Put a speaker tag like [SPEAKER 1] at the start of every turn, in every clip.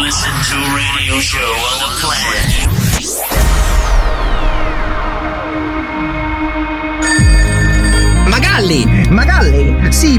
[SPEAKER 1] listen to radio show on the planet.
[SPEAKER 2] Magalli!
[SPEAKER 3] Magalli! Sì,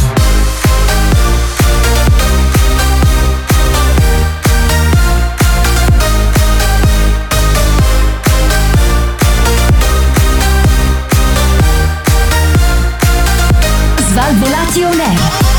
[SPEAKER 4] Svalvolati on air.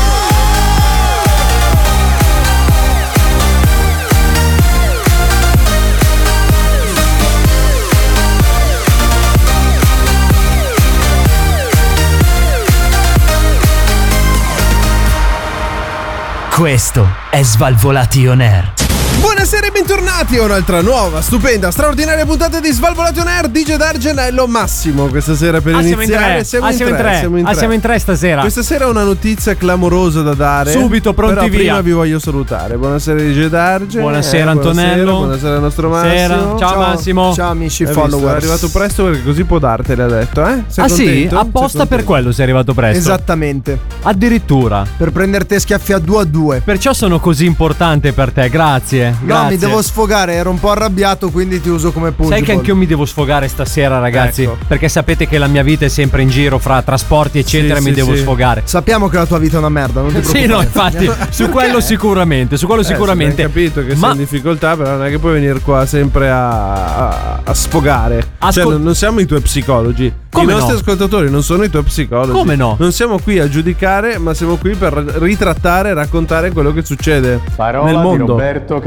[SPEAKER 5] Questo è Svalvolation Air.
[SPEAKER 6] Buonasera e bentornati a un'altra nuova, stupenda, straordinaria puntata di Svalvolato on Air DJ D'Argenello Massimo questa sera per
[SPEAKER 7] Ah, siamo in
[SPEAKER 6] iniziare
[SPEAKER 7] tre. ah, siamo in tre. Ah, siamo in tre stasera.
[SPEAKER 6] Questa sera ho una notizia clamorosa da dare
[SPEAKER 7] Subito, pronti
[SPEAKER 6] Però
[SPEAKER 7] via.
[SPEAKER 6] prima vi voglio salutare Buonasera DJ D'Arge
[SPEAKER 7] Buonasera,
[SPEAKER 6] Eh,
[SPEAKER 7] Antonello.
[SPEAKER 6] Buonasera, buonasera al nostro
[SPEAKER 7] Sera.
[SPEAKER 6] Massimo
[SPEAKER 7] Ciao, Massimo.
[SPEAKER 3] Ciao amici
[SPEAKER 6] Hai visto,
[SPEAKER 3] follower.
[SPEAKER 6] È arrivato presto perché così può dartele ha detto eh? Sei
[SPEAKER 7] Ah sì,
[SPEAKER 6] contento?
[SPEAKER 7] apposta
[SPEAKER 6] Sei
[SPEAKER 7] per
[SPEAKER 6] contento? Esatto.
[SPEAKER 7] quello sei arrivato presto.
[SPEAKER 3] Esattamente.
[SPEAKER 7] Addirittura.
[SPEAKER 3] Per prenderti a schiaffi a due a due.
[SPEAKER 7] Perciò sono così importante per te, grazie.
[SPEAKER 3] No,
[SPEAKER 7] grazie.
[SPEAKER 3] mi devo sfogare, ero un po' arrabbiato, quindi ti uso come punto.
[SPEAKER 7] Sai che anch'io mi devo sfogare stasera, ragazzi.
[SPEAKER 3] Ecco.
[SPEAKER 7] Perché sapete che la mia vita è sempre in giro fra trasporti, eccetera, e
[SPEAKER 6] Sì,
[SPEAKER 7] mi
[SPEAKER 6] sì,
[SPEAKER 7] devo
[SPEAKER 6] sì.
[SPEAKER 7] sfogare.
[SPEAKER 3] Sappiamo che la tua vita è una merda, non ti preoccupare.
[SPEAKER 7] Sì, no, infatti, su quello sicuramente, su quello
[SPEAKER 6] Eh,
[SPEAKER 7] sicuramente.
[SPEAKER 6] sì, abbiamo capito che
[SPEAKER 7] Ma
[SPEAKER 6] sei in difficoltà, però non è che puoi venire qua sempre a, a- a sfogare.
[SPEAKER 7] Ascol-
[SPEAKER 6] Cioè, non, non siamo i tuoi psicologi.
[SPEAKER 7] Come
[SPEAKER 6] I nostri
[SPEAKER 7] no?
[SPEAKER 6] ascoltatori non sono i tuoi psicologi.
[SPEAKER 7] Come no?
[SPEAKER 6] Non siamo qui a giudicare, ma siamo qui per ritrattare e raccontare quello che succede nel mondo.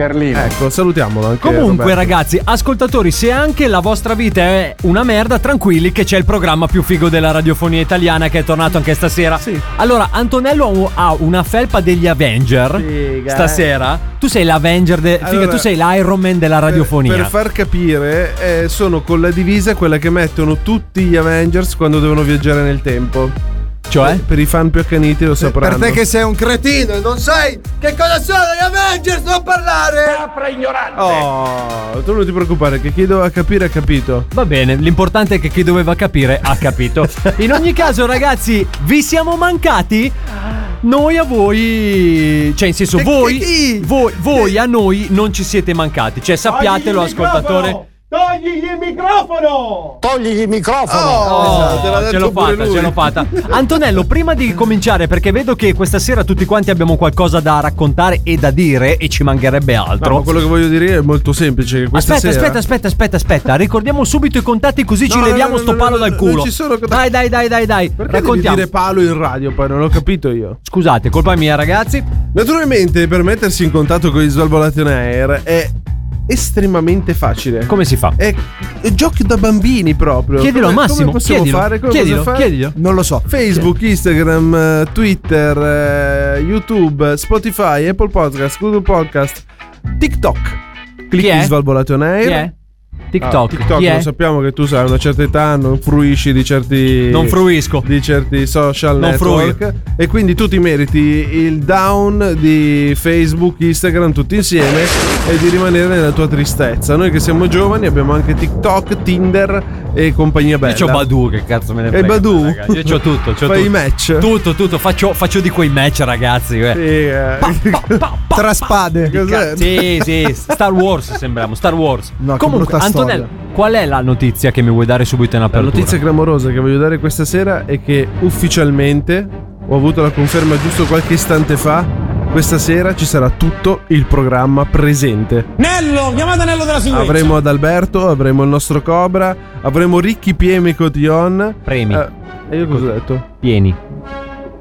[SPEAKER 8] Carlino.
[SPEAKER 6] Ecco, salutiamolo anche.
[SPEAKER 7] Comunque,
[SPEAKER 6] Roberto.
[SPEAKER 7] ragazzi, ascoltatori, se anche la vostra vita è una merda, tranquilli che c'è il programma più figo della radiofonia italiana che è tornato anche stasera.
[SPEAKER 6] Sì.
[SPEAKER 7] Allora, Antonello ha un- ha una felpa degli Avenger
[SPEAKER 6] Figa, eh.
[SPEAKER 7] stasera. Tu sei l'Avenger, de-
[SPEAKER 6] Allora,
[SPEAKER 7] figa, tu sei l'Iron Man della
[SPEAKER 6] Per-
[SPEAKER 7] radiofonia.
[SPEAKER 6] Eh, Per, far capire, eh, sono con la divisa quella che mettono tutti gli Avengers quando devono viaggiare nel tempo.
[SPEAKER 7] Cioè?
[SPEAKER 6] Per, per i fan più accaniti lo sapranno.
[SPEAKER 3] Per te che sei un cretino e non sai che cosa sono gli Avengers, non parlare!
[SPEAKER 6] Oh, tu non ti preoccupare, che chiedo a capire ha capito.
[SPEAKER 7] Va bene, l'importante è che chi doveva capire ha capito. In ogni caso, ragazzi, vi siamo mancati? Noi a voi, cioè in senso
[SPEAKER 3] Che-
[SPEAKER 7] voi,
[SPEAKER 3] che- chi?
[SPEAKER 7] voi, voi a noi non ci siete mancati, cioè sappiatelo ascoltatore.
[SPEAKER 8] Togli il microfono.
[SPEAKER 7] Oh,
[SPEAKER 6] l'ha
[SPEAKER 7] ce
[SPEAKER 6] Esatto, detto
[SPEAKER 7] l'ho
[SPEAKER 6] pure
[SPEAKER 7] fatta,
[SPEAKER 6] lui.
[SPEAKER 7] ce l'ho fatta. Antonello, prima di cominciare, perché vedo che questa sera tutti quanti abbiamo qualcosa da raccontare e da dire e ci mancherebbe
[SPEAKER 6] No,
[SPEAKER 7] altro.
[SPEAKER 6] ma quello che voglio dire è molto semplice. Che questa
[SPEAKER 7] Aspetta,
[SPEAKER 6] sera...
[SPEAKER 7] aspetta, aspetta, aspetta, aspetta. Ricordiamo subito i contatti così ci
[SPEAKER 6] No, no,
[SPEAKER 7] leviamo
[SPEAKER 6] no,
[SPEAKER 7] sto
[SPEAKER 6] no,
[SPEAKER 7] palo
[SPEAKER 6] no,
[SPEAKER 7] dal
[SPEAKER 6] no,
[SPEAKER 7] culo.
[SPEAKER 6] non ci sono
[SPEAKER 7] Dai,
[SPEAKER 6] contatti.
[SPEAKER 7] dai, dai, dai, dai.
[SPEAKER 6] Perché devi
[SPEAKER 7] Raccontiamo.
[SPEAKER 6] dire palo in radio? Poi non l'ho capito io.
[SPEAKER 7] Scusate, colpa mia, ragazzi.
[SPEAKER 6] Naturalmente, per mettersi in contatto con gli Svalvolati on Air è estremamente facile.
[SPEAKER 7] Come si fa?
[SPEAKER 6] È è giochi da bambini proprio.
[SPEAKER 7] Chiedilo a
[SPEAKER 6] Come-
[SPEAKER 7] Massimo.
[SPEAKER 6] Come possiamo
[SPEAKER 7] chiedilo,
[SPEAKER 6] fare? Come
[SPEAKER 7] chiedilo,
[SPEAKER 6] possiamo fare?
[SPEAKER 7] chiedilo.
[SPEAKER 3] Non lo so.
[SPEAKER 6] Facebook, Instagram, eh, Twitter, eh, YouTube, Spotify, Apple Podcast, Google Podcast, TikTok.
[SPEAKER 7] Chi
[SPEAKER 6] Clicchi
[SPEAKER 7] è?
[SPEAKER 6] Svalvolati on Air.
[SPEAKER 7] Chi è?
[SPEAKER 6] Ah,
[SPEAKER 7] TikTok.
[SPEAKER 6] TikTok
[SPEAKER 7] Chi è?
[SPEAKER 6] lo sappiamo che tu sai, a una certa età non fruisci di certi.
[SPEAKER 7] Non fruisco.
[SPEAKER 6] Di certi social
[SPEAKER 7] Non
[SPEAKER 6] network. E quindi tu ti meriti il down di Facebook, Instagram, tutti insieme. E di rimanere nella tua tristezza. Noi che siamo giovani abbiamo anche TikTok, Tinder e compagnia bella.
[SPEAKER 7] Io c'ho Badu, che cazzo me ne frega.
[SPEAKER 6] E Badu?
[SPEAKER 7] raga. Io c'ho tutto, c'ho
[SPEAKER 6] Fai
[SPEAKER 7] tutto.
[SPEAKER 6] i match.
[SPEAKER 7] Tutto, tutto, faccio, faccio di quei match, ragazzi. eh.
[SPEAKER 6] Sì, eh.
[SPEAKER 7] Pa, pa, pa,
[SPEAKER 3] Tra
[SPEAKER 7] pa.
[SPEAKER 3] spade.
[SPEAKER 7] Di
[SPEAKER 6] Cos'è?
[SPEAKER 7] ca- Sì, sì, Star Wars sembriamo, Star Wars.
[SPEAKER 3] No, che
[SPEAKER 7] Comunque,
[SPEAKER 3] brutta
[SPEAKER 7] Antonello, qual è la notizia che mi vuoi dare subito in
[SPEAKER 6] La
[SPEAKER 7] apertura?
[SPEAKER 6] notizia clamorosa che voglio dare questa sera è che ufficialmente ho avuto la conferma giusto qualche istante fa. Questa sera ci sarà tutto il programma presente.
[SPEAKER 8] Nello, chiamate Nello della sicurezza.
[SPEAKER 6] Avremo Adalberto, avremo il nostro Cobra, avremo Ricchi Piemi Cotion.
[SPEAKER 7] Premi.
[SPEAKER 6] Eh, e io cosa ho detto?
[SPEAKER 7] Pieni.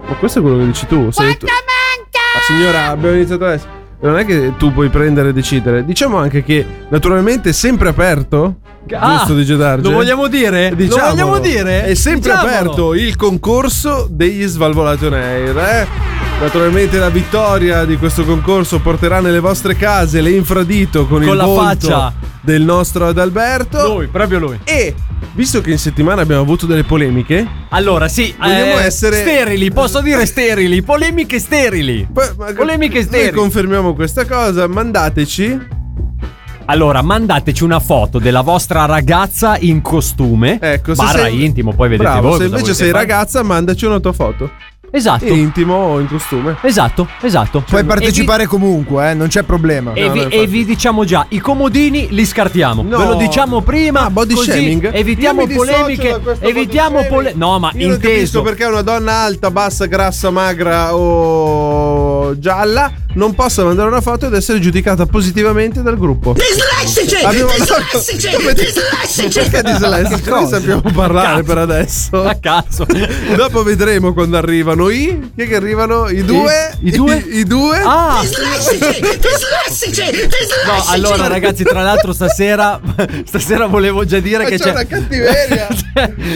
[SPEAKER 6] Ma questo è quello che dici tu. Sei tu. Ah, signora, abbiamo iniziato adesso. Non è che tu puoi prendere e decidere. Diciamo anche che, naturalmente, è sempre aperto.
[SPEAKER 7] Ah,
[SPEAKER 6] giusto di Gedarge?
[SPEAKER 7] Lo vogliamo dire?
[SPEAKER 6] Diciamolo.
[SPEAKER 7] Lo vogliamo dire?
[SPEAKER 6] È sempre
[SPEAKER 7] Diciamolo.
[SPEAKER 6] aperto il concorso degli Svalvolato on Air, eh? Naturalmente la vittoria di questo concorso porterà nelle vostre case le infradito con, il
[SPEAKER 7] la
[SPEAKER 6] volto
[SPEAKER 7] faccia.
[SPEAKER 6] del nostro Adalberto.
[SPEAKER 7] Lui, proprio lui.
[SPEAKER 6] E visto che in settimana abbiamo avuto delle polemiche,
[SPEAKER 7] Allora, sì, eh,
[SPEAKER 6] Vogliamo essere-
[SPEAKER 7] sterili, posso dire sterili, polemiche sterili.
[SPEAKER 6] poi- ma-
[SPEAKER 7] Polemiche
[SPEAKER 6] noi
[SPEAKER 7] sterili.
[SPEAKER 6] confermiamo questa cosa, mandateci
[SPEAKER 7] Allora, mandateci una foto della vostra ragazza in costume.
[SPEAKER 6] Ecco, se
[SPEAKER 7] barra
[SPEAKER 6] sei-
[SPEAKER 7] intimo, poi vedete
[SPEAKER 6] Bravo,
[SPEAKER 7] voi.
[SPEAKER 6] se
[SPEAKER 7] cosa
[SPEAKER 6] invece
[SPEAKER 7] volete
[SPEAKER 6] sei
[SPEAKER 7] fare.
[SPEAKER 6] ragazza, mandaci una tua foto.
[SPEAKER 7] Esatto.
[SPEAKER 6] Intimo o in costume.
[SPEAKER 7] Esatto, esatto.
[SPEAKER 9] Puoi partecipare comunque, eh, non c'è problema.
[SPEAKER 7] E vi, e vi-
[SPEAKER 6] no,
[SPEAKER 7] e vi diciamo già, i comodini li scartiamo.
[SPEAKER 6] No.
[SPEAKER 7] Ve lo diciamo prima.
[SPEAKER 6] Ah, body
[SPEAKER 7] così
[SPEAKER 6] shaming?
[SPEAKER 7] Evitiamo
[SPEAKER 6] Io mi dissocio da
[SPEAKER 7] polemiche.
[SPEAKER 6] questo
[SPEAKER 7] Evitiamo
[SPEAKER 6] body
[SPEAKER 7] polemiche.
[SPEAKER 6] shaming.
[SPEAKER 7] No, ma
[SPEAKER 6] Io non
[SPEAKER 7] inteso.
[SPEAKER 6] capisco perché una donna alta, bassa, grassa, magra o gialla non possa mandare una foto ed essere giudicata positivamente dal gruppo.
[SPEAKER 10] Dislessici!
[SPEAKER 6] Abbiamo fatto-
[SPEAKER 10] Dislessici! Dislessici!
[SPEAKER 6] Perché dislessico? Noi sappiamo parlare
[SPEAKER 7] Cazzo.
[SPEAKER 6] per adesso.
[SPEAKER 7] A cazzo.
[SPEAKER 6] Dopo vedremo quando arrivano i. Chi è che arrivano? I due?
[SPEAKER 7] I due?
[SPEAKER 6] I, i due?
[SPEAKER 7] Ah,
[SPEAKER 10] Dislessici! Dislessici!
[SPEAKER 7] no,
[SPEAKER 10] Dislessici!
[SPEAKER 6] Certo.
[SPEAKER 7] allora ragazzi, tra l'altro stasera stasera volevo già dire
[SPEAKER 6] Ma
[SPEAKER 7] che
[SPEAKER 6] c'è,
[SPEAKER 7] c'è
[SPEAKER 6] una cattiveria.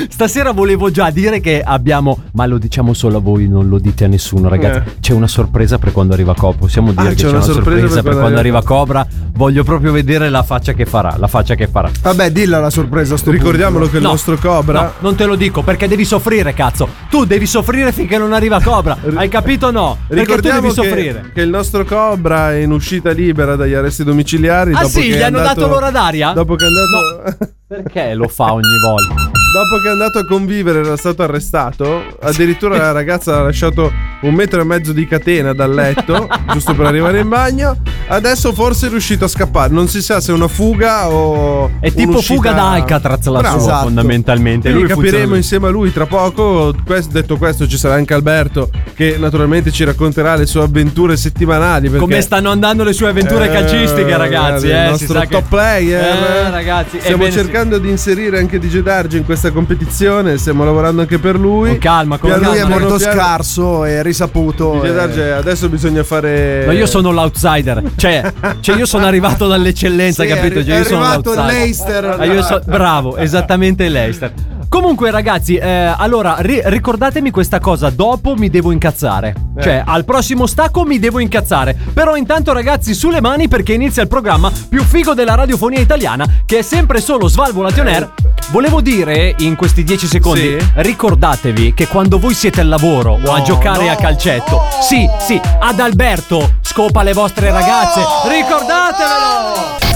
[SPEAKER 7] Stasera volevo già dire che abbiamo, ma lo diciamo solo a voi, non lo dite a nessuno, ragazzi.
[SPEAKER 6] Eh.
[SPEAKER 7] C'è una sorpresa per quando arriva Cobra. Possiamo dire
[SPEAKER 6] Ah,
[SPEAKER 7] che
[SPEAKER 6] c'è
[SPEAKER 7] c'è una, sorpresa, per quando, arriva...
[SPEAKER 6] arriva
[SPEAKER 7] Cobra. Voglio proprio vedere la faccia che farà. La faccia che farà.
[SPEAKER 9] Vabbè, dilla la sorpresa a sto
[SPEAKER 6] Ricordiamolo che il
[SPEAKER 7] No,
[SPEAKER 6] nostro Cobra.
[SPEAKER 7] No, non te lo dico perché devi soffrire, cazzo. Tu devi soffrire finché non arriva Cobra. Hai capito o no? Perché tu
[SPEAKER 6] Ricordiamo
[SPEAKER 7] devi
[SPEAKER 6] che,
[SPEAKER 7] soffrire.
[SPEAKER 6] che il nostro Cobra è in uscita libera dagli arresti domiciliari.
[SPEAKER 7] Ah
[SPEAKER 6] dopo
[SPEAKER 7] sì,
[SPEAKER 6] che
[SPEAKER 7] gli
[SPEAKER 6] è
[SPEAKER 7] hanno
[SPEAKER 6] andato-
[SPEAKER 7] dato l'ora d'aria?
[SPEAKER 6] Dopo che è andato.
[SPEAKER 7] Perché lo fa ogni volta?
[SPEAKER 6] Dopo che è andato a convivere era stato arrestato, addirittura la ragazza ha lasciato un metro e mezzo di catena dal letto, giusto per arrivare in bagno, adesso forse è riuscito a scappare, non si sa se è una fuga o...
[SPEAKER 7] È tipo
[SPEAKER 6] un'uscita-
[SPEAKER 7] fuga da Alcatraz la
[SPEAKER 6] Bravo.
[SPEAKER 7] sua, fondamentalmente.
[SPEAKER 6] Quindi
[SPEAKER 7] Lui funziona
[SPEAKER 6] capiremo
[SPEAKER 7] così.
[SPEAKER 6] insieme a lui tra poco. Questo- detto questo, ci sarà anche Alberto che naturalmente ci racconterà le sue avventure settimanali. perché-
[SPEAKER 7] Come stanno andando le sue avventure
[SPEAKER 6] Eh,
[SPEAKER 7] calcistiche, ragazzi?
[SPEAKER 6] il
[SPEAKER 7] Eh, si
[SPEAKER 6] nostro
[SPEAKER 7] sa che-
[SPEAKER 6] top player.
[SPEAKER 7] Eh, ragazzi,
[SPEAKER 6] stiamo
[SPEAKER 7] ebbene sì.
[SPEAKER 6] cercando di inserire anche DJ Darge in questa competizione. Stiamo lavorando anche per lui.
[SPEAKER 7] Con calma, con
[SPEAKER 6] Piano
[SPEAKER 7] calma.
[SPEAKER 9] Lui è
[SPEAKER 7] Piano,
[SPEAKER 9] molto
[SPEAKER 6] piano.
[SPEAKER 9] scarso e risaputo.
[SPEAKER 6] DJ
[SPEAKER 9] e-
[SPEAKER 6] Darge, adesso bisogna fare.
[SPEAKER 7] No, io sono l'outsider. Cioè, cioè io sono arrivato dall'eccellenza,
[SPEAKER 9] Sì, è
[SPEAKER 7] capito?
[SPEAKER 9] arri-
[SPEAKER 7] Cioè,
[SPEAKER 9] è
[SPEAKER 7] io sono
[SPEAKER 9] arrivato
[SPEAKER 7] l'outsider.
[SPEAKER 9] Leicester.
[SPEAKER 7] Ah, io so- bravo, esattamente l'Eister. Comunque, ragazzi, eh, allora ri- ricordatemi questa cosa: dopo mi devo incazzare. Cioè, al prossimo stacco mi devo incazzare. Però, intanto, ragazzi, sulle mani perché inizia il programma più figo della radiofonia italiana, che è sempre solo Svalvolation Air. Volevo dire in questi 10 secondi:
[SPEAKER 6] Sì.
[SPEAKER 7] ricordatevi che quando voi siete al lavoro o a giocare a calcetto, sì, sì, ad Alberto scopa le vostre ragazze. Ricordatevelo!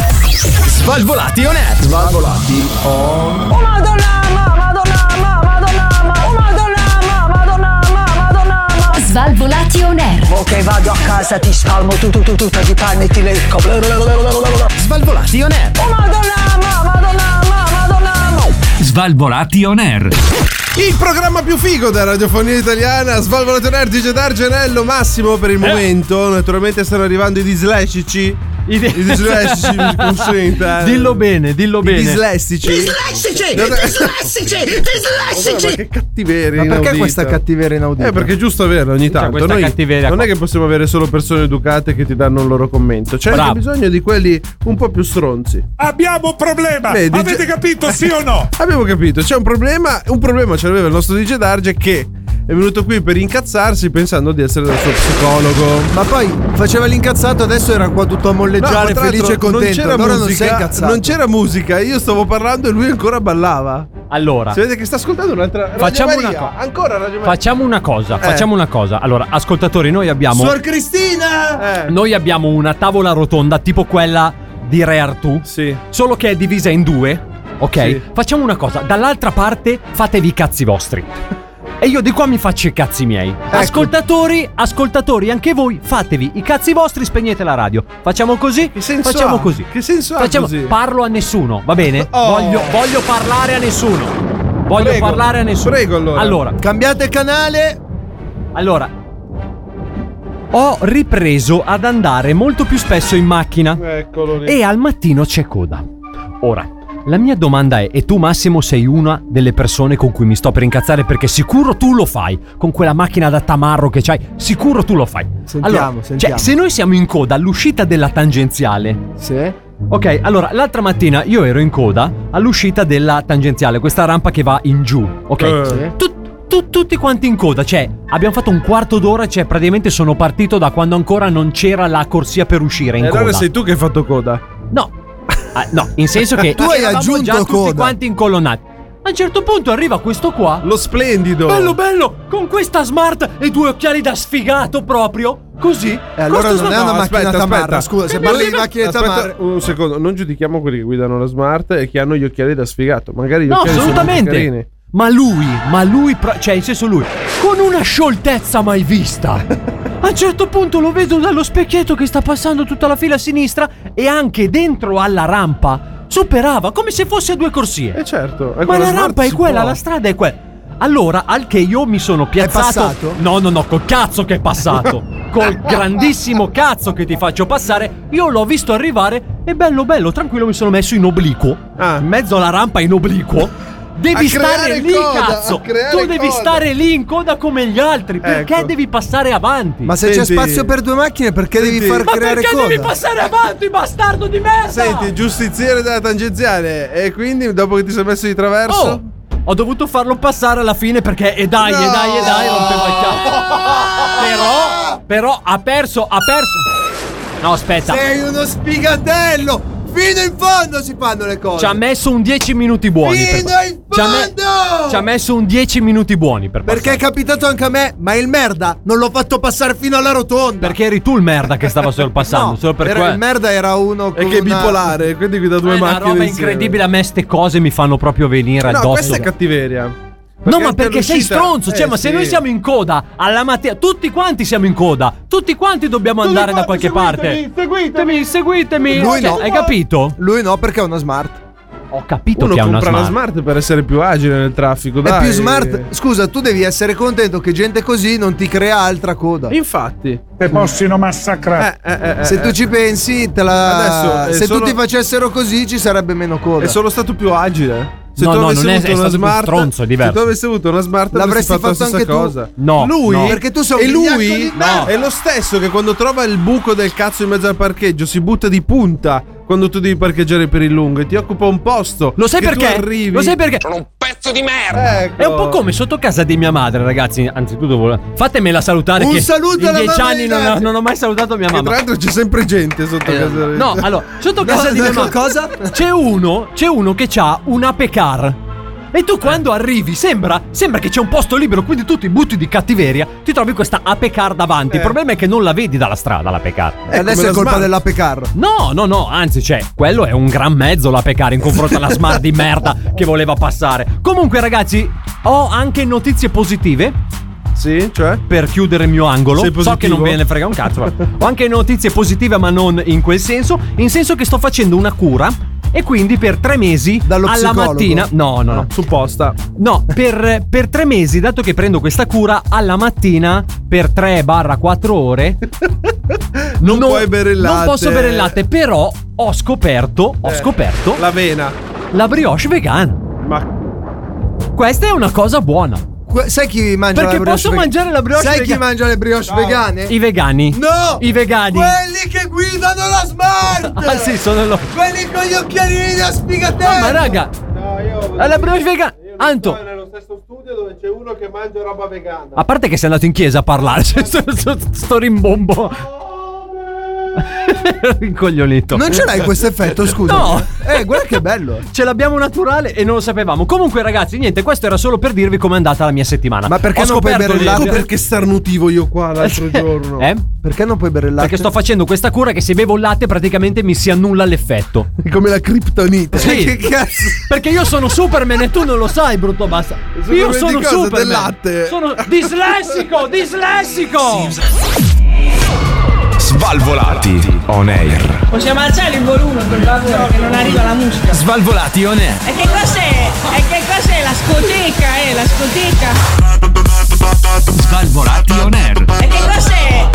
[SPEAKER 7] Svalvolati on air.
[SPEAKER 3] Oh madonna, ma, madonna, ma, madonna, ma, oh madonna, ma, madonna, ma, madonna, ma.
[SPEAKER 4] Svalvolati on air.
[SPEAKER 3] Ok, vado a casa, ti spalmo tu, tu, tu, tu, ti panni, ti lecco. Oh
[SPEAKER 11] Svalvolati on air.
[SPEAKER 3] madonna, ma, madonna, ma, madonna, ma.
[SPEAKER 11] Svalvolati on air.
[SPEAKER 6] Il programma più figo della radiofonia italiana, Svalvolato Nerd, DJ Dargenello, Massimo per il
[SPEAKER 7] Eh.
[SPEAKER 6] momento. Naturalmente stanno arrivando i dislessici. I,
[SPEAKER 7] di-
[SPEAKER 6] dislessici, mi consenta. eh.
[SPEAKER 7] Dillo bene, dillo
[SPEAKER 6] I
[SPEAKER 7] bene.
[SPEAKER 6] dislessici.
[SPEAKER 10] Dislessici!
[SPEAKER 6] No, no.
[SPEAKER 10] Dislessici!
[SPEAKER 6] Ma
[SPEAKER 10] Dislessici!
[SPEAKER 6] che cattiveria.
[SPEAKER 9] Ma perché
[SPEAKER 6] inaudita.
[SPEAKER 9] questa cattiveria inaudita?
[SPEAKER 6] Eh, perché è giusto averla ogni tanto.
[SPEAKER 7] Cioè, questa
[SPEAKER 6] Noi
[SPEAKER 7] cattiveria
[SPEAKER 6] non
[SPEAKER 7] qua.
[SPEAKER 6] è che possiamo avere solo persone educate che ti danno un loro commento. C'è anche
[SPEAKER 7] Bravo.
[SPEAKER 6] bisogno di quelli un po' più stronzi.
[SPEAKER 12] Abbiamo un problema!
[SPEAKER 6] Vedi,
[SPEAKER 12] Avete
[SPEAKER 6] già-
[SPEAKER 12] capito sì o no?
[SPEAKER 6] Abbiamo capito, c'è un problema. Un problema ce l'aveva il nostro DJ Darge che è venuto qui per incazzarsi pensando di essere il suo psicologo.
[SPEAKER 9] Ma poi faceva l'incazzato, adesso era qua tutto a
[SPEAKER 6] No, ma
[SPEAKER 9] molleggiare,
[SPEAKER 6] tra l'altro
[SPEAKER 9] felice e contento. allora non sei incazzato.
[SPEAKER 6] non c'era musica, io stavo parlando e lui ancora ballava.
[SPEAKER 7] Allora,
[SPEAKER 9] Ah.
[SPEAKER 6] Si vede che sta ascoltando un'altra Radio
[SPEAKER 7] Facciamo
[SPEAKER 6] Maria,
[SPEAKER 7] una cosa.
[SPEAKER 6] ancora Radio Maria.
[SPEAKER 7] facciamo una cosa, facciamo una cosa. Allora, ascoltatori, noi abbiamo
[SPEAKER 9] Suor Cristina!
[SPEAKER 6] Eh,
[SPEAKER 7] noi abbiamo una tavola rotonda tipo quella di Re Artù,
[SPEAKER 6] Sì.
[SPEAKER 7] solo che è divisa in due, ok?
[SPEAKER 6] Sì.
[SPEAKER 7] Facciamo una cosa, dall'altra parte fatevi i cazzi vostri. E io di qua mi faccio i cazzi miei.
[SPEAKER 6] Ecco.
[SPEAKER 7] Ascoltatori, ascoltatori, anche voi fatevi i cazzi vostri, spegnete la radio. Facciamo così?
[SPEAKER 6] Che senso
[SPEAKER 7] facciamo
[SPEAKER 6] ha?
[SPEAKER 7] così.
[SPEAKER 6] Che senso ha
[SPEAKER 7] facciamo,
[SPEAKER 6] così?
[SPEAKER 7] Parlo a nessuno, va bene?
[SPEAKER 6] Oh.
[SPEAKER 7] Voglio, voglio parlare a nessuno. Voglio
[SPEAKER 6] Prego,
[SPEAKER 7] parlare a nessuno.
[SPEAKER 6] prego allora.
[SPEAKER 7] Allora,
[SPEAKER 9] Cambiate canale!
[SPEAKER 7] allora, ho ripreso ad andare molto più spesso in macchina
[SPEAKER 6] Eccolo lì.
[SPEAKER 13] Eh,
[SPEAKER 7] e al mattino c'è coda. Ora, la mia domanda è, e tu Massimo sei una delle persone con cui mi sto per incazzare perché sicuro tu lo fai, con quella macchina da tamarro che c'hai, sicuro tu lo fai.
[SPEAKER 9] Sentiamo, sentiamo.
[SPEAKER 7] Cioè, se noi siamo in coda all'uscita della tangenziale,
[SPEAKER 9] Sì.
[SPEAKER 7] ok, allora l'altra mattina io ero in coda all'uscita della tangenziale, questa rampa che va in giù, ok?
[SPEAKER 6] Eh.
[SPEAKER 7] Tut- tu- tutti quanti in coda. Cioè, abbiamo fatto un quarto d'ora, cioè praticamente sono partito da quando ancora non c'era la corsia per uscire
[SPEAKER 6] Eh,
[SPEAKER 7] in
[SPEAKER 13] E allora
[SPEAKER 7] coda.
[SPEAKER 13] sei tu che hai fatto coda.
[SPEAKER 7] No. Ah, no, in senso che
[SPEAKER 6] Tu hai
[SPEAKER 7] eravamo
[SPEAKER 6] aggiunto
[SPEAKER 7] già tutti
[SPEAKER 6] coda.
[SPEAKER 7] quanti incolonnati. A un certo punto arriva questo qua.
[SPEAKER 13] Lo splendido.
[SPEAKER 7] Bello bello, con questa smart e due occhiali da sfigato proprio. Così.
[SPEAKER 6] E Eh, allora
[SPEAKER 7] Questo
[SPEAKER 6] non è
[SPEAKER 7] smart-
[SPEAKER 6] una
[SPEAKER 13] No, aspetta,
[SPEAKER 6] macchina tamarra.
[SPEAKER 13] aspetta.
[SPEAKER 6] Scusa, se
[SPEAKER 7] Che
[SPEAKER 6] parli di
[SPEAKER 7] bellino-
[SPEAKER 6] macchine
[SPEAKER 13] Aspetta
[SPEAKER 6] tamarra.
[SPEAKER 13] un secondo, non giudichiamo quelli che guidano la smart e che hanno gli occhiali da sfigato. Magari gli
[SPEAKER 7] No,
[SPEAKER 13] occhiali sono molto
[SPEAKER 7] assolutamente.
[SPEAKER 13] carini.
[SPEAKER 7] Ma lui, ma lui, pro- cioè in senso lui, con una scioltezza mai vista. A un certo punto lo vedo dallo specchietto che sta passando tutta la fila a sinistra e anche dentro alla rampa superava come se fosse due corsie.
[SPEAKER 13] Eh certo.
[SPEAKER 7] Ma la rampa è quella, la strada è quella. Allora, al che io mi sono piazzato.
[SPEAKER 6] passato?
[SPEAKER 7] No, no, no, col cazzo che è passato. col grandissimo cazzo che ti faccio passare, io l'ho visto arrivare e bello, bello, tranquillo mi sono messo in obliquo.
[SPEAKER 13] Ah.
[SPEAKER 7] In mezzo alla rampa in obliquo. Devi
[SPEAKER 6] A creare
[SPEAKER 7] stare lì,
[SPEAKER 6] coda, a
[SPEAKER 7] cazzo.
[SPEAKER 6] creare
[SPEAKER 7] Tu devi
[SPEAKER 6] coda.
[SPEAKER 7] stare lì in coda come gli altri. Perché
[SPEAKER 13] Ecco.
[SPEAKER 7] devi passare avanti?
[SPEAKER 6] Ma se
[SPEAKER 13] Senti-
[SPEAKER 6] c'è spazio per due macchine, perché devi
[SPEAKER 13] Senti-
[SPEAKER 6] far
[SPEAKER 7] Ma
[SPEAKER 6] creare
[SPEAKER 7] perché
[SPEAKER 6] coda?
[SPEAKER 7] devi passare avanti, bastardo di merda?
[SPEAKER 13] Senti, giustiziere della tangenziale. E quindi dopo che ti sei messo di traverso?
[SPEAKER 7] Oh, ho dovuto farlo passare alla fine perché e dai, e dai, e dai, rompeva il cazzo. Però, però ha perso, ha perso. No, aspetta.
[SPEAKER 6] Sei uno sfigatello! Fino in fondo si fanno le cose!
[SPEAKER 7] Ci ha messo un 10 minuti buoni. per-
[SPEAKER 6] Fino in
[SPEAKER 7] Ci ha me-
[SPEAKER 6] fondo!
[SPEAKER 7] Ci ha messo un 10 minuti buoni per
[SPEAKER 6] Perché è
[SPEAKER 7] passare.
[SPEAKER 6] capitato anche a me, ma il merda non l'ho fatto passare fino alla rotonda!
[SPEAKER 7] Perché eri tu il merda che stava sorpassando,
[SPEAKER 6] No,
[SPEAKER 7] solo per
[SPEAKER 6] era-
[SPEAKER 7] quello.
[SPEAKER 6] il merda era uno
[SPEAKER 13] E
[SPEAKER 6] con
[SPEAKER 13] che è
[SPEAKER 6] una-
[SPEAKER 13] bipolare, quindi guida due
[SPEAKER 7] È
[SPEAKER 13] macchine.
[SPEAKER 7] una roba
[SPEAKER 13] insieme.
[SPEAKER 7] incredibile, a me ste cose mi fanno proprio venire
[SPEAKER 13] No,
[SPEAKER 7] addosso.
[SPEAKER 13] questa è cattiveria.
[SPEAKER 7] No, ma perché sei
[SPEAKER 13] all'uscita-
[SPEAKER 7] stronzo? Cioè,
[SPEAKER 13] Eh,
[SPEAKER 7] ma se
[SPEAKER 13] sì.
[SPEAKER 7] noi siamo in coda alla mattina, tutti quanti siamo in coda, tutti quanti dobbiamo andare da qualche parte. Seguitemi, seguitemi.
[SPEAKER 6] Lui
[SPEAKER 7] Cioè,
[SPEAKER 6] no.
[SPEAKER 7] Hai capito?
[SPEAKER 6] Lui no, perché è una smart.
[SPEAKER 7] Ho capito
[SPEAKER 13] Uno
[SPEAKER 7] che è una
[SPEAKER 13] compra
[SPEAKER 7] smart.
[SPEAKER 13] la smart per essere più agile nel traffico.
[SPEAKER 6] È
[SPEAKER 13] dai.
[SPEAKER 6] più smart. Scusa, tu devi essere contento che gente così non ti crea altra coda.
[SPEAKER 13] Infatti.
[SPEAKER 8] Te possono massacrare.
[SPEAKER 13] Eh, eh, eh,
[SPEAKER 6] Se tu
[SPEAKER 13] eh.
[SPEAKER 6] ci pensi, te la...
[SPEAKER 13] Adesso è
[SPEAKER 6] se
[SPEAKER 13] solo-
[SPEAKER 6] tutti facessero così ci sarebbe meno coda.
[SPEAKER 13] È solo stato più agile. Se
[SPEAKER 7] No,
[SPEAKER 13] tu
[SPEAKER 7] no,
[SPEAKER 13] avessi
[SPEAKER 7] non è-
[SPEAKER 13] avuto
[SPEAKER 7] è
[SPEAKER 13] una
[SPEAKER 7] stato più
[SPEAKER 13] smart,
[SPEAKER 7] stronzo, è diverso.
[SPEAKER 13] Se tu avessi avuto una smart,
[SPEAKER 6] L'avresti
[SPEAKER 13] avresti fatto,
[SPEAKER 6] fatto
[SPEAKER 13] la
[SPEAKER 6] anche
[SPEAKER 13] stessa
[SPEAKER 6] tu?
[SPEAKER 13] cosa.
[SPEAKER 7] No,
[SPEAKER 13] lui,
[SPEAKER 7] no.
[SPEAKER 6] Perché tu sei un
[SPEAKER 13] E
[SPEAKER 6] vigliacco
[SPEAKER 13] lui
[SPEAKER 6] di merda.
[SPEAKER 13] è lo stesso che quando trova il buco del cazzo in mezzo al parcheggio si butta di punta quando tu devi parcheggiare per il lungo e ti occupa un posto.
[SPEAKER 7] Lo sai
[SPEAKER 13] che tu
[SPEAKER 7] perché?
[SPEAKER 13] arrivi.
[SPEAKER 7] Lo sai perché?
[SPEAKER 13] Ecco.
[SPEAKER 7] È un po' come sotto casa di mia madre, ragazzi. Anzitutto, vol- fatemela salutare.
[SPEAKER 6] Un
[SPEAKER 7] che
[SPEAKER 6] saluto
[SPEAKER 7] in
[SPEAKER 6] alla
[SPEAKER 7] dieci
[SPEAKER 6] mamma
[SPEAKER 7] anni
[SPEAKER 6] di
[SPEAKER 7] non,
[SPEAKER 6] Dante.
[SPEAKER 7] non ho mai salutato mia
[SPEAKER 13] Che tra
[SPEAKER 7] mamma.
[SPEAKER 13] l'altro c'è sempre gente sotto casa.
[SPEAKER 7] Eh, No, allora, sotto casa di
[SPEAKER 6] no,
[SPEAKER 7] mia mamma
[SPEAKER 6] cosa?
[SPEAKER 7] c'è uno, c'è uno che ha un ape car. E
[SPEAKER 13] Eh.
[SPEAKER 7] tu quando arrivi sembra, sembra che c'è un posto libero, quindi tu ti butti di cattiveria, ti trovi questa ape car davanti. Il problema è che non la vedi dalla strada l'ape car.
[SPEAKER 6] E adesso è
[SPEAKER 13] Eh. come la
[SPEAKER 6] colpa
[SPEAKER 13] smart.
[SPEAKER 6] dell'apecar.
[SPEAKER 7] No, no, no, anzi, cioè, quello è un gran mezzo la pecare in confronto alla smart di merda che voleva passare. Comunque, ragazzi, ho anche notizie positive.
[SPEAKER 13] Sì, cioè.
[SPEAKER 7] Per chiudere il mio angolo,
[SPEAKER 13] Sei
[SPEAKER 7] so che non
[SPEAKER 13] positivo?
[SPEAKER 7] ve ne frega un cazzo. ma ho anche notizie positive, ma non in quel senso. In senso che sto facendo una cura. E quindi per tre mesi
[SPEAKER 6] Dallo
[SPEAKER 7] alla
[SPEAKER 6] psicologo.
[SPEAKER 7] mattina. No, no,
[SPEAKER 13] Ah,
[SPEAKER 7] no.
[SPEAKER 13] Supposta.
[SPEAKER 7] No, per, per tre mesi, dato che prendo questa cura, alla mattina per 3-4 ore.
[SPEAKER 13] Non puoi bere il
[SPEAKER 7] Non
[SPEAKER 13] latte.
[SPEAKER 7] posso bere il latte, però ho scoperto, ho
[SPEAKER 13] Eh,
[SPEAKER 7] scoperto la...
[SPEAKER 13] La vena.
[SPEAKER 7] brioche vegana.
[SPEAKER 13] Ma
[SPEAKER 7] Questa è una cosa buona.
[SPEAKER 6] Que- sai chi mangia
[SPEAKER 7] Perché
[SPEAKER 6] la brioche
[SPEAKER 7] posso
[SPEAKER 6] vega-
[SPEAKER 7] mangiare la brioche
[SPEAKER 6] Sai chi
[SPEAKER 7] vegana?
[SPEAKER 6] mangia le brioche vegane?
[SPEAKER 7] I vegani.
[SPEAKER 6] No!
[SPEAKER 7] I vegani.
[SPEAKER 6] Quelli che guidano la smart!
[SPEAKER 7] Ah sì, sono lo... Ah,
[SPEAKER 6] Quelli con gli occhialini da sfigatello!
[SPEAKER 7] Ma raga,
[SPEAKER 13] no, io
[SPEAKER 7] alla brioche vegana. Anto,
[SPEAKER 13] nello stesso studio dove c'è uno che mangia roba vegana.
[SPEAKER 7] A parte che sei andato in chiesa a parlare, cioè, sto, sto- sto rimbombo. Rincoglionito.
[SPEAKER 6] Non ce l'hai questo effetto, scusa.
[SPEAKER 7] No.
[SPEAKER 6] Eh, guarda che bello.
[SPEAKER 7] Ce l'abbiamo naturale e non lo sapevamo. Comunque, ragazzi, niente, questo era solo per dirvi com'è andata la mia settimana.
[SPEAKER 6] Ma perché
[SPEAKER 7] Ho
[SPEAKER 6] non puoi
[SPEAKER 7] scoperto
[SPEAKER 6] bere il
[SPEAKER 7] di-
[SPEAKER 6] latte?
[SPEAKER 13] Perché starnutivo io qua l'altro giorno.
[SPEAKER 7] Eh?
[SPEAKER 6] Perché non puoi bere il latte?
[SPEAKER 7] Perché sto facendo questa cura che se bevo il latte praticamente mi si annulla l'effetto.
[SPEAKER 6] come la criptonite.
[SPEAKER 7] Sì.
[SPEAKER 6] che cazzo?
[SPEAKER 7] Perché io sono Superman e tu non lo sai, brutto basta. Io
[SPEAKER 6] Superman
[SPEAKER 7] sono
[SPEAKER 6] di cosa?
[SPEAKER 7] Superman.
[SPEAKER 6] Del latte?
[SPEAKER 7] Sono dislessico, dislessico.
[SPEAKER 14] Svalvolati on air.
[SPEAKER 15] Possiamo alzare il volume per favore che non arriva la musica.
[SPEAKER 5] Svalvolati on air.
[SPEAKER 15] E che cos'è? E che cos'è? La scoteca, eh, la scoteca.
[SPEAKER 5] Svalvolati on air.
[SPEAKER 15] E che cos'è?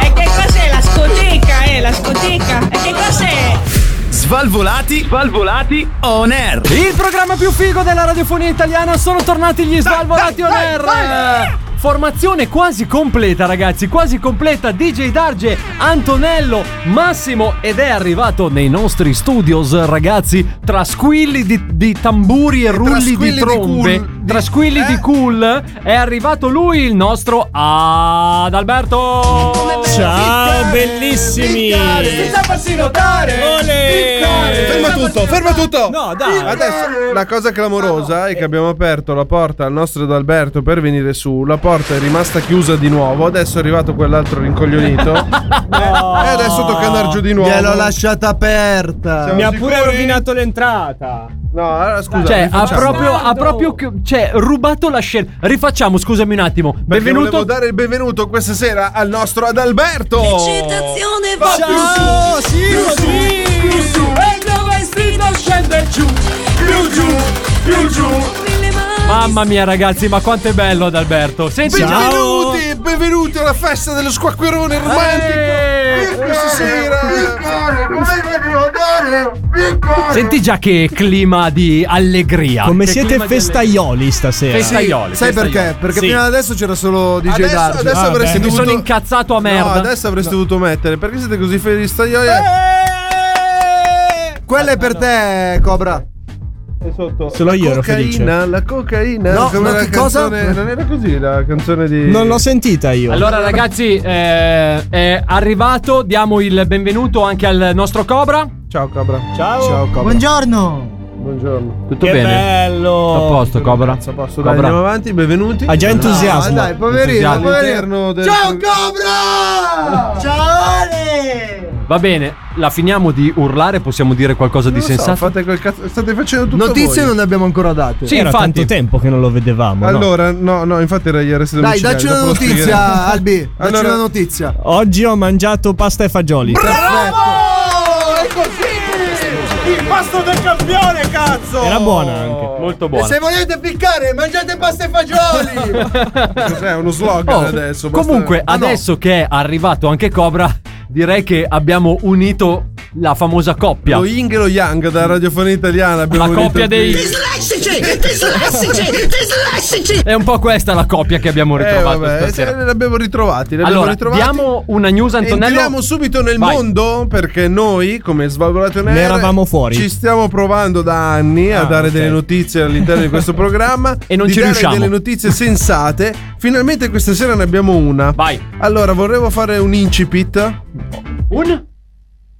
[SPEAKER 15] E che cos'è? La scoteca, eh, la scoteca. E che cos'è?
[SPEAKER 5] Svalvolati. Svalvolati on air.
[SPEAKER 7] Il programma più figo della radiofonia italiana sono tornati gli Svalvolati On Air. formazione quasi completa, ragazzi, quasi completa. DJ Darge, Antonello, Massimo ed è arrivato nei nostri studios, ragazzi, tra squilli di, di tamburi e rulli
[SPEAKER 6] squilli
[SPEAKER 7] di
[SPEAKER 6] di
[SPEAKER 7] trombe.
[SPEAKER 6] cool, di-
[SPEAKER 7] tra squilli
[SPEAKER 6] eh?
[SPEAKER 7] di cool è arrivato lui, il nostro Adalberto.
[SPEAKER 16] Ciao bellissimi!
[SPEAKER 7] Eh.
[SPEAKER 6] farsi notare!
[SPEAKER 13] Ferma tutto, ferma tutto.
[SPEAKER 7] No, dai.
[SPEAKER 6] Eh,
[SPEAKER 13] Adesso la cosa clamorosa è che abbiamo aperto la porta al nostro Adalberto per venire su. La porta è rimasta chiusa di nuovo. Adesso è arrivato quell'altro rincoglionito. E adesso tocca andare giù di nuovo.
[SPEAKER 6] Gliel'ho lasciata aperta!
[SPEAKER 16] Mi ha pure rovinato l'entrata!
[SPEAKER 13] No, ah, allora scusa.
[SPEAKER 7] Cioè, ha
[SPEAKER 13] rifacciamo.
[SPEAKER 7] proprio, ha proprio cioè, rubato la scena. Rifacciamo, scusami un attimo.
[SPEAKER 13] Perché
[SPEAKER 7] Benvenuto.
[SPEAKER 13] volevo dare il benvenuto questa sera al nostro Adalberto.
[SPEAKER 16] Ciao! Sì, così! E il mio vestito scende giù! Più giù! Più giù!
[SPEAKER 7] Mamma mia, ragazzi, ma quanto è bello Adalberto. Senti,
[SPEAKER 13] Benvenuti, benvenuti alla festa dello squacquerone romantico.
[SPEAKER 7] Eh,
[SPEAKER 13] Questa sera.
[SPEAKER 7] Senti già che clima di allegria.
[SPEAKER 16] Come
[SPEAKER 7] Che
[SPEAKER 16] siete
[SPEAKER 7] clima di
[SPEAKER 16] festaioli stasera?
[SPEAKER 7] allegria. Festaioli.
[SPEAKER 6] Sai
[SPEAKER 7] festaioli.
[SPEAKER 6] perché? Perché
[SPEAKER 16] Sì.
[SPEAKER 6] fino ad adesso c'era solo DJ
[SPEAKER 13] Adesso,
[SPEAKER 6] Darge.
[SPEAKER 13] adesso
[SPEAKER 16] Ah,
[SPEAKER 13] avresti
[SPEAKER 16] beh.
[SPEAKER 7] Mi
[SPEAKER 13] dovuto.
[SPEAKER 7] sono incazzato a
[SPEAKER 13] No,
[SPEAKER 7] merda.
[SPEAKER 13] adesso avreste dovuto mettere perché siete così festaioli.
[SPEAKER 6] Quella è per te, Cobra.
[SPEAKER 13] E sotto
[SPEAKER 16] Solo
[SPEAKER 13] la
[SPEAKER 16] io ero
[SPEAKER 13] cocaina,
[SPEAKER 16] felice.
[SPEAKER 13] la cocaina.
[SPEAKER 6] No,
[SPEAKER 13] come
[SPEAKER 6] no,
[SPEAKER 13] la
[SPEAKER 6] che cosa?
[SPEAKER 13] canzone- Non era così la canzone di.
[SPEAKER 16] Non l'ho sentita io.
[SPEAKER 7] Allora, ragazzi, eh, è arrivato. Diamo il benvenuto anche al nostro Cobra.
[SPEAKER 13] Ciao Cobra.
[SPEAKER 16] Ciao.
[SPEAKER 2] Buongiorno.
[SPEAKER 13] Buongiorno.
[SPEAKER 7] Tutto
[SPEAKER 16] Che
[SPEAKER 7] bene.
[SPEAKER 16] bello.
[SPEAKER 7] A posto, Cobra.
[SPEAKER 13] Cazzo, posso? Dai,
[SPEAKER 7] Cobra.
[SPEAKER 13] andiamo avanti, benvenuti.
[SPEAKER 16] Ha già
[SPEAKER 6] Ah,
[SPEAKER 16] entusiasmo.
[SPEAKER 6] dai, poverino,
[SPEAKER 7] Entusiasmo.
[SPEAKER 6] poverino.
[SPEAKER 13] All'interno del-
[SPEAKER 6] Ciao, Cobra!
[SPEAKER 7] Va bene, la finiamo di urlare. Possiamo dire qualcosa di
[SPEAKER 13] Non lo so,
[SPEAKER 7] sensato.
[SPEAKER 13] fate quel cazzo. State facendo tutto
[SPEAKER 6] Notizie
[SPEAKER 13] voi.
[SPEAKER 6] non ne abbiamo ancora date.
[SPEAKER 7] sì,
[SPEAKER 16] Era
[SPEAKER 7] infatti.
[SPEAKER 16] tanto tempo che non lo vedevamo. no?
[SPEAKER 13] Allora, no, no, infatti era ieri sera
[SPEAKER 6] Dai,
[SPEAKER 13] domiciliare,
[SPEAKER 6] dacci una
[SPEAKER 13] dopo lo spiegheremo.
[SPEAKER 6] notizia, Albi. Dacci
[SPEAKER 13] Allora-
[SPEAKER 6] una notizia.
[SPEAKER 16] Oggi ho mangiato pasta e fagioli.
[SPEAKER 8] Il pasto del campione, cazzo!
[SPEAKER 16] Era buona anche.
[SPEAKER 7] Molto buona.
[SPEAKER 6] volete piccare, mangiate pasta e fagioli.
[SPEAKER 13] Cos'è uno slogan
[SPEAKER 7] Oh,
[SPEAKER 13] adesso? basta-
[SPEAKER 7] comunque,
[SPEAKER 13] Ah, no.
[SPEAKER 7] adesso che è arrivato anche Cobra, direi che abbiamo unito la famosa coppia.
[SPEAKER 13] Lo Ying e lo Yang da radiofonia italiana. abbiamo
[SPEAKER 7] La
[SPEAKER 13] unito
[SPEAKER 7] coppia
[SPEAKER 13] qui.
[SPEAKER 7] dei.
[SPEAKER 2] Dislessici, dislessici, dislessici.
[SPEAKER 7] È un po' questa la coppia che abbiamo
[SPEAKER 13] Eh,
[SPEAKER 7] ritrovato
[SPEAKER 13] vabbè,
[SPEAKER 7] stasera.
[SPEAKER 13] se- li abbiamo ritrovati. li abbiamo
[SPEAKER 7] Allora,
[SPEAKER 13] ritrovati.
[SPEAKER 7] diamo una news, Antonello.
[SPEAKER 13] Entriamo subito nel
[SPEAKER 7] Vai.
[SPEAKER 13] mondo perché noi, come Svalvolati On Air,
[SPEAKER 16] Ne eravamo fuori.
[SPEAKER 13] Ci stiamo provando da anni a
[SPEAKER 16] Ah,
[SPEAKER 13] dare
[SPEAKER 16] ok.
[SPEAKER 13] delle notizie all'interno di questo programma
[SPEAKER 7] E non
[SPEAKER 13] di
[SPEAKER 7] ci
[SPEAKER 13] dare
[SPEAKER 7] riusciamo.
[SPEAKER 13] delle notizie sensate. Finalmente questa sera ne abbiamo una.
[SPEAKER 7] Vai.
[SPEAKER 13] Allora, vorrei fare un incipit.
[SPEAKER 7] Un?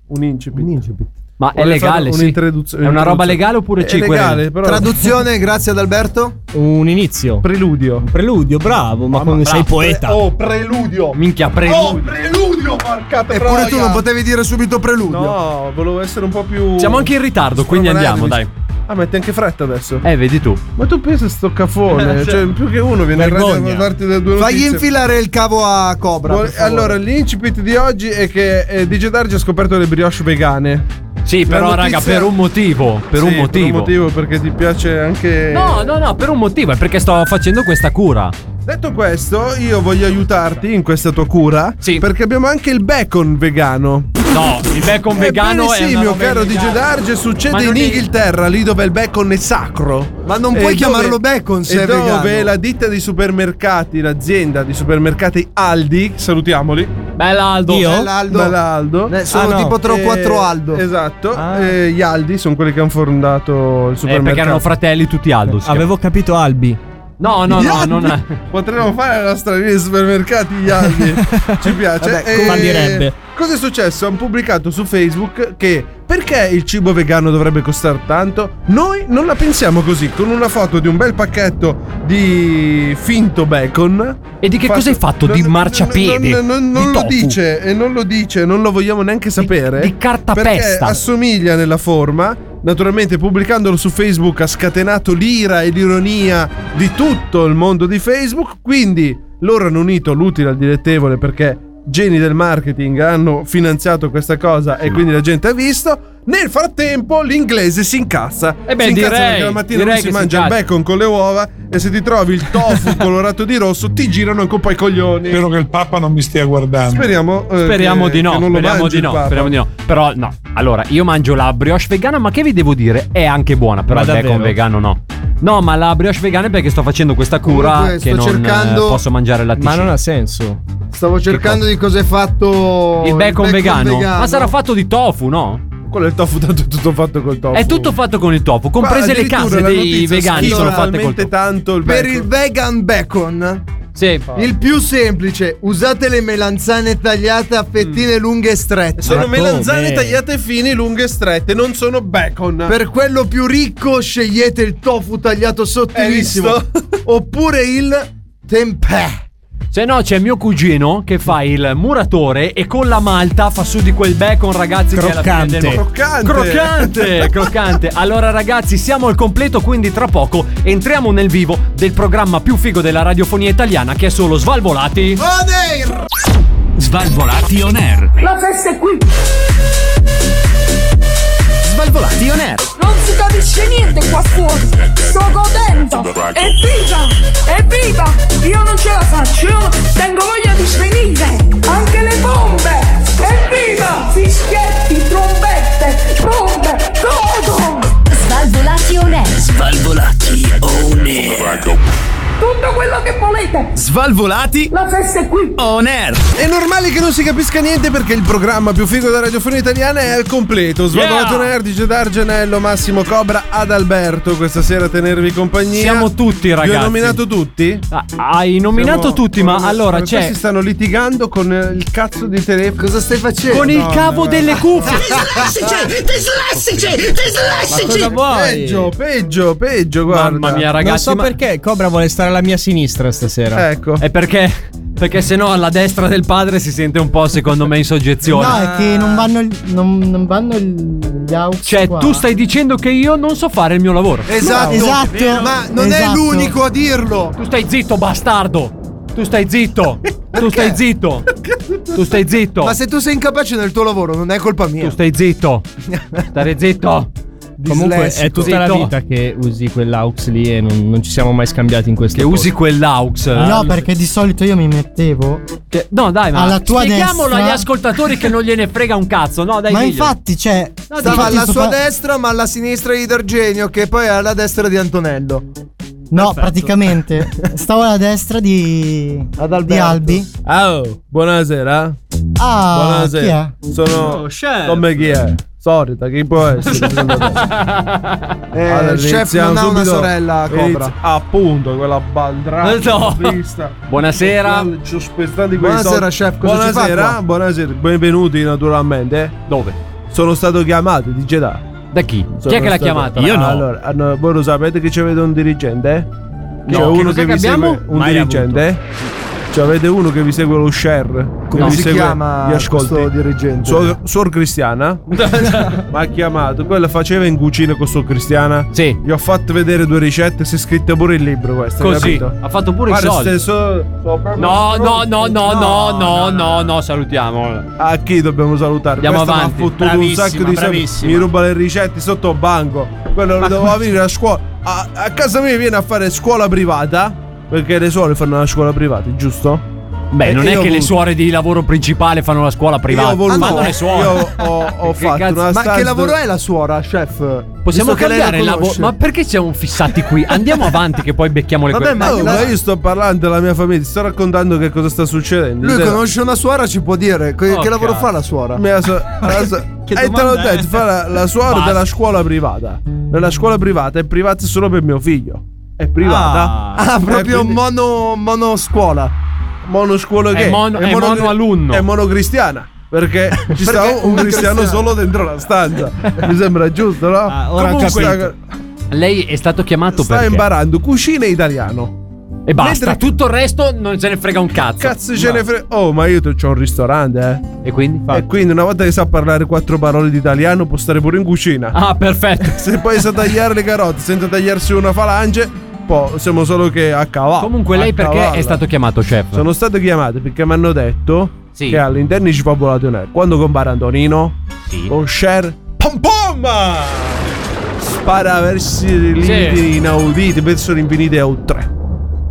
[SPEAKER 13] Un incipit.
[SPEAKER 7] Ma è
[SPEAKER 13] Vorrei
[SPEAKER 7] legale,
[SPEAKER 13] fare
[SPEAKER 7] sì.
[SPEAKER 13] un'introduzione-
[SPEAKER 7] È una roba
[SPEAKER 13] un'introduzione.
[SPEAKER 7] legale oppure
[SPEAKER 13] È
[SPEAKER 7] ci
[SPEAKER 13] legale, però.
[SPEAKER 6] Traduzione, grazie ad Alberto.
[SPEAKER 16] Un inizio.
[SPEAKER 13] Preludio.
[SPEAKER 16] Preludio, bravo, ma come sei poeta.
[SPEAKER 13] Oh, preludio.
[SPEAKER 7] Minchia, prego.
[SPEAKER 13] Oh, preludio, porca
[SPEAKER 6] Eppure tu non potevi dire subito preludio.
[SPEAKER 13] No, volevo essere un po' più.
[SPEAKER 7] Siamo anche in ritardo, quindi andiamo, dai.
[SPEAKER 13] Ah, metti anche fretta adesso.
[SPEAKER 7] Eh, vedi tu.
[SPEAKER 13] Ma tu pensa a sto cafone? cioè, più che uno viene a radio a
[SPEAKER 16] Vergogna.
[SPEAKER 13] darti le due
[SPEAKER 6] Fagli
[SPEAKER 13] notizie.
[SPEAKER 6] infilare il cavo a Cobra.
[SPEAKER 13] Vuole-
[SPEAKER 6] per favore.
[SPEAKER 13] Allora, l'incipit di oggi è che eh, DJ Darge ha scoperto le brioche vegane.
[SPEAKER 7] Sì, però,
[SPEAKER 13] notizia-
[SPEAKER 7] raga, per un motivo. Per
[SPEAKER 13] Sì,
[SPEAKER 7] un motivo.
[SPEAKER 13] Per un motivo, perché ti piace anche.
[SPEAKER 7] No, no, no, per un motivo. È perché sto facendo questa cura.
[SPEAKER 13] Detto questo, io voglio aiutarti in questa tua cura.
[SPEAKER 7] Sì.
[SPEAKER 13] Perché abbiamo anche il bacon vegano.
[SPEAKER 7] No, il bacon vegano
[SPEAKER 13] Ebbene
[SPEAKER 7] è.
[SPEAKER 13] Eh, sì,
[SPEAKER 7] una
[SPEAKER 13] mio
[SPEAKER 7] roba
[SPEAKER 13] caro
[SPEAKER 7] illegale.
[SPEAKER 13] DJ Darge, succede
[SPEAKER 7] Ma
[SPEAKER 13] in
[SPEAKER 7] non è-
[SPEAKER 13] Inghilterra, lì dove il bacon è sacro.
[SPEAKER 6] Ma non
[SPEAKER 13] E
[SPEAKER 6] puoi
[SPEAKER 13] dove-
[SPEAKER 6] chiamarlo bacon se
[SPEAKER 13] e
[SPEAKER 6] è
[SPEAKER 13] dove
[SPEAKER 6] vegano.
[SPEAKER 13] la ditta di supermercati, l'azienda di supermercati Aldi, salutiamoli.
[SPEAKER 7] Bella Aldo.
[SPEAKER 16] Io?
[SPEAKER 6] Aldo.
[SPEAKER 13] Dall'Aldo.
[SPEAKER 6] Eh, sono
[SPEAKER 16] Ah, no.
[SPEAKER 6] tipo 3 o 4 Aldo.
[SPEAKER 13] Esatto.
[SPEAKER 16] Ah.
[SPEAKER 13] Eh, gli Aldi sono quelli che hanno fondato il
[SPEAKER 7] Eh,
[SPEAKER 13] supermercato.
[SPEAKER 7] perché erano fratelli tutti Aldo. si
[SPEAKER 16] Avevo capito Albi.
[SPEAKER 7] chiama. No, no, no, non è.
[SPEAKER 13] Potremmo fare la nostra linea di supermercati gli Aldi. Ci piace.
[SPEAKER 6] Vabbè,
[SPEAKER 13] Eh,
[SPEAKER 16] fallirebbe.
[SPEAKER 13] Cosa è successo? Hanno pubblicato su Facebook che perché il cibo vegano dovrebbe costare tanto? Noi non la pensiamo così, con una foto di un bel pacchetto di finto bacon.
[SPEAKER 7] E di che cosa hai fatto? Di
[SPEAKER 13] Non- non-
[SPEAKER 7] marciapiede?
[SPEAKER 13] Non, non-
[SPEAKER 7] Di
[SPEAKER 13] non lo
[SPEAKER 7] tofu?
[SPEAKER 13] dice, e non lo dice, non lo vogliamo neanche sapere.
[SPEAKER 7] di
[SPEAKER 13] Perché
[SPEAKER 7] cartapesta.
[SPEAKER 13] assomiglia nella forma. Naturalmente pubblicandolo su Facebook ha scatenato l'ira e l'ironia di tutto il mondo di Facebook. Quindi loro hanno unito l'utile al dilettevole perché geni del marketing hanno finanziato questa cosa e quindi la gente ha visto. Nel frattempo l'inglese si incazza.
[SPEAKER 7] Eh beh,
[SPEAKER 13] si incazza
[SPEAKER 7] direi-
[SPEAKER 13] perché la mattina
[SPEAKER 7] direi
[SPEAKER 13] lui si
[SPEAKER 7] che si
[SPEAKER 13] mangia il
[SPEAKER 7] incazza.
[SPEAKER 13] bacon con le uova e se ti trovi il tofu colorato di rosso ti girano anche un po' i coglioni.
[SPEAKER 8] Spero che il Papa non mi stia guardando.
[SPEAKER 13] Speriamo, eh,
[SPEAKER 7] Speriamo
[SPEAKER 13] che-
[SPEAKER 7] di
[SPEAKER 13] che
[SPEAKER 7] no,
[SPEAKER 13] non lo
[SPEAKER 7] speriamo
[SPEAKER 13] mangi
[SPEAKER 7] di
[SPEAKER 13] il
[SPEAKER 7] no,
[SPEAKER 13] Papa.
[SPEAKER 7] speriamo di no. Però no, allora io mangio la brioche vegana, ma che vi devo dire? È anche buona, però
[SPEAKER 16] Ma
[SPEAKER 7] il bacon
[SPEAKER 16] davvero?
[SPEAKER 7] vegano no. No, ma la brioche vegana è perché sto facendo questa cura
[SPEAKER 6] Comunque,
[SPEAKER 7] che
[SPEAKER 6] sto
[SPEAKER 7] non eh,
[SPEAKER 6] cercando-
[SPEAKER 7] posso mangiare latticini.
[SPEAKER 3] Ma non ha senso.
[SPEAKER 6] Stavo cercando di cosa è fatto
[SPEAKER 7] Il bacon vegano. Ma sarà fatto di tofu, no?
[SPEAKER 13] Quello è il tofu, tanto è tutto fatto col tofu. Ah,
[SPEAKER 7] È tutto fatto con il tofu, comprese le case dei vegani sono fatte col tofu.
[SPEAKER 13] tanto il
[SPEAKER 6] Per il vegan bacon.
[SPEAKER 7] Sì.
[SPEAKER 6] Il più semplice, usate le melanzane tagliate a fettine lunghe e strette.
[SPEAKER 13] Sono melanzane tagliate fini, lunghe e strette, non sono bacon.
[SPEAKER 6] Per quello più ricco scegliete il tofu tagliato sottilissimo.
[SPEAKER 13] Hai
[SPEAKER 6] Oppure il tempeh.
[SPEAKER 7] Se no c'è mio cugino che fa il muratore e con la malta fa su di quel bacon ragazzi che è la fine
[SPEAKER 3] Croccante.
[SPEAKER 7] del mondo.
[SPEAKER 13] Croccante.
[SPEAKER 7] Croccante, croccante. Allora ragazzi, siamo al completo, quindi tra poco entriamo nel vivo del programma più figo della radiofonia italiana che è solo Svalvolati.
[SPEAKER 13] Ah!
[SPEAKER 5] Svalvolati on air.
[SPEAKER 15] La festa è qui,
[SPEAKER 5] Svalvolati on air.
[SPEAKER 15] non si capisce niente qua fuori. Sto godendo. Evviva! Evviva! Io non ce la faccio, io tengo voglia di svenire. Anche le bombe! Evviva! Fischietti, trombette, bombe, godo!
[SPEAKER 4] Svalvolati on air.
[SPEAKER 17] Svalvolati on
[SPEAKER 15] Tutto quello che volete!
[SPEAKER 5] Svalvolati
[SPEAKER 15] La festa è qui!
[SPEAKER 5] on air.
[SPEAKER 13] È normale che non si capisca niente perché il programma più figo della radiofonia italiana è al completo. Svalvolato
[SPEAKER 7] Yeah!
[SPEAKER 13] Nerd, DJ Dargenello, Massimo Cobra, Adalberto questa sera a tenervi compagnia.
[SPEAKER 7] Siamo tutti,
[SPEAKER 13] Vi ho
[SPEAKER 7] ragazzi.
[SPEAKER 13] nominato tutti?
[SPEAKER 7] Ah, Hai nominato
[SPEAKER 13] Siamo-
[SPEAKER 7] tutti, ma
[SPEAKER 13] con-
[SPEAKER 7] allora
[SPEAKER 13] con-
[SPEAKER 7] c'è
[SPEAKER 13] Questi stanno litigando con eh, il cazzo di telefono.
[SPEAKER 6] Cosa stai facendo?
[SPEAKER 7] con il
[SPEAKER 13] no,
[SPEAKER 7] cavo
[SPEAKER 13] no.
[SPEAKER 7] delle cuffie.
[SPEAKER 2] Dislessici! Dislessici! Dislessici!
[SPEAKER 13] Peggio, peggio, peggio, guarda.
[SPEAKER 7] Mamma mia,
[SPEAKER 3] Non
[SPEAKER 7] ragazzi,
[SPEAKER 3] so
[SPEAKER 7] Ah, ma-
[SPEAKER 3] perché Cobra vuole stare alla mia sinistra stasera.
[SPEAKER 13] Ecco.
[SPEAKER 7] è perché perché se no alla destra del padre si sente un po' secondo me in soggezione.
[SPEAKER 18] No, è che non vanno, il- non, non vanno il- gli aux
[SPEAKER 7] Cioè,
[SPEAKER 18] qua.
[SPEAKER 7] tu stai dicendo che io non so fare il mio lavoro.
[SPEAKER 6] Esatto.
[SPEAKER 18] Esatto.
[SPEAKER 6] Ma non è
[SPEAKER 18] Esatto.
[SPEAKER 6] l'unico a dirlo.
[SPEAKER 7] Tu stai zitto, bastardo. Tu stai zitto. Tu stai zitto. Tu stai zitto.
[SPEAKER 6] Ma se tu sei incapace nel tuo lavoro, non è colpa mia.
[SPEAKER 7] Tu stai zitto. Stare zitto.
[SPEAKER 3] Comunque è tutta la
[SPEAKER 7] Zitto.
[SPEAKER 3] vita che usi quell'aux lì e non, non ci siamo mai scambiati in questo
[SPEAKER 7] Che usi quell'aux.
[SPEAKER 18] No, perché di solito io mi mettevo.
[SPEAKER 7] Che- No, dai, ma
[SPEAKER 18] Alla tua
[SPEAKER 7] spiegamolo
[SPEAKER 18] destra-
[SPEAKER 7] agli ascoltatori che non gliene frega un cazzo. No, dai,
[SPEAKER 18] ma
[SPEAKER 7] diglielo.
[SPEAKER 18] infatti, cioè.
[SPEAKER 7] No,
[SPEAKER 18] infatti
[SPEAKER 6] Stava alla
[SPEAKER 18] sto
[SPEAKER 6] sua
[SPEAKER 18] fa-
[SPEAKER 6] destra, ma alla sinistra di D'Argenio, che poi è alla destra di Antonello.
[SPEAKER 18] No, praticamente. Stavo alla destra di.
[SPEAKER 6] Ad Alberto.
[SPEAKER 18] di Albi.
[SPEAKER 13] Ciao, buonasera.
[SPEAKER 18] Ah,
[SPEAKER 13] buonasera.
[SPEAKER 18] chi
[SPEAKER 13] Sono.
[SPEAKER 7] Oh, chef.
[SPEAKER 13] Come chi è? Solita, chi può essere? Secondo te?
[SPEAKER 6] Eh,
[SPEAKER 13] Allora,
[SPEAKER 6] il chef
[SPEAKER 13] iniziamo
[SPEAKER 6] non ha una
[SPEAKER 13] subito.
[SPEAKER 6] sorella, Cobra.
[SPEAKER 13] Inizia- appunto, quella baldrata.
[SPEAKER 7] Eh, No. Buonasera.
[SPEAKER 13] Ci ho spezzato di quei
[SPEAKER 6] Buonasera,
[SPEAKER 13] soldi.
[SPEAKER 6] chef, cosa ci fa
[SPEAKER 13] buonasera,
[SPEAKER 6] qua?
[SPEAKER 13] buonasera. Benvenuti, naturalmente.
[SPEAKER 7] Dove?
[SPEAKER 13] Sono stato chiamato, dice da.
[SPEAKER 7] Da chi?
[SPEAKER 13] Cioè,
[SPEAKER 7] Chi è che l'ha chiamata?
[SPEAKER 13] Allora, hanno- voi lo sapete che ci avete un dirigente?
[SPEAKER 7] No.
[SPEAKER 13] C'è
[SPEAKER 7] Che
[SPEAKER 13] uno
[SPEAKER 7] cos'è
[SPEAKER 13] che
[SPEAKER 7] che
[SPEAKER 13] vi segue.
[SPEAKER 7] abbiamo?
[SPEAKER 13] Un
[SPEAKER 7] Mai
[SPEAKER 13] dirigente? Ci avete uno che vi segue lo share. Come
[SPEAKER 6] si chiama questo dirigente?
[SPEAKER 13] Sor, Sor Cristiana. Ma ha chiamato. Quella faceva in cucina con Sor Cristiana.
[SPEAKER 7] Sì.
[SPEAKER 13] Gli ho fatto vedere due ricette. Si è scritta pure il libro questa.
[SPEAKER 7] Così.
[SPEAKER 13] Capito?
[SPEAKER 7] Ha fatto pure i
[SPEAKER 13] Guarda,
[SPEAKER 7] soldi.
[SPEAKER 13] se so- so proprio-
[SPEAKER 7] No, no, no, no, no, no, no, no, salutiamo.
[SPEAKER 13] A chi dobbiamo salutare?
[SPEAKER 7] Andiamo
[SPEAKER 13] Questa
[SPEAKER 7] avanti.
[SPEAKER 13] Mi ha fottuto un
[SPEAKER 5] Bravissima,
[SPEAKER 13] sacco di soldi.
[SPEAKER 5] bravissima.
[SPEAKER 13] Mi ruba le ricette sotto al banco. Quello lo doveva venire a scuola. A, a casa mia viene a fare scuola privata. Perché le suore fanno la scuola privata, giusto?
[SPEAKER 7] Beh,
[SPEAKER 13] E
[SPEAKER 7] non
[SPEAKER 13] io
[SPEAKER 7] è
[SPEAKER 13] ho
[SPEAKER 7] che le
[SPEAKER 13] voluto-
[SPEAKER 7] suore di lavoro principale fanno la scuola
[SPEAKER 13] Io
[SPEAKER 7] privata.
[SPEAKER 13] ho voluto.
[SPEAKER 7] Fanno le suore.
[SPEAKER 13] Io ho, ho
[SPEAKER 7] Che
[SPEAKER 13] fatto
[SPEAKER 7] cazzo-
[SPEAKER 13] una
[SPEAKER 6] Ma
[SPEAKER 13] stanza
[SPEAKER 6] che lavoro
[SPEAKER 13] dove-
[SPEAKER 6] è la suora, chef?
[SPEAKER 7] Possiamo
[SPEAKER 6] Visto che lei
[SPEAKER 7] cambiare il lavoro.
[SPEAKER 6] conosce.
[SPEAKER 7] Ma perché siamo fissati qui? Andiamo avanti, che poi becchiamo le
[SPEAKER 6] Vabbè,
[SPEAKER 7] cose.
[SPEAKER 6] ma-
[SPEAKER 13] Oh, ma io sto parlando della mia famiglia, ti sto raccontando che cosa sta succedendo.
[SPEAKER 6] Lui
[SPEAKER 13] Cioè,
[SPEAKER 6] conosce una suora, ci può dire. Que-
[SPEAKER 7] Oh,
[SPEAKER 6] che lavoro
[SPEAKER 7] cazzo.
[SPEAKER 6] fa la suora?
[SPEAKER 13] Me la so- la so-
[SPEAKER 3] Che
[SPEAKER 13] eh, te l'ho
[SPEAKER 3] domanda è?
[SPEAKER 13] detto, fa la, la suora
[SPEAKER 7] Basta.
[SPEAKER 13] della scuola privata. Nella scuola privata è privata solo per mio figlio. È privata. Eh,
[SPEAKER 6] Ah,
[SPEAKER 7] eh,
[SPEAKER 6] proprio
[SPEAKER 13] quindi-
[SPEAKER 6] mono, mono scuola.
[SPEAKER 13] monoscuolo
[SPEAKER 7] È
[SPEAKER 13] gay.
[SPEAKER 7] mono- è
[SPEAKER 13] monocri-
[SPEAKER 7] monoalunno.
[SPEAKER 13] È monocristiana. Perché ci sta
[SPEAKER 6] Perché
[SPEAKER 13] un,
[SPEAKER 6] un
[SPEAKER 13] cristiano,
[SPEAKER 6] cristiano.
[SPEAKER 13] solo dentro la stanza. Mi sembra giusto, no?
[SPEAKER 3] Ah, ora ho
[SPEAKER 13] sta,
[SPEAKER 3] capito.
[SPEAKER 7] Lei è stato chiamato
[SPEAKER 13] sta
[SPEAKER 7] perché?
[SPEAKER 13] imparando cucina italiano.
[SPEAKER 7] E basta,
[SPEAKER 13] Mentre-
[SPEAKER 7] tutto il resto non se ne frega un cazzo.
[SPEAKER 13] Cazzo ce ne frega. Oh, ma io c'ho un ristorante, eh.
[SPEAKER 7] E quindi? Ecco.
[SPEAKER 13] E quindi una volta che sa parlare quattro parole di italiano può stare pure in cucina.
[SPEAKER 7] Ah, perfetto.
[SPEAKER 13] Se poi sa tagliare le carote senza tagliarsi una falange, poi siamo solo che a cavallo.
[SPEAKER 7] Comunque lei
[SPEAKER 13] A
[SPEAKER 7] perché
[SPEAKER 13] cavallo.
[SPEAKER 7] è stato chiamato chef?
[SPEAKER 13] Sono stato chiamato perché mi hanno detto
[SPEAKER 7] Sì.
[SPEAKER 13] che all'interno di Cipopolato Nero, quando compare Antonino,
[SPEAKER 7] Sì.
[SPEAKER 13] con Cher, pom pom! Spara verso limiti inauditi, persone infinite a un 3.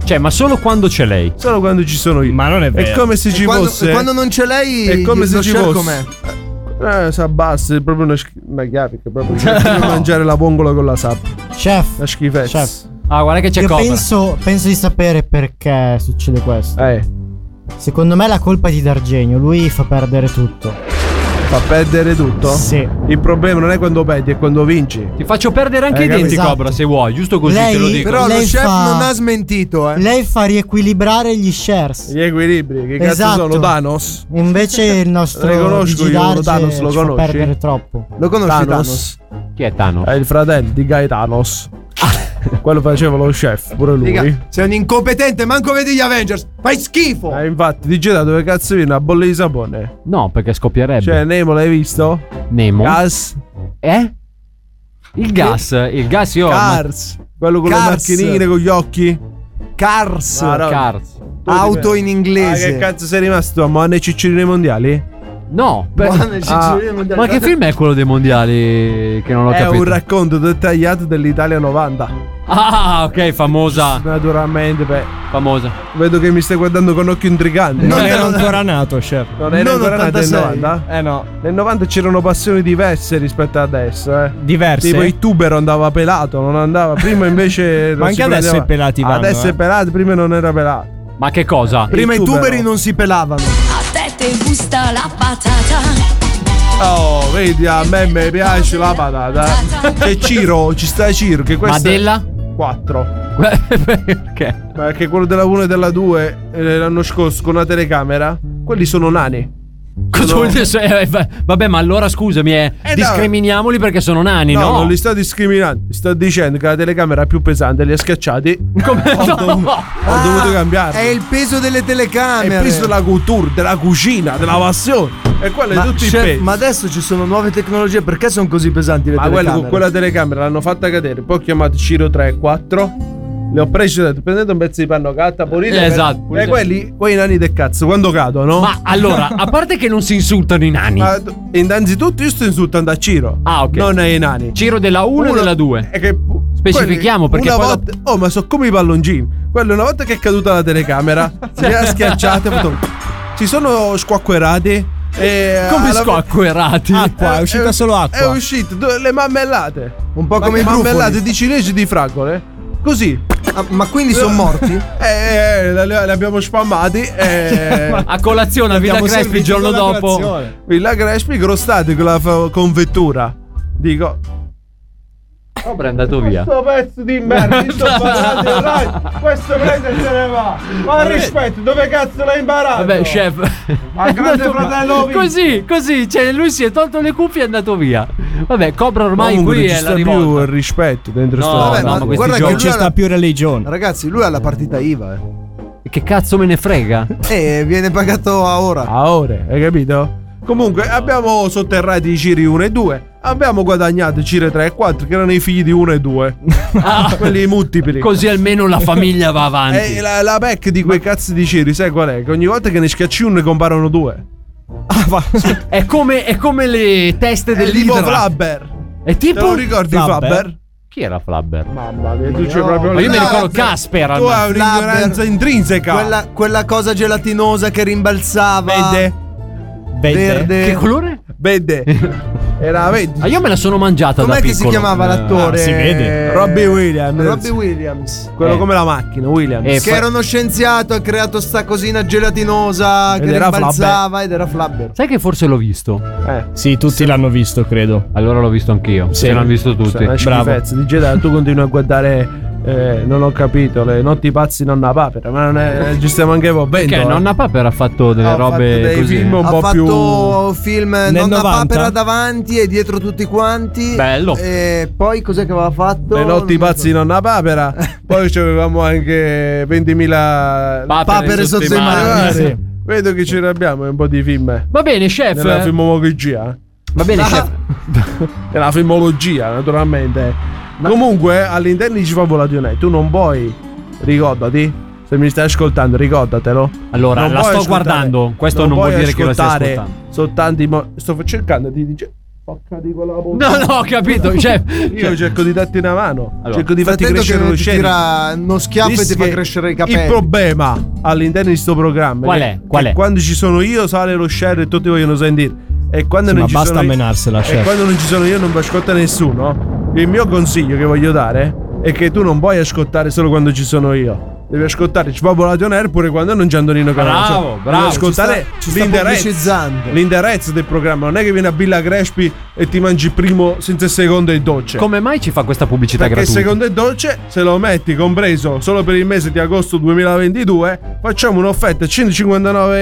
[SPEAKER 7] Cioè, ma solo quando c'è lei.
[SPEAKER 13] Solo quando ci sono io.
[SPEAKER 3] Ma non è
[SPEAKER 13] È
[SPEAKER 3] vero.
[SPEAKER 13] come se ci
[SPEAKER 6] Quando,
[SPEAKER 13] fosse.
[SPEAKER 6] quando non c'è lei,
[SPEAKER 13] è come
[SPEAKER 6] lo
[SPEAKER 13] se ci
[SPEAKER 6] chef
[SPEAKER 13] fosse.
[SPEAKER 6] com'è?
[SPEAKER 13] Eh, si abbassa, è proprio una, sch- una chiavica, proprio come mangiare la pongola con la sappa.
[SPEAKER 18] Chef.
[SPEAKER 13] La schifezza.
[SPEAKER 18] Chef.
[SPEAKER 7] Ah, guarda che c'è
[SPEAKER 18] Io
[SPEAKER 7] Cobra.
[SPEAKER 18] penso, penso di sapere perché succede questo.
[SPEAKER 13] Eh,
[SPEAKER 18] Secondo me la colpa è di Dargenio, lui fa perdere tutto.
[SPEAKER 13] Fa perdere tutto?
[SPEAKER 18] Sì.
[SPEAKER 13] Il problema non è quando perdi, è quando vinci.
[SPEAKER 7] Ti faccio perdere anche
[SPEAKER 13] Eh,
[SPEAKER 7] i denti,
[SPEAKER 13] esatto.
[SPEAKER 7] Cobra, se vuoi, giusto così te lo dico.
[SPEAKER 6] Però lo
[SPEAKER 18] lei
[SPEAKER 6] chef
[SPEAKER 18] fa-
[SPEAKER 6] non ha smentito, eh.
[SPEAKER 18] Lei fa riequilibrare gli shares.
[SPEAKER 13] Gli equilibri, che
[SPEAKER 18] Esatto.
[SPEAKER 13] cazzo sono? Thanos?
[SPEAKER 18] Invece il nostro
[SPEAKER 13] Riconosco
[SPEAKER 18] Gigi
[SPEAKER 13] io,
[SPEAKER 18] Darge
[SPEAKER 13] Thanos, lo
[SPEAKER 18] ci fa
[SPEAKER 13] conosci?
[SPEAKER 18] perdere troppo.
[SPEAKER 6] Lo conosci Thanos?
[SPEAKER 7] Chi è Thanos?
[SPEAKER 13] È il fratello di Gaetanos. Quello faceva lo chef, pure lui.
[SPEAKER 6] Ah. Dica, sei un incompetente, manco vedi gli Avengers. Fai schifo.
[SPEAKER 13] Eh, infatti, di da dove cazzo viene una bolla di sapone?
[SPEAKER 7] No, perché scoppierebbe.
[SPEAKER 13] Cioè, Nemo l'hai visto?
[SPEAKER 7] Nemo.
[SPEAKER 13] Gas.
[SPEAKER 7] eh? Il gas, il gas io...
[SPEAKER 13] Cars. Quello con le
[SPEAKER 6] Cars.
[SPEAKER 13] macchinine con gli occhi.
[SPEAKER 6] Cars.
[SPEAKER 13] No, no.
[SPEAKER 7] Ah, Cars.
[SPEAKER 6] Auto in
[SPEAKER 13] Ah,
[SPEAKER 6] inglese.
[SPEAKER 13] che cazzo sei rimasto? Ma nei ciccioni dei mondiali?
[SPEAKER 7] No, per-
[SPEAKER 6] Buone ciccione
[SPEAKER 7] Ah,
[SPEAKER 6] mondiali.
[SPEAKER 7] ma che film è quello dei mondiali che non l'ho
[SPEAKER 13] è
[SPEAKER 7] capito?
[SPEAKER 13] un racconto dettagliato dell'Italia 90.
[SPEAKER 7] ah, ok, famosa,
[SPEAKER 13] Naturalmente, beh,
[SPEAKER 7] famosa.
[SPEAKER 13] vedo che mi stai guardando con occhio intrigante.
[SPEAKER 3] Non ero ancora nato, chef.
[SPEAKER 13] non era
[SPEAKER 6] non
[SPEAKER 13] ancora nato nel
[SPEAKER 6] 86.
[SPEAKER 13] 90?
[SPEAKER 3] Eh no,
[SPEAKER 13] Nel 90 c'erano passioni diverse rispetto ad adesso, eh.
[SPEAKER 3] diverse.
[SPEAKER 13] Tipo il tubero andava pelato, non andava. Prima invece. non
[SPEAKER 3] Ma anche
[SPEAKER 13] si
[SPEAKER 3] adesso
[SPEAKER 13] prendeva-
[SPEAKER 3] i pelati vanno,
[SPEAKER 13] Adesso
[SPEAKER 3] eh.
[SPEAKER 13] è pelato, prima non era pelato.
[SPEAKER 7] Ma che cosa?
[SPEAKER 6] Prima
[SPEAKER 13] il
[SPEAKER 6] i
[SPEAKER 13] tubero.
[SPEAKER 6] tuberi non si pelavano.
[SPEAKER 13] Oh, vedi, a me mi piace la patata. C'è Ciro, ci sta Ciro, che questo.
[SPEAKER 7] Madella?
[SPEAKER 13] 4.
[SPEAKER 7] Perché?
[SPEAKER 13] Perché quello della 1 e della 2 eh, l'anno scorso con una telecamera, quelli sono nani.
[SPEAKER 7] Cosa vuol dire? se- eh, va- Vabbè, ma allora scusami, eh,
[SPEAKER 13] Eh, no.
[SPEAKER 7] discriminiamoli perché sono nani, no?
[SPEAKER 13] non li sto discriminando. Sto dicendo che la telecamera è più pesante, li ha schiacciati.
[SPEAKER 7] Come?
[SPEAKER 13] Ho, dovuto, ho dovuto
[SPEAKER 6] Ah, È
[SPEAKER 13] cambiare.
[SPEAKER 6] il peso delle telecamere.
[SPEAKER 13] È preso della cultura, della cucina, della passione. E quello è
[SPEAKER 6] Ma,
[SPEAKER 13] tutto il
[SPEAKER 6] chef,
[SPEAKER 13] peso.
[SPEAKER 6] ma adesso ci sono nuove tecnologie, perché sono così pesanti le
[SPEAKER 13] Ma quello
[SPEAKER 6] telecamere?
[SPEAKER 13] con quella telecamera l'hanno fatta cadere. Poi ho chiamato Ciro 3 e 4. Le ho presi e ho detto prendete un pezzo di panno catta, pulite.
[SPEAKER 7] Eh, esatto,
[SPEAKER 13] E
[SPEAKER 7] pulite.
[SPEAKER 13] quelli, quei nani del cazzo, quando cadono.
[SPEAKER 7] Ma allora, a parte che non si insultano i nani.
[SPEAKER 13] Ma, innanzitutto io sto insultando a Ciro.
[SPEAKER 7] Ah, ok.
[SPEAKER 13] Ah, Non ai nani.
[SPEAKER 7] Ciro della 1 e
[SPEAKER 13] Uno-
[SPEAKER 7] della 2.
[SPEAKER 13] è che-
[SPEAKER 7] Specifichiamo,
[SPEAKER 13] quelli,
[SPEAKER 7] perché
[SPEAKER 13] una
[SPEAKER 7] poi
[SPEAKER 13] volta- Oh, ma sono come i palloncini. Quello una volta che è caduta la telecamera, li ha schiacciati. ha fatto- Si sono squacquerati. E
[SPEAKER 7] Come
[SPEAKER 13] alla- Ah,
[SPEAKER 7] squacquerati?
[SPEAKER 3] Acqua, è uscita solo acqua.
[SPEAKER 13] È uscito do- le mammellate.
[SPEAKER 6] Un po'
[SPEAKER 13] Ma
[SPEAKER 6] come
[SPEAKER 13] che
[SPEAKER 6] i brufoli.
[SPEAKER 13] mammellate di cinesi di fragole. Così.
[SPEAKER 6] Ah, ma quindi sono morti?
[SPEAKER 13] Eh, eh, le, le abbiamo spammati. Eh.
[SPEAKER 7] A colazione a Villa Crespi il giorno dopo.
[SPEAKER 13] Villa Crespi crostati con la fa- convettura. Dico,
[SPEAKER 7] Cobra è andato Oh, via.
[SPEAKER 13] questo pezzo di merda, io sto parlando in radio, questo prende e se ne va. Ma rispetto, dove cazzo l'hai imparato?
[SPEAKER 7] Vabbè, chef.
[SPEAKER 13] A grande fratello vince.
[SPEAKER 7] Così, così, cioè lui si è tolto le cuffie e è andato via. Vabbè, Cobra ormai
[SPEAKER 13] Comunque
[SPEAKER 7] qui
[SPEAKER 13] non ci
[SPEAKER 7] è la
[SPEAKER 13] sta più
[SPEAKER 7] rivolta.
[SPEAKER 13] il rispetto dentro
[SPEAKER 7] No,
[SPEAKER 13] sto
[SPEAKER 7] vabbè,
[SPEAKER 13] roba.
[SPEAKER 7] no, ma questi
[SPEAKER 6] guarda
[SPEAKER 7] giochi-
[SPEAKER 6] che
[SPEAKER 7] Non
[SPEAKER 6] lui
[SPEAKER 3] Ci
[SPEAKER 6] ha
[SPEAKER 3] sta
[SPEAKER 6] la-
[SPEAKER 3] più religione.
[SPEAKER 6] Ragazzi, lui ha la partita IVA. Eh.
[SPEAKER 7] Che cazzo me ne frega?
[SPEAKER 6] E viene pagato a ora.
[SPEAKER 13] A ore, hai capito? Comunque abbiamo sotterrati i Ciri 1 e 2. Abbiamo guadagnato i Ciri 3 e 4 che erano i figli di 1 e 2. Quelli multipli.
[SPEAKER 7] Così almeno la famiglia va avanti.
[SPEAKER 13] E la, la PEC di quei cazzi di Ciri, sai qual è? Che ogni volta che ne scacci uno ne comparano due.
[SPEAKER 7] È come, è come le teste
[SPEAKER 13] È tipo
[SPEAKER 7] dell'idra.
[SPEAKER 13] Flabber.
[SPEAKER 7] È
[SPEAKER 13] Te lo
[SPEAKER 7] tipo.
[SPEAKER 13] ricordi
[SPEAKER 3] Flubber?
[SPEAKER 13] Flabber?
[SPEAKER 7] Chi era Flabber?
[SPEAKER 13] Mamma mia, tu c'è proprio
[SPEAKER 7] Ma io mi ricordo Casper.
[SPEAKER 13] Tu hai
[SPEAKER 7] almeno.
[SPEAKER 13] un'ignoranza intrinseca.
[SPEAKER 6] Quella, quella cosa gelatinosa che rimbalzava.
[SPEAKER 13] Verde.
[SPEAKER 3] Verde.
[SPEAKER 6] Verde.
[SPEAKER 7] Che colore?
[SPEAKER 13] Verde. Era
[SPEAKER 7] Ah,
[SPEAKER 13] verde.
[SPEAKER 7] io me la sono mangiata da
[SPEAKER 6] Com'è che
[SPEAKER 7] piccolo. Eh,
[SPEAKER 6] si chiamava l'attore?
[SPEAKER 3] Ah, si vede.
[SPEAKER 13] Robbie Williams.
[SPEAKER 6] Robbie Williams.
[SPEAKER 13] Quello
[SPEAKER 7] Eh.
[SPEAKER 13] come la macchina, Williams.
[SPEAKER 7] Eh,
[SPEAKER 6] Che
[SPEAKER 7] fa-
[SPEAKER 6] era uno scienziato, ha creato sta cosina gelatinosa
[SPEAKER 13] Ed
[SPEAKER 6] che
[SPEAKER 13] era
[SPEAKER 6] rimbalzava ed era flabber.
[SPEAKER 7] Sai che forse l'ho visto?
[SPEAKER 13] Eh.
[SPEAKER 3] Sì, tutti l'hanno visto, credo.
[SPEAKER 7] Allora l'ho visto anch'io. Se l'hanno visto tutti.
[SPEAKER 13] Una schifezza di Jedi, tu continui a guardare. eh, non ho capito, le notti pazzi nonna papera, ma non è. eh, Ci stiamo anche eh. bene.
[SPEAKER 7] Perché nonna Paper ha fatto
[SPEAKER 6] Oh.
[SPEAKER 7] delle
[SPEAKER 13] Ha fatto
[SPEAKER 7] robe
[SPEAKER 13] dei
[SPEAKER 7] così.
[SPEAKER 13] film un
[SPEAKER 6] ha
[SPEAKER 13] po'
[SPEAKER 6] fatto film Nonna
[SPEAKER 3] 90?
[SPEAKER 6] Papera davanti e dietro tutti quanti.
[SPEAKER 7] Bello.
[SPEAKER 6] E poi cos'è che aveva fatto?
[SPEAKER 13] Le notti
[SPEAKER 6] Non mi
[SPEAKER 13] pazzi nonna papera. Poi c'avevamo anche 20.000
[SPEAKER 7] Papere
[SPEAKER 6] sotto i
[SPEAKER 7] mani.
[SPEAKER 13] Eh,
[SPEAKER 6] mari.
[SPEAKER 13] sì. Vedo che ce ne abbiamo un po' di film. eh.
[SPEAKER 7] Va bene, chef.
[SPEAKER 13] Nella filmologia. eh.
[SPEAKER 7] Va bene, chef.
[SPEAKER 13] Nella filmologia, naturalmente. Comunque, all'interno di Cifavolatione, tu non puoi. Ricordati. Se mi stai ascoltando, ricordatelo.
[SPEAKER 7] Allora, la
[SPEAKER 13] puoi
[SPEAKER 7] sto guardando, questo non
[SPEAKER 13] puoi
[SPEAKER 7] vuol dire che la stai
[SPEAKER 13] ascoltare
[SPEAKER 7] ascoltando.
[SPEAKER 13] Soltanto i mo- sto cercando di dire. Porca di quella puttana.
[SPEAKER 7] No, no, ho capito, chef.
[SPEAKER 13] Io cerco di darti una mano.
[SPEAKER 7] Allora,
[SPEAKER 13] cerco di farti
[SPEAKER 6] Attento che
[SPEAKER 13] crescere lo
[SPEAKER 6] non ti
[SPEAKER 13] sceriffo.
[SPEAKER 6] tira uno schiaffo e
[SPEAKER 13] Dissi
[SPEAKER 6] ti fa
[SPEAKER 13] che
[SPEAKER 6] crescere i capelli.
[SPEAKER 13] Il problema all'interno di sto programma
[SPEAKER 7] Qual
[SPEAKER 13] che-
[SPEAKER 7] è? Qual
[SPEAKER 13] che
[SPEAKER 7] è?
[SPEAKER 13] Quando ci sono io sale lo share e tutti vogliono sentire. E quando
[SPEAKER 3] Sì,
[SPEAKER 13] non
[SPEAKER 3] ma
[SPEAKER 13] ci
[SPEAKER 3] basta
[SPEAKER 13] sono io-
[SPEAKER 3] menarsela,
[SPEAKER 13] E
[SPEAKER 3] chef.
[SPEAKER 13] quando non ci sono io non mi ascolta nessuno. Il mio consiglio che voglio dare è che tu non puoi ascoltare solo quando ci sono io. Devi ascoltare Cibabo Radio On Air pure quando non c'è Antonino Canale. Cioè,
[SPEAKER 6] Bravo,
[SPEAKER 13] devi
[SPEAKER 6] bravo,
[SPEAKER 13] ascoltare
[SPEAKER 6] ci sta- ci sta
[SPEAKER 13] l'indirizzo,
[SPEAKER 6] pubblicizzando.
[SPEAKER 13] l'indirizzo del programma. Non è che viene a Villa Crespi e ti mangi primo senza secondo e dolce.
[SPEAKER 7] Come mai ci fa questa pubblicità
[SPEAKER 13] Perché
[SPEAKER 7] gratuita?
[SPEAKER 13] secondo il dolce, se lo metti compreso solo per il mese di agosto 2022, facciamo un'offerta 159,90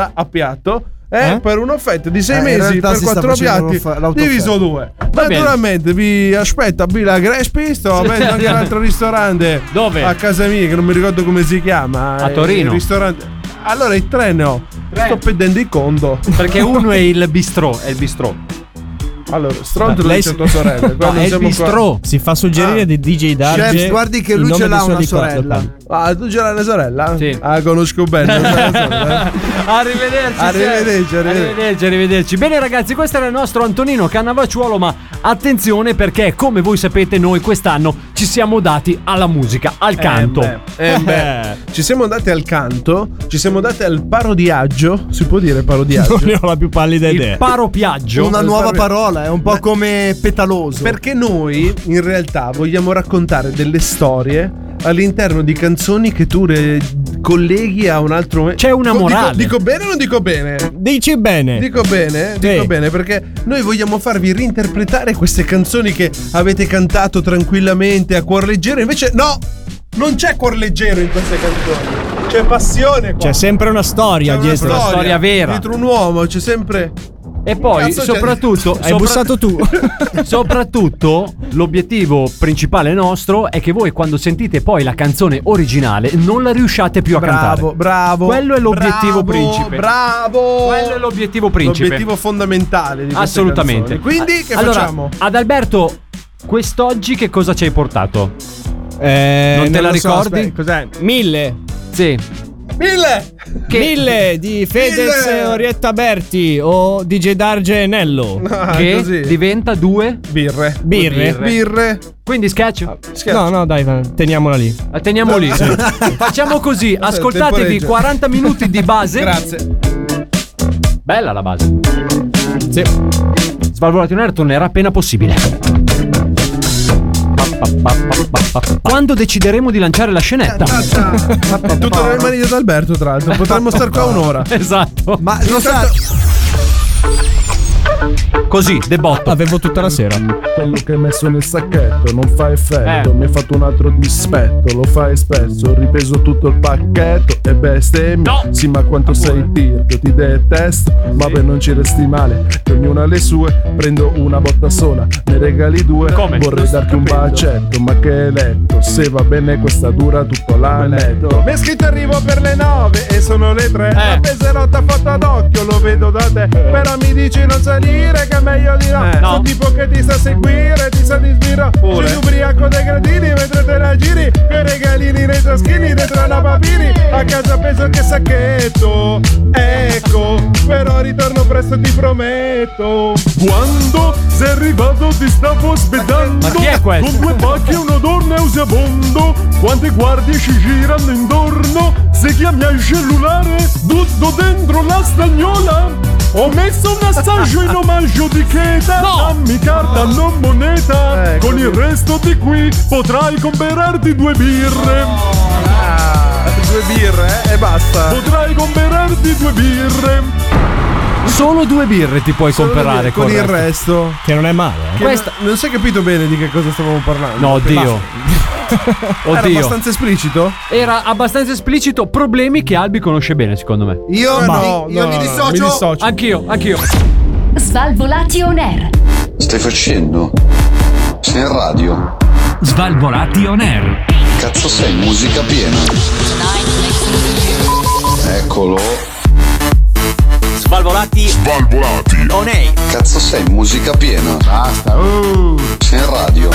[SPEAKER 13] euro a piatto. eh,
[SPEAKER 6] Eh?
[SPEAKER 13] per un'offerta di 6
[SPEAKER 6] Eh, in
[SPEAKER 13] mesi
[SPEAKER 6] realtà
[SPEAKER 13] per
[SPEAKER 6] si sta
[SPEAKER 13] 4
[SPEAKER 6] facendo
[SPEAKER 13] piatti
[SPEAKER 6] l'offer- l'autofferta.
[SPEAKER 13] diviso 2.
[SPEAKER 6] Va bene.
[SPEAKER 13] Naturalmente vi aspetta Bila Crespi. Sto aprendo anche un altro ristorante
[SPEAKER 7] Dove?
[SPEAKER 13] a casa mia, che non mi ricordo come si chiama.
[SPEAKER 7] A
[SPEAKER 13] eh,
[SPEAKER 7] Torino.
[SPEAKER 13] il ristorante. Allora il treno. Sto perdendo il conto.
[SPEAKER 7] Perché uno è il bistrò, è il bistrò.
[SPEAKER 13] Allora, Stronzo
[SPEAKER 7] Lei-
[SPEAKER 13] l'ha detto a tua sorella.
[SPEAKER 7] No,
[SPEAKER 13] quando
[SPEAKER 7] è il
[SPEAKER 13] siamo qua-
[SPEAKER 7] bistrò.
[SPEAKER 3] Si fa suggerire
[SPEAKER 13] Ah.
[SPEAKER 3] di DJ Darge
[SPEAKER 6] Chef, Cioè, guardi che
[SPEAKER 3] il
[SPEAKER 6] lui
[SPEAKER 3] nome
[SPEAKER 6] ce
[SPEAKER 3] del
[SPEAKER 6] l'ha
[SPEAKER 3] suo
[SPEAKER 6] una
[SPEAKER 3] ricordo.
[SPEAKER 6] sorella.
[SPEAKER 13] Ah, tu ce l'hai una sorella? Sì. Ah, conosco bene.
[SPEAKER 7] Arrivederci.
[SPEAKER 13] Arrivederci,
[SPEAKER 7] sì.
[SPEAKER 13] arrivederci.
[SPEAKER 7] arrivederci, arrivederci. Bene ragazzi, questo era il nostro Antonino Cannavacciuolo, ma attenzione perché come voi sapete noi quest'anno ci siamo dati alla musica, al canto.
[SPEAKER 13] Eh beh, eh beh. ci siamo andati al canto, ci siamo andati al parodiaggio. Si può dire parodiaggio?
[SPEAKER 3] Non ne ho la più pallida idea.
[SPEAKER 7] Il paropiaggio.
[SPEAKER 6] Una
[SPEAKER 13] Il
[SPEAKER 6] nuova
[SPEAKER 13] parodi-
[SPEAKER 6] parola, è un po' come petaloso.
[SPEAKER 13] Perché noi in realtà vogliamo raccontare delle storie all'interno di canzoni che tu re- colleghi a un altro.
[SPEAKER 7] C'è una
[SPEAKER 13] Co- dico-
[SPEAKER 7] morale.
[SPEAKER 13] Dico, bene o non dico bene?
[SPEAKER 3] Dici bene.
[SPEAKER 13] Dico bene, dico
[SPEAKER 3] Sì.
[SPEAKER 13] bene perché noi vogliamo farvi reinterpretare queste canzoni che avete cantato tranquillamente a cuor leggero, invece no, non c'è cuor leggero in queste canzoni. C'è passione qua.
[SPEAKER 3] C'è sempre una storia
[SPEAKER 13] C'è una
[SPEAKER 3] dietro.
[SPEAKER 7] storia vera.
[SPEAKER 13] Dietro un uomo c'è sempre.
[SPEAKER 7] E poi
[SPEAKER 13] Cazzo, cioè-
[SPEAKER 7] soprattutto
[SPEAKER 3] Hai bussato tu.
[SPEAKER 7] Soprattutto l'obiettivo principale nostro è che voi quando sentite poi la canzone originale non la riusciate più a
[SPEAKER 13] Bravo,
[SPEAKER 7] cantare.
[SPEAKER 13] bravo.
[SPEAKER 7] Quello è l'obiettivo
[SPEAKER 13] bravo,
[SPEAKER 7] principe.
[SPEAKER 13] Bravo.
[SPEAKER 7] Quello è l'obiettivo principe.
[SPEAKER 13] L'obiettivo fondamentale di queste
[SPEAKER 7] Assolutamente.
[SPEAKER 13] canzoni. Quindi che
[SPEAKER 7] allora,
[SPEAKER 13] facciamo?
[SPEAKER 7] Ad Alberto, quest'oggi che cosa ci hai portato?
[SPEAKER 3] Eh,
[SPEAKER 7] non te la
[SPEAKER 3] lo so,
[SPEAKER 7] ricordi?
[SPEAKER 3] aspetta, cos'è? Mille.
[SPEAKER 7] Sì.
[SPEAKER 13] Mille!
[SPEAKER 3] Mille di Fedez
[SPEAKER 13] Mille!
[SPEAKER 3] e Orietta Berti o DJ Darge e Nello.
[SPEAKER 13] Ah,
[SPEAKER 7] che
[SPEAKER 13] così.
[SPEAKER 7] diventa due.
[SPEAKER 13] birre.
[SPEAKER 3] Birre.
[SPEAKER 13] Birre.
[SPEAKER 7] Quindi sketch.
[SPEAKER 13] Scherzo.
[SPEAKER 3] No, no, dai, va, teniamola lì.
[SPEAKER 7] La teniamo lì. Facciamo così, ascoltatevi
[SPEAKER 13] temporeggio.
[SPEAKER 7] 40 minuti di base.
[SPEAKER 13] Grazie.
[SPEAKER 7] Bella la base.
[SPEAKER 3] Sì.
[SPEAKER 7] Svalvolati on air tornerà appena possibile. Quando decideremo di lanciare la scenetta.
[SPEAKER 13] Tutto nelle mani di Alberto, tra l'altro. Potremmo star qua un'ora.
[SPEAKER 7] Esatto.
[SPEAKER 6] Ma lo sa,
[SPEAKER 7] Così, debotto.
[SPEAKER 3] Avevo tutta la sera.
[SPEAKER 13] Quello che hai messo nel sacchetto non fa effetto.
[SPEAKER 7] Eh.
[SPEAKER 13] Mi hai fatto un altro dispetto. Lo fai spesso. Ho ripreso tutto il pacchetto e bestemmi.
[SPEAKER 7] No.
[SPEAKER 13] Sì, ma quanto sei tirchio, ti detesto. Ma per non ci resti male, che ognuna ha le sue. Prendo una botta sola, ne regali due.
[SPEAKER 7] Come? Non
[SPEAKER 13] Vorrei
[SPEAKER 7] sto
[SPEAKER 13] darti un
[SPEAKER 7] capendo.
[SPEAKER 13] bacetto, ma che letto. Se va bene, questa dura tutto l'anetto. Mi è scritto arrivo per le nove e sono le tre.
[SPEAKER 7] La
[SPEAKER 13] peserotta fatta d'occhio, lo vedo da te. Però mi dici non salire, che è meglio di no.
[SPEAKER 7] Eh. No. Sono
[SPEAKER 13] tipo che ti sa seguire, ti sa dismira. Sei ubriaco dai gradini mentre te la giri. Con regalini nei taschini, dentro la papini. A casa peso che sacchetto. Ecco, però ritorno presto, ti prometto. Quando sei arrivato, ti stavo aspettando.
[SPEAKER 7] Ma chi è questo?
[SPEAKER 13] Con due pacchi, un odore nauseabondo. Quante guardie ci girano intorno. Se chiami al cellulare, tutto dentro la stagnola. Ho messo un assaggio in omaggio di Cheta Dammi carta, non moneta Con il resto di qui potrai comprarti due birre Ah, Due birre eh, e basta Potrai comprarti due birre
[SPEAKER 7] Solo due birre ti puoi comprare con il resto.
[SPEAKER 13] resto
[SPEAKER 3] Che non è male. eh.
[SPEAKER 7] Questa-
[SPEAKER 13] non si è capito bene di che cosa stavamo parlando
[SPEAKER 7] No, oddio. Oddio.
[SPEAKER 13] esplicito?
[SPEAKER 7] Era abbastanza esplicito problemi che Albi conosce bene, secondo me.
[SPEAKER 6] io,
[SPEAKER 13] Ma-
[SPEAKER 6] no, io
[SPEAKER 13] no,
[SPEAKER 6] mi
[SPEAKER 13] no,
[SPEAKER 6] dissocio.
[SPEAKER 13] mi dissocio.
[SPEAKER 7] Anch'io, anch'io.
[SPEAKER 4] Svalvolati on air.
[SPEAKER 19] Stai facendo? Sei in radio?
[SPEAKER 5] Svalvolati on air.
[SPEAKER 19] Cazzo sei, musica piena. Eccolo.
[SPEAKER 17] Svalvolati. Svalvolati. On air.
[SPEAKER 19] Cazzo sei, musica piena. Basta. Sei in radio.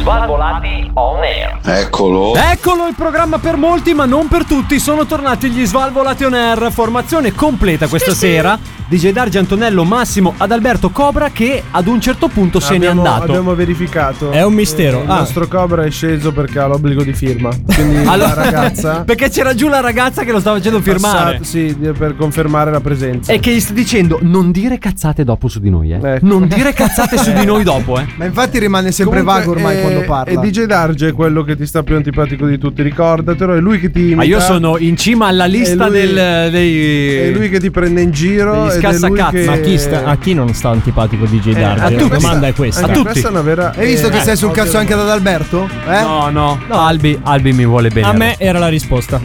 [SPEAKER 17] Svalvolati on air.
[SPEAKER 19] Eccolo.
[SPEAKER 7] Eccolo il programma per molti, ma non per tutti. Sono tornati gli Svalvolati on Air. Formazione completa questa sera. DJ Dargi Antonello Massimo ad Alberto Cobra che ad un certo punto se n'è
[SPEAKER 13] Abbiamo-
[SPEAKER 7] andato.
[SPEAKER 13] Abbiamo verificato.
[SPEAKER 7] È un mistero.
[SPEAKER 13] Eh, Il
[SPEAKER 7] Ah.
[SPEAKER 13] nostro Cobra è sceso perché ha l'obbligo di firma. Quindi
[SPEAKER 7] Allora-
[SPEAKER 13] la ragazza.
[SPEAKER 7] perché c'era giù la ragazza che lo stava facendo firmare.
[SPEAKER 13] Passato- sì, di- per confermare la presenza.
[SPEAKER 7] E che gli sta dicendo non dire cazzate dopo su di noi, eh. Non dire cazzate su di noi dopo, eh.
[SPEAKER 6] Ma infatti rimane sempre
[SPEAKER 13] Comunque,
[SPEAKER 6] vago ormai
[SPEAKER 13] eh,
[SPEAKER 6] quando parla.
[SPEAKER 13] E DJ Darge è quello che ti sta più antipatico di tutti, ricordatelo. È lui che ti imita.
[SPEAKER 7] Ma io sono in cima alla lista
[SPEAKER 13] lui-
[SPEAKER 7] del, dei.
[SPEAKER 13] È lui che ti prende in giro. ed è lui che-
[SPEAKER 3] Ma chi sta- a chi non sta antipatico DJ
[SPEAKER 13] Eh,
[SPEAKER 3] Darge?
[SPEAKER 13] a
[SPEAKER 3] La
[SPEAKER 13] tutti.
[SPEAKER 3] domanda è questa.
[SPEAKER 13] Anche Eh, Questa è una vera.
[SPEAKER 6] Hai visto che
[SPEAKER 13] eh,
[SPEAKER 6] sei sul
[SPEAKER 13] ovvio.
[SPEAKER 6] cazzo anche ad Alberto? Eh?
[SPEAKER 7] No, no, Albi, Albi mi vuole bene.
[SPEAKER 3] A me era la risposta.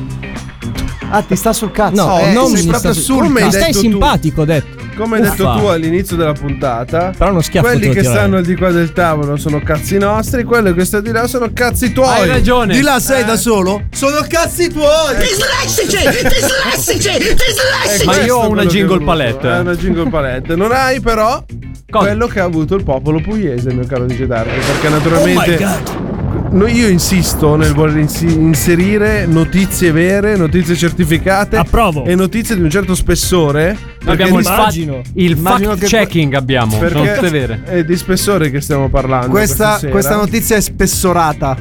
[SPEAKER 6] Ah, ti sta sul cazzo.
[SPEAKER 3] No,
[SPEAKER 6] Eh,
[SPEAKER 3] non
[SPEAKER 6] sei
[SPEAKER 3] mi
[SPEAKER 6] proprio
[SPEAKER 3] sta-
[SPEAKER 6] sul
[SPEAKER 3] Come
[SPEAKER 6] cazzo.
[SPEAKER 3] hai detto tu? ho detto.
[SPEAKER 13] Come hai
[SPEAKER 3] Uffa.
[SPEAKER 13] detto tu all'inizio della puntata,
[SPEAKER 3] Però uno schiaffo te
[SPEAKER 13] quelli
[SPEAKER 3] lo
[SPEAKER 13] che
[SPEAKER 3] tirerai.
[SPEAKER 13] stanno al di qua del tavolo sono cazzi nostri, quelli che stanno di là sono cazzi tuoi.
[SPEAKER 7] Hai ragione.
[SPEAKER 6] Di là sei
[SPEAKER 13] Eh. Ecco,
[SPEAKER 6] da solo? Sono cazzi tuoi!
[SPEAKER 2] Dislessici, dislessici, dislessici.
[SPEAKER 7] Ma io ho una jingle palette.
[SPEAKER 13] palette. È Eh, una jingle palette. Non hai però quello che ha avuto il popolo pugliese, mio caro DJ Dark, perché
[SPEAKER 7] Oh
[SPEAKER 13] naturalmente No, io insisto nel voler insi- inserire notizie vere, notizie certificate
[SPEAKER 3] Approvo.
[SPEAKER 13] e notizie di un certo spessore. perché
[SPEAKER 7] abbiamo il, fa-
[SPEAKER 3] immagino-
[SPEAKER 7] il
[SPEAKER 13] immagino
[SPEAKER 7] fact
[SPEAKER 13] che-
[SPEAKER 7] checking abbiamo. Sono tutte vere.
[SPEAKER 13] è di spessore che stiamo parlando.
[SPEAKER 6] Questa,
[SPEAKER 13] sera.
[SPEAKER 6] questa notizia è spessorata.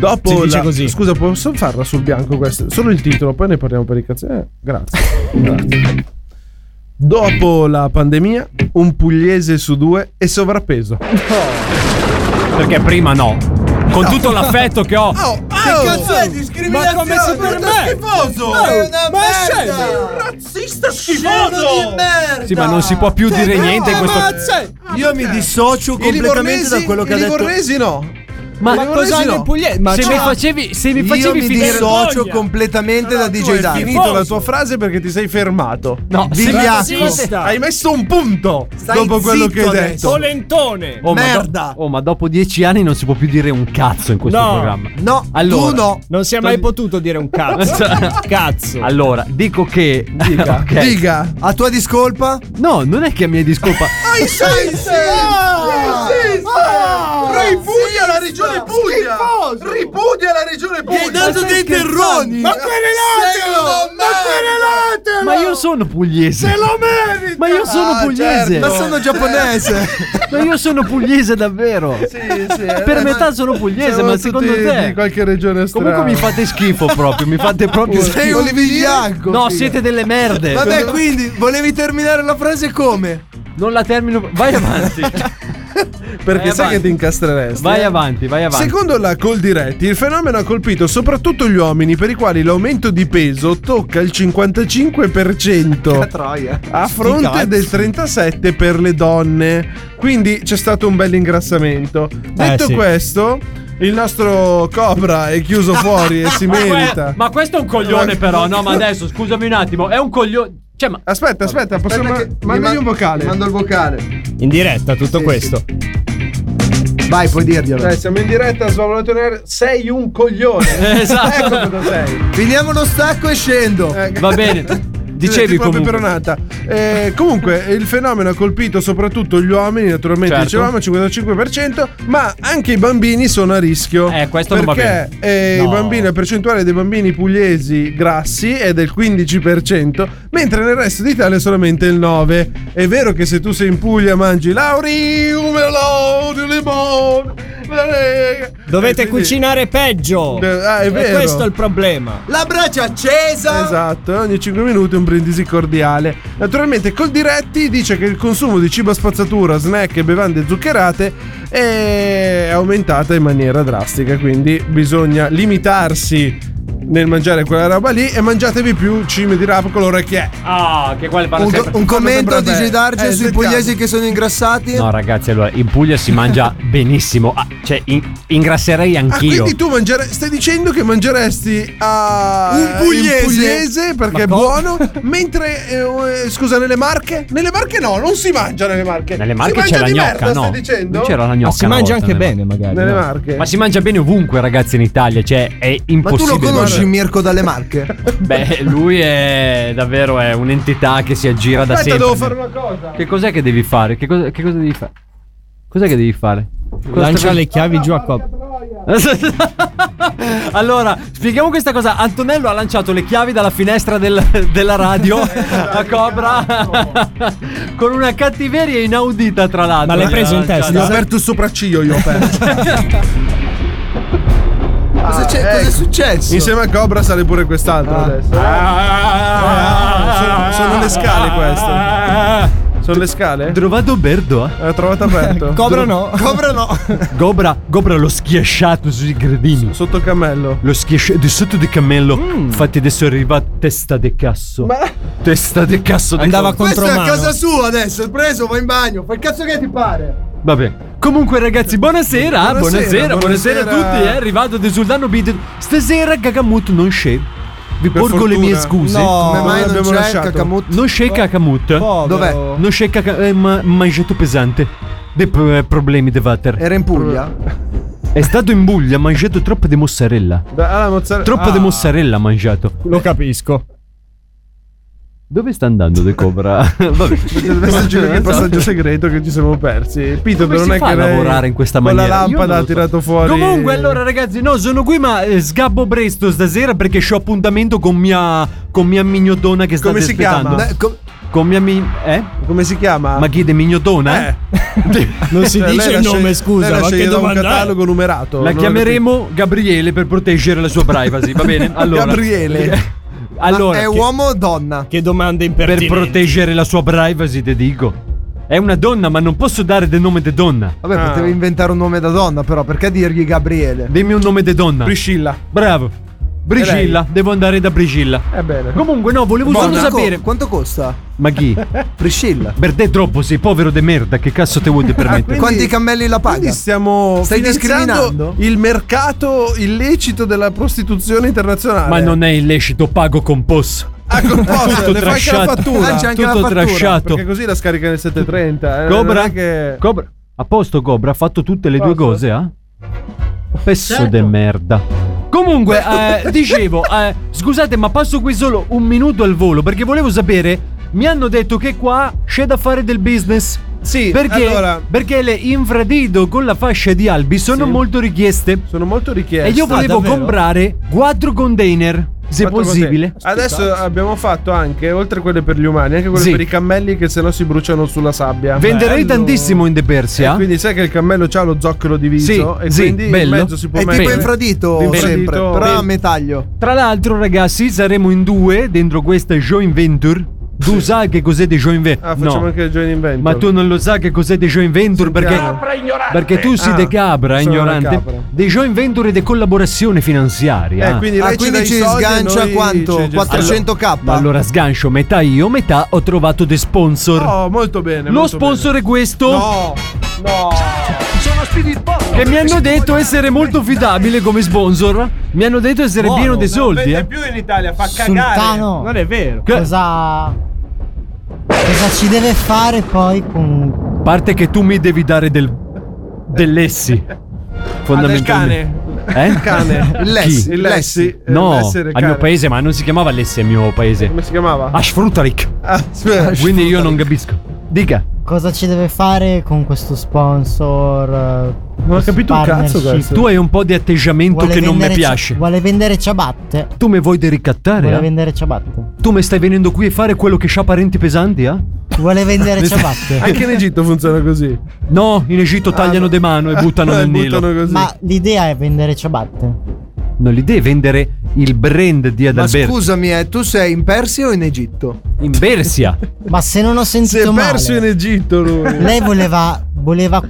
[SPEAKER 13] Dopo
[SPEAKER 3] Si dice
[SPEAKER 13] la-
[SPEAKER 3] così.
[SPEAKER 13] Scusa, posso farla sul bianco questa? Solo il titolo, poi ne parliamo per i cazzi. Eh, grazie. Grazie. Dopo la pandemia, un pugliese su due è sovrappeso.
[SPEAKER 7] Perché prima no. Con tutto l'affetto che ho.
[SPEAKER 6] che cazzo è discriminazione?
[SPEAKER 16] Ma come se per
[SPEAKER 6] Tutto
[SPEAKER 16] me?
[SPEAKER 6] schifoso!
[SPEAKER 16] Ma-
[SPEAKER 6] Sei una
[SPEAKER 16] ma sei-
[SPEAKER 6] merda!
[SPEAKER 16] sei un
[SPEAKER 6] razzista
[SPEAKER 16] schifoso!
[SPEAKER 6] di merda!
[SPEAKER 7] Sì, ma non si può più
[SPEAKER 6] Cioè,
[SPEAKER 7] dire niente in questo.
[SPEAKER 6] Io mi dissocio
[SPEAKER 13] I
[SPEAKER 6] completamente da
[SPEAKER 13] livornesi,
[SPEAKER 6] quello che
[SPEAKER 13] i
[SPEAKER 6] ha detto.
[SPEAKER 13] livornesi no.
[SPEAKER 7] Ma
[SPEAKER 13] I livornesi
[SPEAKER 7] cosa hanno
[SPEAKER 13] no.
[SPEAKER 7] i pugliesi? Ma Se mi facevi- se mi
[SPEAKER 6] Io
[SPEAKER 7] facevi
[SPEAKER 6] mi
[SPEAKER 7] finire-
[SPEAKER 6] dissocio
[SPEAKER 3] Vergogna!
[SPEAKER 6] completamente da
[SPEAKER 13] Ah, Tu
[SPEAKER 6] DJ
[SPEAKER 13] hai
[SPEAKER 6] Dark.
[SPEAKER 13] finito la tua frase perché ti sei fermato.
[SPEAKER 7] No,
[SPEAKER 6] Di
[SPEAKER 7] se-
[SPEAKER 6] Gliacco.
[SPEAKER 7] se- se-
[SPEAKER 13] Hai messo un punto
[SPEAKER 6] Stai
[SPEAKER 13] dopo quello
[SPEAKER 6] zitto
[SPEAKER 13] che hai
[SPEAKER 6] adesso.
[SPEAKER 13] detto.
[SPEAKER 3] Polentone.
[SPEAKER 7] Oh, ma do-
[SPEAKER 6] Merda.
[SPEAKER 7] oh, ma dopo dieci anni non si può più dire un cazzo in questo
[SPEAKER 3] No.
[SPEAKER 7] programma.
[SPEAKER 6] No,
[SPEAKER 7] Allora.
[SPEAKER 6] tu no.
[SPEAKER 3] Non si è mai potuto dire un cazzo. cazzo.
[SPEAKER 7] Allora, dico che.
[SPEAKER 13] Dica.
[SPEAKER 7] Ok.
[SPEAKER 13] Dica.
[SPEAKER 6] A tua discolpa?
[SPEAKER 7] No, non è che mi è di scolpa.
[SPEAKER 6] Ai sensi! Ah!
[SPEAKER 13] Puglia Ah! la regione Puglia! Ripudia la regione Puglia!
[SPEAKER 6] Hai dato dei terroni! Ma querelatelo! Ma querelatelo!
[SPEAKER 7] ma io sono pugliese.
[SPEAKER 6] merito!
[SPEAKER 7] Ma io
[SPEAKER 13] Ah,
[SPEAKER 7] sono
[SPEAKER 13] certo.
[SPEAKER 7] pugliese.
[SPEAKER 6] Ma sono giapponese!
[SPEAKER 7] Ma io sono pugliese davvero. per metà sono pugliese,
[SPEAKER 13] eh, cioè, Siamo
[SPEAKER 7] ma
[SPEAKER 13] tutti
[SPEAKER 7] secondo
[SPEAKER 13] di
[SPEAKER 7] te.
[SPEAKER 13] qualche regione strana.
[SPEAKER 7] Comunque mi fate schifo proprio, mi fate proprio
[SPEAKER 6] Sei
[SPEAKER 7] schifo.
[SPEAKER 6] un vigliacco!
[SPEAKER 7] No,
[SPEAKER 6] figa.
[SPEAKER 7] siete delle merde.
[SPEAKER 6] Vabbè, quindi volevi terminare la frase come?
[SPEAKER 7] Non la termino. Vai avanti.
[SPEAKER 13] Perché
[SPEAKER 7] Vai
[SPEAKER 13] sai
[SPEAKER 7] avanti.
[SPEAKER 13] che ti incastreresti.
[SPEAKER 7] Vai
[SPEAKER 13] eh?
[SPEAKER 7] avanti, vai avanti.
[SPEAKER 13] Secondo la Coldiretti, il fenomeno ha colpito soprattutto gli uomini per i quali l'aumento di peso tocca il 55%
[SPEAKER 6] Troia.
[SPEAKER 13] a fronte del 37% per le donne. Quindi c'è stato un bel ingrassamento.
[SPEAKER 7] Eh,
[SPEAKER 13] Detto
[SPEAKER 3] sì.
[SPEAKER 13] questo, il nostro Cobra è chiuso fuori e si merita. Eh,
[SPEAKER 7] Ma questo è un coglione, però. No, ma adesso scusami un attimo. È un coglione. Cioè, ma.
[SPEAKER 13] Aspetta, aspetta, posso ma- mandami un vocale.
[SPEAKER 6] Mando il vocale.
[SPEAKER 3] In diretta tutto questo.
[SPEAKER 6] Vai, puoi dirglielo.
[SPEAKER 13] Dai, Eh, siamo in diretta a Svalvolato Nero. Sei un coglione.
[SPEAKER 7] Esatto.
[SPEAKER 13] Ecco cosa sei.
[SPEAKER 6] Finiamo uno stacco e scendo.
[SPEAKER 13] Eh,
[SPEAKER 7] Va bene. Dicevi
[SPEAKER 13] tipo la
[SPEAKER 7] comunque.
[SPEAKER 13] peperonata. Eh, comunque il fenomeno ha colpito soprattutto gli uomini, naturalmente
[SPEAKER 7] Certo.
[SPEAKER 13] dicevamo 55%, ma anche i bambini sono a rischio.
[SPEAKER 7] Eh, questo non va
[SPEAKER 13] perché eh, i bambini, la percentuale dei bambini pugliesi grassi è del 15%, mentre nel resto d'Italia è solamente il 9%. È vero che se tu sei in Puglia mangi laurium, melone, limone.
[SPEAKER 3] Dovete
[SPEAKER 13] Eh, quindi-
[SPEAKER 3] cucinare peggio.
[SPEAKER 13] Eh, ah, è
[SPEAKER 3] E
[SPEAKER 13] vero.
[SPEAKER 3] questo è il problema.
[SPEAKER 6] La braccia
[SPEAKER 7] Ah.
[SPEAKER 6] accesa!
[SPEAKER 13] Esatto, e ogni 5 minuti un brindisi cordiale. Naturalmente col diretti dice che il consumo di cibo a spazzatura, snack e bevande zuccherate è aumentata in maniera drastica, quindi bisogna limitarsi nel mangiare quella roba lì e mangiatevi più cime di rapa colore che è.
[SPEAKER 7] Ah, che quale parla
[SPEAKER 6] Un,
[SPEAKER 7] sempre.
[SPEAKER 6] un commento di
[SPEAKER 13] sembra
[SPEAKER 6] DJ
[SPEAKER 13] bene.
[SPEAKER 6] Darge
[SPEAKER 13] Eh,
[SPEAKER 6] sui
[SPEAKER 13] sentiamo.
[SPEAKER 6] pugliesi che sono ingrassati?
[SPEAKER 7] No, ragazzi, allora in Puglia si mangia benissimo. Ah, cioè, in- ingrasserei
[SPEAKER 13] Ah,
[SPEAKER 7] anch'io.
[SPEAKER 13] quindi tu mangiare- stai dicendo che mangeresti a
[SPEAKER 6] Un pugliese.
[SPEAKER 13] in pugliese perché è buono, mentre eh, eh, scusa nelle Marche? Nelle Marche no, non si mangia nelle Marche.
[SPEAKER 7] Nelle
[SPEAKER 13] Si
[SPEAKER 7] Marche
[SPEAKER 13] mangia
[SPEAKER 7] c'è la
[SPEAKER 13] di
[SPEAKER 7] gnocca,
[SPEAKER 13] merda,
[SPEAKER 7] no?
[SPEAKER 13] Stai dicendo?
[SPEAKER 7] Non c'era la gnocca.
[SPEAKER 3] Ma si
[SPEAKER 7] una
[SPEAKER 3] mangia
[SPEAKER 7] volta
[SPEAKER 3] anche
[SPEAKER 7] nelle-
[SPEAKER 3] bene, magari.
[SPEAKER 13] Nelle
[SPEAKER 3] no?
[SPEAKER 13] Marche.
[SPEAKER 7] Ma si mangia bene ovunque, ragazzi, in Italia. Cioè, è
[SPEAKER 6] Ma tu
[SPEAKER 7] impossibile.
[SPEAKER 6] lo conosci
[SPEAKER 7] guarda.
[SPEAKER 6] Mirko dalle Marche?
[SPEAKER 7] Beh, lui è davvero è un'entità che si aggira da
[SPEAKER 13] Aspetta,
[SPEAKER 7] sempre.
[SPEAKER 13] devo fare una cosa.
[SPEAKER 7] Che cos'è che devi fare? Che cosa, che cosa devi fare? Cos'è che devi fare? Cosa
[SPEAKER 3] Lancia
[SPEAKER 7] stai-
[SPEAKER 3] le chiavi giù a coppa.
[SPEAKER 7] allora, spieghiamo questa cosa. Antonello ha lanciato le chiavi dalla finestra del- della radio
[SPEAKER 3] Eh,
[SPEAKER 7] a Cobra con una cattiveria inaudita, tra l'altro. Eh,
[SPEAKER 3] Ma l'hai preso in
[SPEAKER 7] Ha lanciato-
[SPEAKER 3] testa? L'ho aperto
[SPEAKER 6] il sopracciglio io ho aperto. cosa, c'è- Cioè,
[SPEAKER 13] Eh.
[SPEAKER 6] cosa è successo?
[SPEAKER 13] Insieme a Cobra sale pure quest'altro adesso. Ah, sono, sono le scale
[SPEAKER 3] Ah.
[SPEAKER 13] queste. Sono le scale? Eh,
[SPEAKER 7] Trovato Berdo. eh?
[SPEAKER 13] L'ho trovato aperto.
[SPEAKER 3] Cobra no.
[SPEAKER 13] Cobra no.
[SPEAKER 7] Gobra, Gobra l'ho schiasciato sui gradini.
[SPEAKER 13] Sotto cammello.
[SPEAKER 7] L'ho schiasciato di sotto di cammello.
[SPEAKER 3] Mm.
[SPEAKER 7] Infatti adesso arriva testa de casso. Testa de casso. di
[SPEAKER 3] Andava
[SPEAKER 7] Cobra.
[SPEAKER 6] Questa è a
[SPEAKER 3] mano.
[SPEAKER 6] casa sua adesso, è preso, vai in bagno, fai il cazzo che ti pare.
[SPEAKER 7] Vabbè. Comunque, ragazzi, buonasera. Buonasera, buonasera,
[SPEAKER 13] Buonasera,
[SPEAKER 7] a
[SPEAKER 13] buonasera.
[SPEAKER 7] tutti. È arrivato De Sultano Bid. Stasera Gagamut non c'è. Vi
[SPEAKER 13] Per
[SPEAKER 7] porgo le mie
[SPEAKER 13] fortuna.
[SPEAKER 7] scuse.
[SPEAKER 6] No, come mai non
[SPEAKER 13] l'abbiamo
[SPEAKER 6] c'è
[SPEAKER 13] lasciato?
[SPEAKER 6] il Kakamut?
[SPEAKER 7] Non c'è Kakamut.
[SPEAKER 6] Dov'è?
[SPEAKER 7] Non c'è Kakamut. Eh, ma mangiato pesante. Dei pro- problemi di water.
[SPEAKER 13] Er-,
[SPEAKER 6] Era in Puglia?
[SPEAKER 7] È stato in Buglia, ha mangiato troppo di mozzarella.
[SPEAKER 13] Da- alla mozzarella.
[SPEAKER 7] Troppo di mozzarella ha mangiato.
[SPEAKER 3] Lo capisco.
[SPEAKER 7] Dove sta andando De Cobra? Vabbè.
[SPEAKER 13] Deve esserci qualche passaggio segreto che ci siamo persi. Pito,
[SPEAKER 7] Come
[SPEAKER 13] non
[SPEAKER 7] si
[SPEAKER 13] è
[SPEAKER 7] fa
[SPEAKER 13] che
[SPEAKER 7] a
[SPEAKER 13] lei
[SPEAKER 7] lavorare in questa maniera?
[SPEAKER 13] Con la
[SPEAKER 7] Io non
[SPEAKER 13] lampada
[SPEAKER 7] lo
[SPEAKER 13] ha
[SPEAKER 7] so.
[SPEAKER 13] tirato fuori.
[SPEAKER 7] Comunque, allora, ragazzi, no, sono qui, ma eh, sgabbo presto stasera perché ho appuntamento con mia. con mia mignotona che sta
[SPEAKER 13] Come si chiama?
[SPEAKER 7] aspettando.
[SPEAKER 13] Beh, com-
[SPEAKER 7] Con mia mi- eh?
[SPEAKER 13] Come si chiama?
[SPEAKER 7] Ma chi è mignotona? Eh.
[SPEAKER 3] Non si
[SPEAKER 13] Cioè, lei
[SPEAKER 3] dice
[SPEAKER 13] la
[SPEAKER 3] il
[SPEAKER 13] sceglie-
[SPEAKER 3] nome,
[SPEAKER 13] lei
[SPEAKER 3] scusa,
[SPEAKER 13] la
[SPEAKER 3] ma che
[SPEAKER 13] sceglie da un
[SPEAKER 3] domanda è?
[SPEAKER 13] catalogo numerato.
[SPEAKER 7] La
[SPEAKER 13] non ho
[SPEAKER 7] chiameremo Gabriele per proteggere la sua privacy, va bene? Allora.
[SPEAKER 6] Gabriele.
[SPEAKER 7] Allora,
[SPEAKER 6] è
[SPEAKER 7] che-
[SPEAKER 6] uomo o donna?
[SPEAKER 3] Che domande
[SPEAKER 7] per
[SPEAKER 3] impertinenti.
[SPEAKER 7] proteggere la sua privacy, te dico. È una donna, ma non posso dare del nome de donna.
[SPEAKER 6] Vabbè,
[SPEAKER 13] Ah.
[SPEAKER 6] potevi inventare un nome da donna, però, perché dirgli Gabriele?
[SPEAKER 7] Dimmi un nome de donna.
[SPEAKER 13] Priscilla.
[SPEAKER 7] Bravo. Brigilla, devo andare da Brigilla.
[SPEAKER 13] Ebbene.
[SPEAKER 7] Comunque, no, volevo solo
[SPEAKER 6] Quanto co-
[SPEAKER 7] sapere.
[SPEAKER 6] quanto costa?
[SPEAKER 7] Ma chi?
[SPEAKER 6] Priscilla.
[SPEAKER 7] Per te troppo, sei povero de merda, che cazzo te vuoi permettere?
[SPEAKER 6] Quanti cammelli la paga?
[SPEAKER 13] Ah, Quindi stiamo
[SPEAKER 6] Stai
[SPEAKER 13] finanziando
[SPEAKER 6] discriminando?
[SPEAKER 13] il mercato illecito della prostituzione internazionale.
[SPEAKER 7] Ma non è illecito, pago con POS.
[SPEAKER 13] Ah, composto,
[SPEAKER 7] tutto
[SPEAKER 13] le fai anche la
[SPEAKER 7] trasciato.
[SPEAKER 13] fattura.
[SPEAKER 6] Lancia anche
[SPEAKER 7] Tutto
[SPEAKER 6] la fattura,
[SPEAKER 7] trasciato.
[SPEAKER 13] Perché così la scarica nel 730. eh, non
[SPEAKER 7] Cobra,
[SPEAKER 13] è che-
[SPEAKER 7] Cobra. A posto, Cobra, ha fatto tutte le due
[SPEAKER 13] Posso? Certo.
[SPEAKER 7] cose, ah? Pesso de merda. Comunque, eh, dicevo, eh, scusate, ma passo qui solo un minuto al volo perché volevo sapere. Mi hanno detto che qua c'è da fare del business.
[SPEAKER 13] Sì,
[SPEAKER 7] Perché,
[SPEAKER 13] allora-
[SPEAKER 7] perché le infradito con la fascia di albi sono
[SPEAKER 13] Sì.
[SPEAKER 7] molto richieste.
[SPEAKER 13] Sono molto richieste.
[SPEAKER 7] E io volevo
[SPEAKER 3] davvero?
[SPEAKER 7] comprare quattro container, se
[SPEAKER 13] Fatto
[SPEAKER 7] possibile.
[SPEAKER 13] così. Adesso abbiamo fatto anche, oltre a quelle per gli umani, anche quelle
[SPEAKER 7] Sì.
[SPEAKER 13] per i cammelli che sennò si bruciano sulla sabbia.
[SPEAKER 7] Venderei
[SPEAKER 13] Bello.
[SPEAKER 7] tantissimo in De Persia.
[SPEAKER 13] E quindi sai che il cammello ha lo zoccolo diviso
[SPEAKER 7] Sì,
[SPEAKER 13] e
[SPEAKER 7] sì,
[SPEAKER 13] quindi in
[SPEAKER 7] bello.
[SPEAKER 13] mezzo si può
[SPEAKER 6] È
[SPEAKER 13] mettere.
[SPEAKER 6] tipo infradito
[SPEAKER 13] Infradito.
[SPEAKER 6] sempre, però
[SPEAKER 13] Bello.
[SPEAKER 6] a metaglio.
[SPEAKER 7] Tra l'altro, ragazzi, saremo in due dentro questa joint venture. Tu sai che cos'è di joint venture?
[SPEAKER 13] Ah, facciamo
[SPEAKER 7] no.
[SPEAKER 13] anche il joint inventor.
[SPEAKER 7] Ma tu non lo sai che cos'è di joint venture perché. Perché tu sei
[SPEAKER 13] Ah,
[SPEAKER 7] de cabra,
[SPEAKER 13] sono de
[SPEAKER 7] ignorante.
[SPEAKER 13] capra.
[SPEAKER 7] Di joint venture e di collaborazione finanziaria.
[SPEAKER 13] Eh, quindi
[SPEAKER 6] Ah,
[SPEAKER 13] lei
[SPEAKER 6] quindi
[SPEAKER 13] ci
[SPEAKER 6] ci
[SPEAKER 13] dai i soldi e
[SPEAKER 6] sgancia
[SPEAKER 13] noi
[SPEAKER 6] quanto?
[SPEAKER 13] ci gestiamo.
[SPEAKER 6] 400k?
[SPEAKER 7] Ma allora sgancio metà io, metà ho trovato dei sponsor.
[SPEAKER 13] Oh, molto bene.
[SPEAKER 7] lo
[SPEAKER 13] molto
[SPEAKER 7] sponsor è questo.
[SPEAKER 13] bene. No, no.
[SPEAKER 7] Che mi hanno detto essere molto fidabile come sponsor. Mi hanno detto essere pieno di soldi. Eh.
[SPEAKER 8] più in Italia, fa
[SPEAKER 18] Sultano,
[SPEAKER 3] Non è vero.
[SPEAKER 7] Che-
[SPEAKER 18] cosa. Cosa ci deve fare poi con.
[SPEAKER 7] parte che tu mi devi dare del. dell'essi. Fondamentalmente. Eh? Il cane.
[SPEAKER 6] Il lessi,
[SPEAKER 7] Chi?
[SPEAKER 6] il lessi.
[SPEAKER 7] No,
[SPEAKER 13] l'essere
[SPEAKER 7] al mio
[SPEAKER 13] cane.
[SPEAKER 7] paese, ma non si chiamava Lessi al mio paese.
[SPEAKER 13] Come si chiamava?
[SPEAKER 7] Ashfrutalik.
[SPEAKER 13] Ah, aspetta.
[SPEAKER 7] Quindi io non capisco. Dica.
[SPEAKER 18] Cosa ci deve fare con questo sponsor? eh, Non
[SPEAKER 13] ho capito un cazzo, cazzo.
[SPEAKER 7] Tu hai un po' di atteggiamento che non mi piace.
[SPEAKER 18] Vuole vendere ciabatte.
[SPEAKER 7] Tu mi vuoi dericattare?
[SPEAKER 18] Vuole
[SPEAKER 7] eh?
[SPEAKER 18] vendere ciabatte.
[SPEAKER 7] Tu mi stai venendo qui a fare quello che c'ha parenti pesanti, eh?
[SPEAKER 18] Vuole vendere ciabatte.
[SPEAKER 13] Anche in Egitto funziona così.
[SPEAKER 7] No, in Egitto tagliano de mano e buttano nel Nilo.
[SPEAKER 13] Buttano così.
[SPEAKER 18] Ma l'idea è vendere ciabatte.
[SPEAKER 7] Non l'idea è vendere il brand di
[SPEAKER 6] Ma
[SPEAKER 7] Adalberto
[SPEAKER 6] scusami, eh, tu sei in Persia o in Egitto?
[SPEAKER 7] in Persia.
[SPEAKER 18] Ma se non ho
[SPEAKER 13] Si è
[SPEAKER 18] sentito
[SPEAKER 13] perso in
[SPEAKER 18] male,
[SPEAKER 13] Egitto lui.
[SPEAKER 18] lei voleva. voleva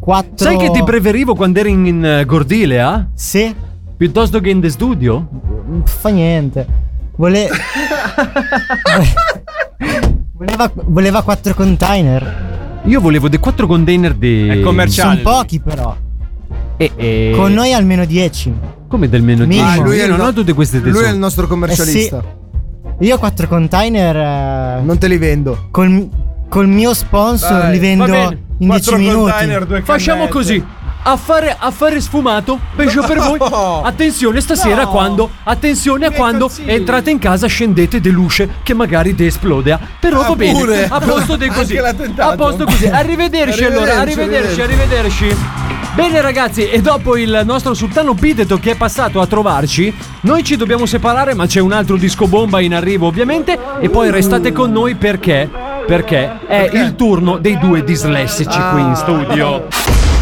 [SPEAKER 18] quattro.
[SPEAKER 7] Sai che ti preferivo quando eri in, in, eh, Gordile, ah?
[SPEAKER 18] Sì,
[SPEAKER 7] Piuttosto che in The Studio?
[SPEAKER 18] non fa niente. Vole... voleva, voleva quattro container.
[SPEAKER 7] Io volevo dei quattro container di. È
[SPEAKER 18] Sono pochi però.
[SPEAKER 7] E, e-
[SPEAKER 18] Con noi almeno 10.
[SPEAKER 7] Come del meno
[SPEAKER 18] Minimo.
[SPEAKER 7] dieci?
[SPEAKER 18] Ah, lui
[SPEAKER 7] Io
[SPEAKER 6] è il
[SPEAKER 7] non
[SPEAKER 6] no-
[SPEAKER 7] ho tutte queste
[SPEAKER 6] Lui
[SPEAKER 7] tesoro.
[SPEAKER 6] è il nostro commercialista.
[SPEAKER 18] Eh Io quattro container eh,
[SPEAKER 6] Non te li vendo.
[SPEAKER 18] col, col mio sponsor
[SPEAKER 13] Dai,
[SPEAKER 18] li
[SPEAKER 13] va
[SPEAKER 18] vendo
[SPEAKER 13] bene.
[SPEAKER 18] in 10
[SPEAKER 13] Quattro
[SPEAKER 18] minuti.
[SPEAKER 13] container, due
[SPEAKER 7] Facciamo
[SPEAKER 13] cannette.
[SPEAKER 7] così. Affare, affare sfumato, peggio per voi. Attenzione stasera quando, attenzione a quando entrate in casa, scendete de luce che magari te esplodea. Però
[SPEAKER 13] Ah,
[SPEAKER 7] va bene.
[SPEAKER 13] pure.
[SPEAKER 7] A posto de così.
[SPEAKER 13] Anche l'attentato.
[SPEAKER 7] A posto così. Arrivederci allora,
[SPEAKER 13] Arrivederci,
[SPEAKER 7] arrivederci, arrivederci. Bene ragazzi, e dopo il nostro sultano Piteto che è passato a trovarci, noi ci dobbiamo separare, ma c'è un altro disco bomba in arrivo ovviamente, e poi restate con noi perché? Perché è il turno dei due dislessici qui
[SPEAKER 13] Ah.
[SPEAKER 7] in studio.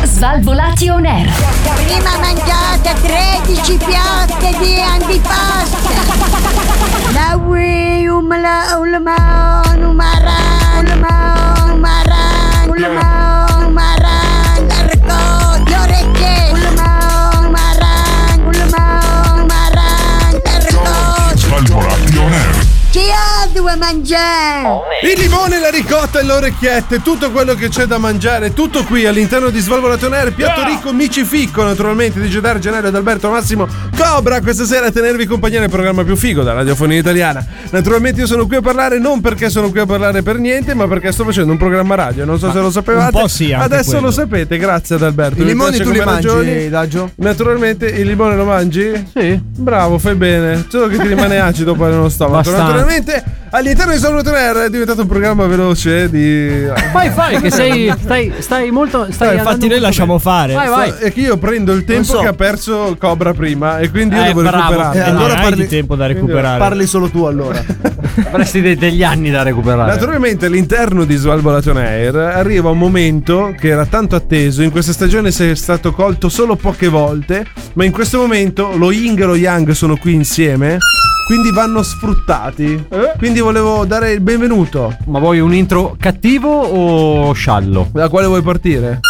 [SPEAKER 4] Svalvolati on air.
[SPEAKER 2] Prima mangiate 13 piatte di antipasto. La Wii, un la un man, un maran, un man, un maran, un man, un maran, l'arco, le orecchie, un man, un maran, un man, un maran, l'arco. Chi ha due mangiare?
[SPEAKER 6] Il limone, la ricotta e le orecchiette,
[SPEAKER 13] tutto quello che c'è da mangiare, tutto qui all'interno di Svalvolato Nair, piatto ricco, micifico naturalmente di Gedar Gennaro ed Alberto Massimo Cobra questa sera a tenervi compagnia nel programma più figo della radiofonia italiana. Naturalmente io sono qui a parlare non perché sono qui a parlare per niente, ma perché sto facendo un programma radio, non so se lo sapevate.
[SPEAKER 3] un po' sì, anche
[SPEAKER 13] Adesso
[SPEAKER 3] quello.
[SPEAKER 13] lo sapete, grazie ad Alberto.
[SPEAKER 6] I
[SPEAKER 13] Mi
[SPEAKER 6] limoni
[SPEAKER 13] piace
[SPEAKER 6] tu li
[SPEAKER 13] come
[SPEAKER 6] mangi,
[SPEAKER 13] ragioni.
[SPEAKER 6] Daggio?
[SPEAKER 13] Naturalmente il limone lo mangi? Sì. Bravo, fai bene. Solo che ti rimane acido poi nello stomaco.
[SPEAKER 7] Abbastanza.
[SPEAKER 13] Naturalmente all'interno di Salvatore Air è diventato un programma veloce di...
[SPEAKER 20] Vai, fai, che sei. Stai, stai molto. Stai andando molto
[SPEAKER 13] fare.
[SPEAKER 20] Vai, vai.
[SPEAKER 13] È che io prendo il tempo
[SPEAKER 20] so.
[SPEAKER 13] che ha perso Cobra prima e quindi io
[SPEAKER 20] Eh,
[SPEAKER 13] devo
[SPEAKER 20] bravo.
[SPEAKER 13] recuperare.
[SPEAKER 20] Eh, allora hai
[SPEAKER 3] di tempo da recuperare.
[SPEAKER 6] Parli solo tu allora.
[SPEAKER 7] Avresti de- degli anni da recuperare.
[SPEAKER 13] Naturalmente all'interno di Svalbolaton Air arriva un momento che era tanto atteso, in questa stagione sei stato colto solo poche volte, ma in questo momento lo Ying e lo Yang sono qui insieme, quindi vanno sfruttati.
[SPEAKER 20] Eh?
[SPEAKER 13] Quindi volevo dare il benvenuto.
[SPEAKER 7] Ma vuoi un intro cattivo o sciallo?
[SPEAKER 13] Da quale vuoi partire?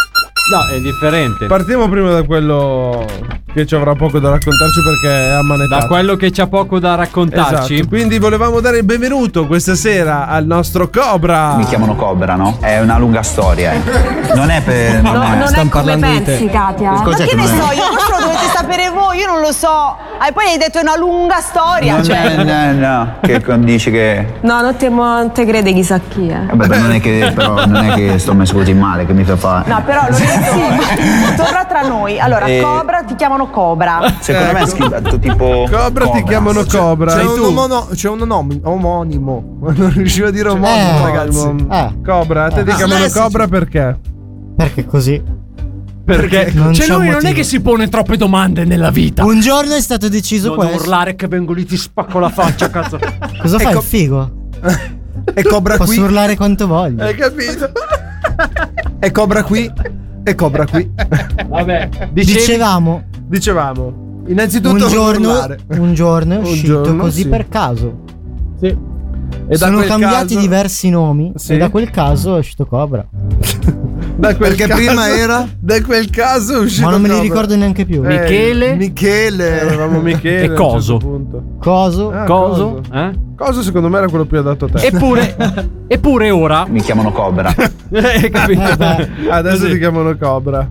[SPEAKER 7] No, è differente.
[SPEAKER 13] Partiamo prima da quello che ci avrà poco da raccontarci perché è ammanettato.
[SPEAKER 7] da quello che c'ha poco da raccontarci.
[SPEAKER 13] Esatto, Quindi volevamo dare il benvenuto questa sera al nostro Cobra.
[SPEAKER 21] Mi chiamano Cobra, no? È una lunga storia. eh. Non è per.
[SPEAKER 22] No, non
[SPEAKER 21] è
[SPEAKER 22] è come pensi, Katia. Ma
[SPEAKER 21] Cos'è
[SPEAKER 22] che
[SPEAKER 21] che
[SPEAKER 22] ne
[SPEAKER 21] non è?
[SPEAKER 22] so, io questo lo dovete sapere voi, io non lo so. Ah, E poi hai detto è una lunga storia.
[SPEAKER 21] No,
[SPEAKER 22] cioè.
[SPEAKER 21] no, no, no. Che con- dici che.
[SPEAKER 22] No, non te, mo- non te crede chissà chi, eh.
[SPEAKER 21] Vabbè, non è che, però, non è che sto messo così male che mi fa fare.
[SPEAKER 22] No, però Lorenzo, torna tra noi. Allora,
[SPEAKER 21] Eh.
[SPEAKER 22] Cobra ti chiamano Cobra.
[SPEAKER 21] Secondo me è scritto tipo. Cioè,
[SPEAKER 6] C'è,
[SPEAKER 21] sei
[SPEAKER 6] un,
[SPEAKER 21] tu.
[SPEAKER 6] omono- c'è un onom- omonimo. Non riuscivo a dire omonimo,
[SPEAKER 13] Eh,
[SPEAKER 6] ragazzi.
[SPEAKER 13] eh. Cobra, te
[SPEAKER 6] Eh.
[SPEAKER 13] ti chiamano
[SPEAKER 6] Dislessici.
[SPEAKER 13] Cobra perché?
[SPEAKER 18] Perché così?
[SPEAKER 13] Eh,
[SPEAKER 20] Perché
[SPEAKER 18] Non
[SPEAKER 20] cioè
[SPEAKER 18] c'è
[SPEAKER 20] lui
[SPEAKER 18] un
[SPEAKER 20] non è
[SPEAKER 18] motivo.
[SPEAKER 20] che si pone troppe domande nella vita.
[SPEAKER 18] Un giorno è stato deciso
[SPEAKER 20] Non
[SPEAKER 18] questo.
[SPEAKER 20] urlare che vengo lì ti spacco la faccia, cazzo.
[SPEAKER 13] Eh,
[SPEAKER 18] Cosa
[SPEAKER 20] Ecco,
[SPEAKER 18] fai? Figo.
[SPEAKER 6] E Cobra
[SPEAKER 18] Posso
[SPEAKER 6] qui.
[SPEAKER 18] urlare quanto voglio.
[SPEAKER 20] Eh,
[SPEAKER 6] Hai capito? e Cobra qui. E Cobra qui.
[SPEAKER 7] Vabbè,
[SPEAKER 18] Dicevamo.
[SPEAKER 13] Dicevamo.
[SPEAKER 6] Innanzitutto
[SPEAKER 18] un giorno,
[SPEAKER 6] urlare.
[SPEAKER 18] un giorno è
[SPEAKER 6] Un
[SPEAKER 18] uscito
[SPEAKER 6] giorno,
[SPEAKER 18] così
[SPEAKER 6] sì.
[SPEAKER 18] per caso.
[SPEAKER 13] Sì.
[SPEAKER 6] da
[SPEAKER 18] Sono
[SPEAKER 6] quel
[SPEAKER 18] cambiati
[SPEAKER 6] caso-
[SPEAKER 18] diversi nomi
[SPEAKER 6] Sì.
[SPEAKER 18] e da quel caso è uscito Cobra.
[SPEAKER 13] Da quel
[SPEAKER 6] Perché
[SPEAKER 13] caso-
[SPEAKER 6] prima era?
[SPEAKER 13] Da quel caso è uscito
[SPEAKER 18] Ma non me li
[SPEAKER 13] Cobra.
[SPEAKER 18] ricordo neanche più.
[SPEAKER 13] Eh, Michele.
[SPEAKER 6] Michele.
[SPEAKER 13] Eravamo Michele.
[SPEAKER 7] E
[SPEAKER 13] a un
[SPEAKER 7] Coso.
[SPEAKER 13] certo punto.
[SPEAKER 18] Coso.
[SPEAKER 13] Ah,
[SPEAKER 7] Coso? Eh?
[SPEAKER 13] Coso secondo me era quello più adatto a te.
[SPEAKER 7] Eppure, eppure ora.
[SPEAKER 21] Mi chiamano Cobra.
[SPEAKER 7] Eh, capito?
[SPEAKER 13] Adesso ti chiamano Cobra.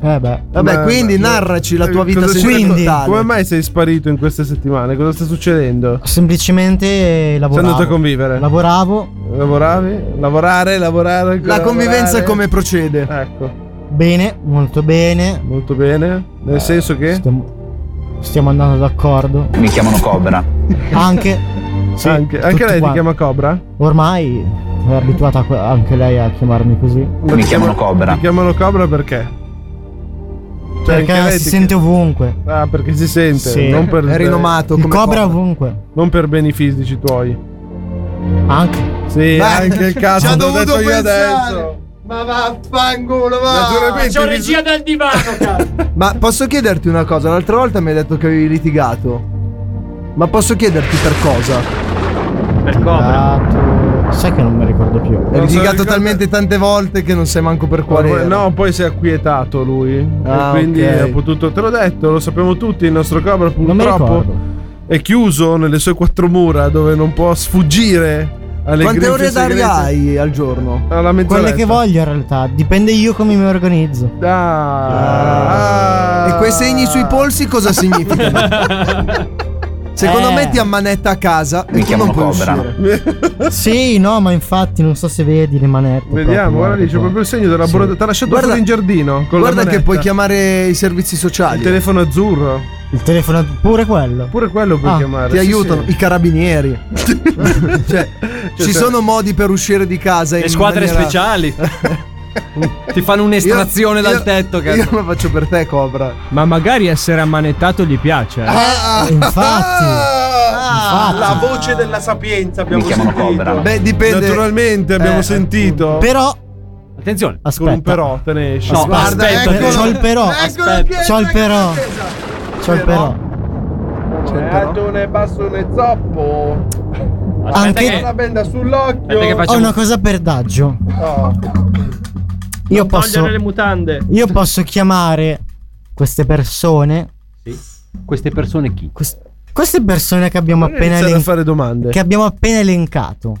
[SPEAKER 18] Eh beh.
[SPEAKER 6] Vabbè, quindi narraci la
[SPEAKER 13] Eh,
[SPEAKER 6] tua vita sentimentale.
[SPEAKER 13] Come mai sei sparito in queste settimane? Cosa sta succedendo?
[SPEAKER 18] Semplicemente
[SPEAKER 13] Sei
[SPEAKER 18] lavoravo.
[SPEAKER 13] andato a convivere?
[SPEAKER 18] Lavoravo
[SPEAKER 13] Lavoravi? Lavorare, lavorare. ancora
[SPEAKER 6] La Eh, convivenza
[SPEAKER 13] lavorare.
[SPEAKER 6] come procede?
[SPEAKER 13] Ecco.
[SPEAKER 18] bene, molto bene. Eh,
[SPEAKER 13] Molto bene. Nel senso che?
[SPEAKER 18] Stiamo, stiamo andando d'accordo.
[SPEAKER 21] Mi chiamano Cobra.
[SPEAKER 18] Anche. sì,
[SPEAKER 13] anche anche
[SPEAKER 18] tutti
[SPEAKER 13] lei ti
[SPEAKER 18] quanti.
[SPEAKER 13] chiama Cobra?
[SPEAKER 18] Ormai è abituata a que- anche lei a chiamarmi così.
[SPEAKER 21] Mi chiamano Cobra.
[SPEAKER 13] Ti chiamano Cobra perché? Cioè, anche
[SPEAKER 18] perché
[SPEAKER 13] lei
[SPEAKER 18] si
[SPEAKER 13] ti-
[SPEAKER 18] sente ovunque.
[SPEAKER 13] Ah, perché si sente.
[SPEAKER 18] Sì.
[SPEAKER 13] Non per
[SPEAKER 18] È rinomato Il come Cobra Cobra. ovunque.
[SPEAKER 13] Non per beni fisici tuoi.
[SPEAKER 18] Anche.
[SPEAKER 13] Sì, anche il
[SPEAKER 6] Ci ha
[SPEAKER 13] cazzo. L'ho
[SPEAKER 6] dovuto
[SPEAKER 13] detto io adesso.
[SPEAKER 6] pensare. Ma vaffanculo, va.
[SPEAKER 13] Naturalmente
[SPEAKER 20] C'ho regia dal divano, cazzo.
[SPEAKER 6] Ma posso chiederti una cosa? L'altra volta mi hai detto che avevi litigato. Ma posso chiederti per cosa?
[SPEAKER 20] Per
[SPEAKER 18] Dato- Esatto. Sai che non mi ricordo più.
[SPEAKER 6] Hai
[SPEAKER 13] Non se lo
[SPEAKER 6] litigato
[SPEAKER 13] ricorda-
[SPEAKER 6] talmente tante volte che non sai manco per quale. era.
[SPEAKER 13] No, poi si è acquietato lui.
[SPEAKER 6] Ah,
[SPEAKER 13] e quindi
[SPEAKER 6] ok.
[SPEAKER 13] ha potuto. Te l'ho detto, lo sappiamo tutti. Il nostro Cobra
[SPEAKER 18] mi
[SPEAKER 13] purtroppo
[SPEAKER 18] ricordo.
[SPEAKER 13] è chiuso nelle sue quattro mura dove non può sfuggire alle
[SPEAKER 6] Quante
[SPEAKER 13] grinfie
[SPEAKER 6] ore d'aria
[SPEAKER 13] segrete.
[SPEAKER 6] hai al giorno?
[SPEAKER 13] Alla mezz'oretta.
[SPEAKER 18] Quelle che voglio in realtà. Dipende io come mi organizzo.
[SPEAKER 13] Ah.
[SPEAKER 6] E quei segni sui polsi cosa significano? Secondo
[SPEAKER 18] Eh.
[SPEAKER 6] me ti ammanetta a casa e
[SPEAKER 21] Mi
[SPEAKER 6] tu
[SPEAKER 21] chiamano
[SPEAKER 6] non puoi
[SPEAKER 21] Cobra.
[SPEAKER 6] uscire.
[SPEAKER 18] sì, no, ma infatti non so se vedi le manette.
[SPEAKER 13] Vediamo,
[SPEAKER 18] proprio,
[SPEAKER 13] guarda lì, c'è
[SPEAKER 18] qua.
[SPEAKER 13] proprio il segno della
[SPEAKER 18] Sì.
[SPEAKER 13] brodata. Ti ha lasciato
[SPEAKER 6] Guarda-
[SPEAKER 13] fuori in giardino. Con
[SPEAKER 6] Guarda
[SPEAKER 13] la
[SPEAKER 6] che
[SPEAKER 13] manetta.
[SPEAKER 6] puoi chiamare i servizi
[SPEAKER 13] il
[SPEAKER 6] sociali.
[SPEAKER 13] telefono azzurro.
[SPEAKER 18] Il telefono pure quello.
[SPEAKER 13] Pure quello puoi
[SPEAKER 18] Ah,
[SPEAKER 13] chiamare.
[SPEAKER 6] Ti
[SPEAKER 13] sì,
[SPEAKER 6] aiutano
[SPEAKER 13] sì.
[SPEAKER 6] i carabinieri. cioè, ci
[SPEAKER 13] se-
[SPEAKER 6] sono modi per uscire di casa.
[SPEAKER 7] Le
[SPEAKER 6] in
[SPEAKER 7] squadre
[SPEAKER 6] maniera-
[SPEAKER 7] speciali.
[SPEAKER 4] Ti fanno un'estrazione dal tetto, cazzo.
[SPEAKER 3] Io lo faccio per te, Cobra.
[SPEAKER 7] Ma magari essere ammanettato gli piace. eh.
[SPEAKER 3] Ah,
[SPEAKER 7] infatti.
[SPEAKER 23] Ah, la voce della sapienza abbiamo sentito.
[SPEAKER 3] Beh, dipende.
[SPEAKER 6] Naturalmente abbiamo sentito.
[SPEAKER 13] Però.
[SPEAKER 4] Attenzione.
[SPEAKER 6] Con un però te ne esci.
[SPEAKER 13] No, guarda,
[SPEAKER 6] aspetta,
[SPEAKER 13] ecco,
[SPEAKER 6] che-
[SPEAKER 13] c'ho il però.
[SPEAKER 6] Eccolo
[SPEAKER 13] Aspetta.
[SPEAKER 6] che-
[SPEAKER 13] C'ho il
[SPEAKER 6] ecco
[SPEAKER 13] però.
[SPEAKER 6] che-
[SPEAKER 13] C'ho il però.
[SPEAKER 6] C'è il però. alto, né basso, né zoppo.
[SPEAKER 13] Anche-
[SPEAKER 4] Eh.
[SPEAKER 6] Ho una benda sull'occhio.
[SPEAKER 7] Oh,
[SPEAKER 13] Ho una cosa per Daggio.
[SPEAKER 6] Oh.
[SPEAKER 13] Io posso.
[SPEAKER 24] le mutande.
[SPEAKER 13] Io posso chiamare queste persone.
[SPEAKER 4] Queste persone chi?
[SPEAKER 13] Queste persone che abbiamo
[SPEAKER 6] Magari
[SPEAKER 13] appena
[SPEAKER 6] iniziare a
[SPEAKER 13] elencato.
[SPEAKER 6] fare domande.
[SPEAKER 13] Che abbiamo appena elencato.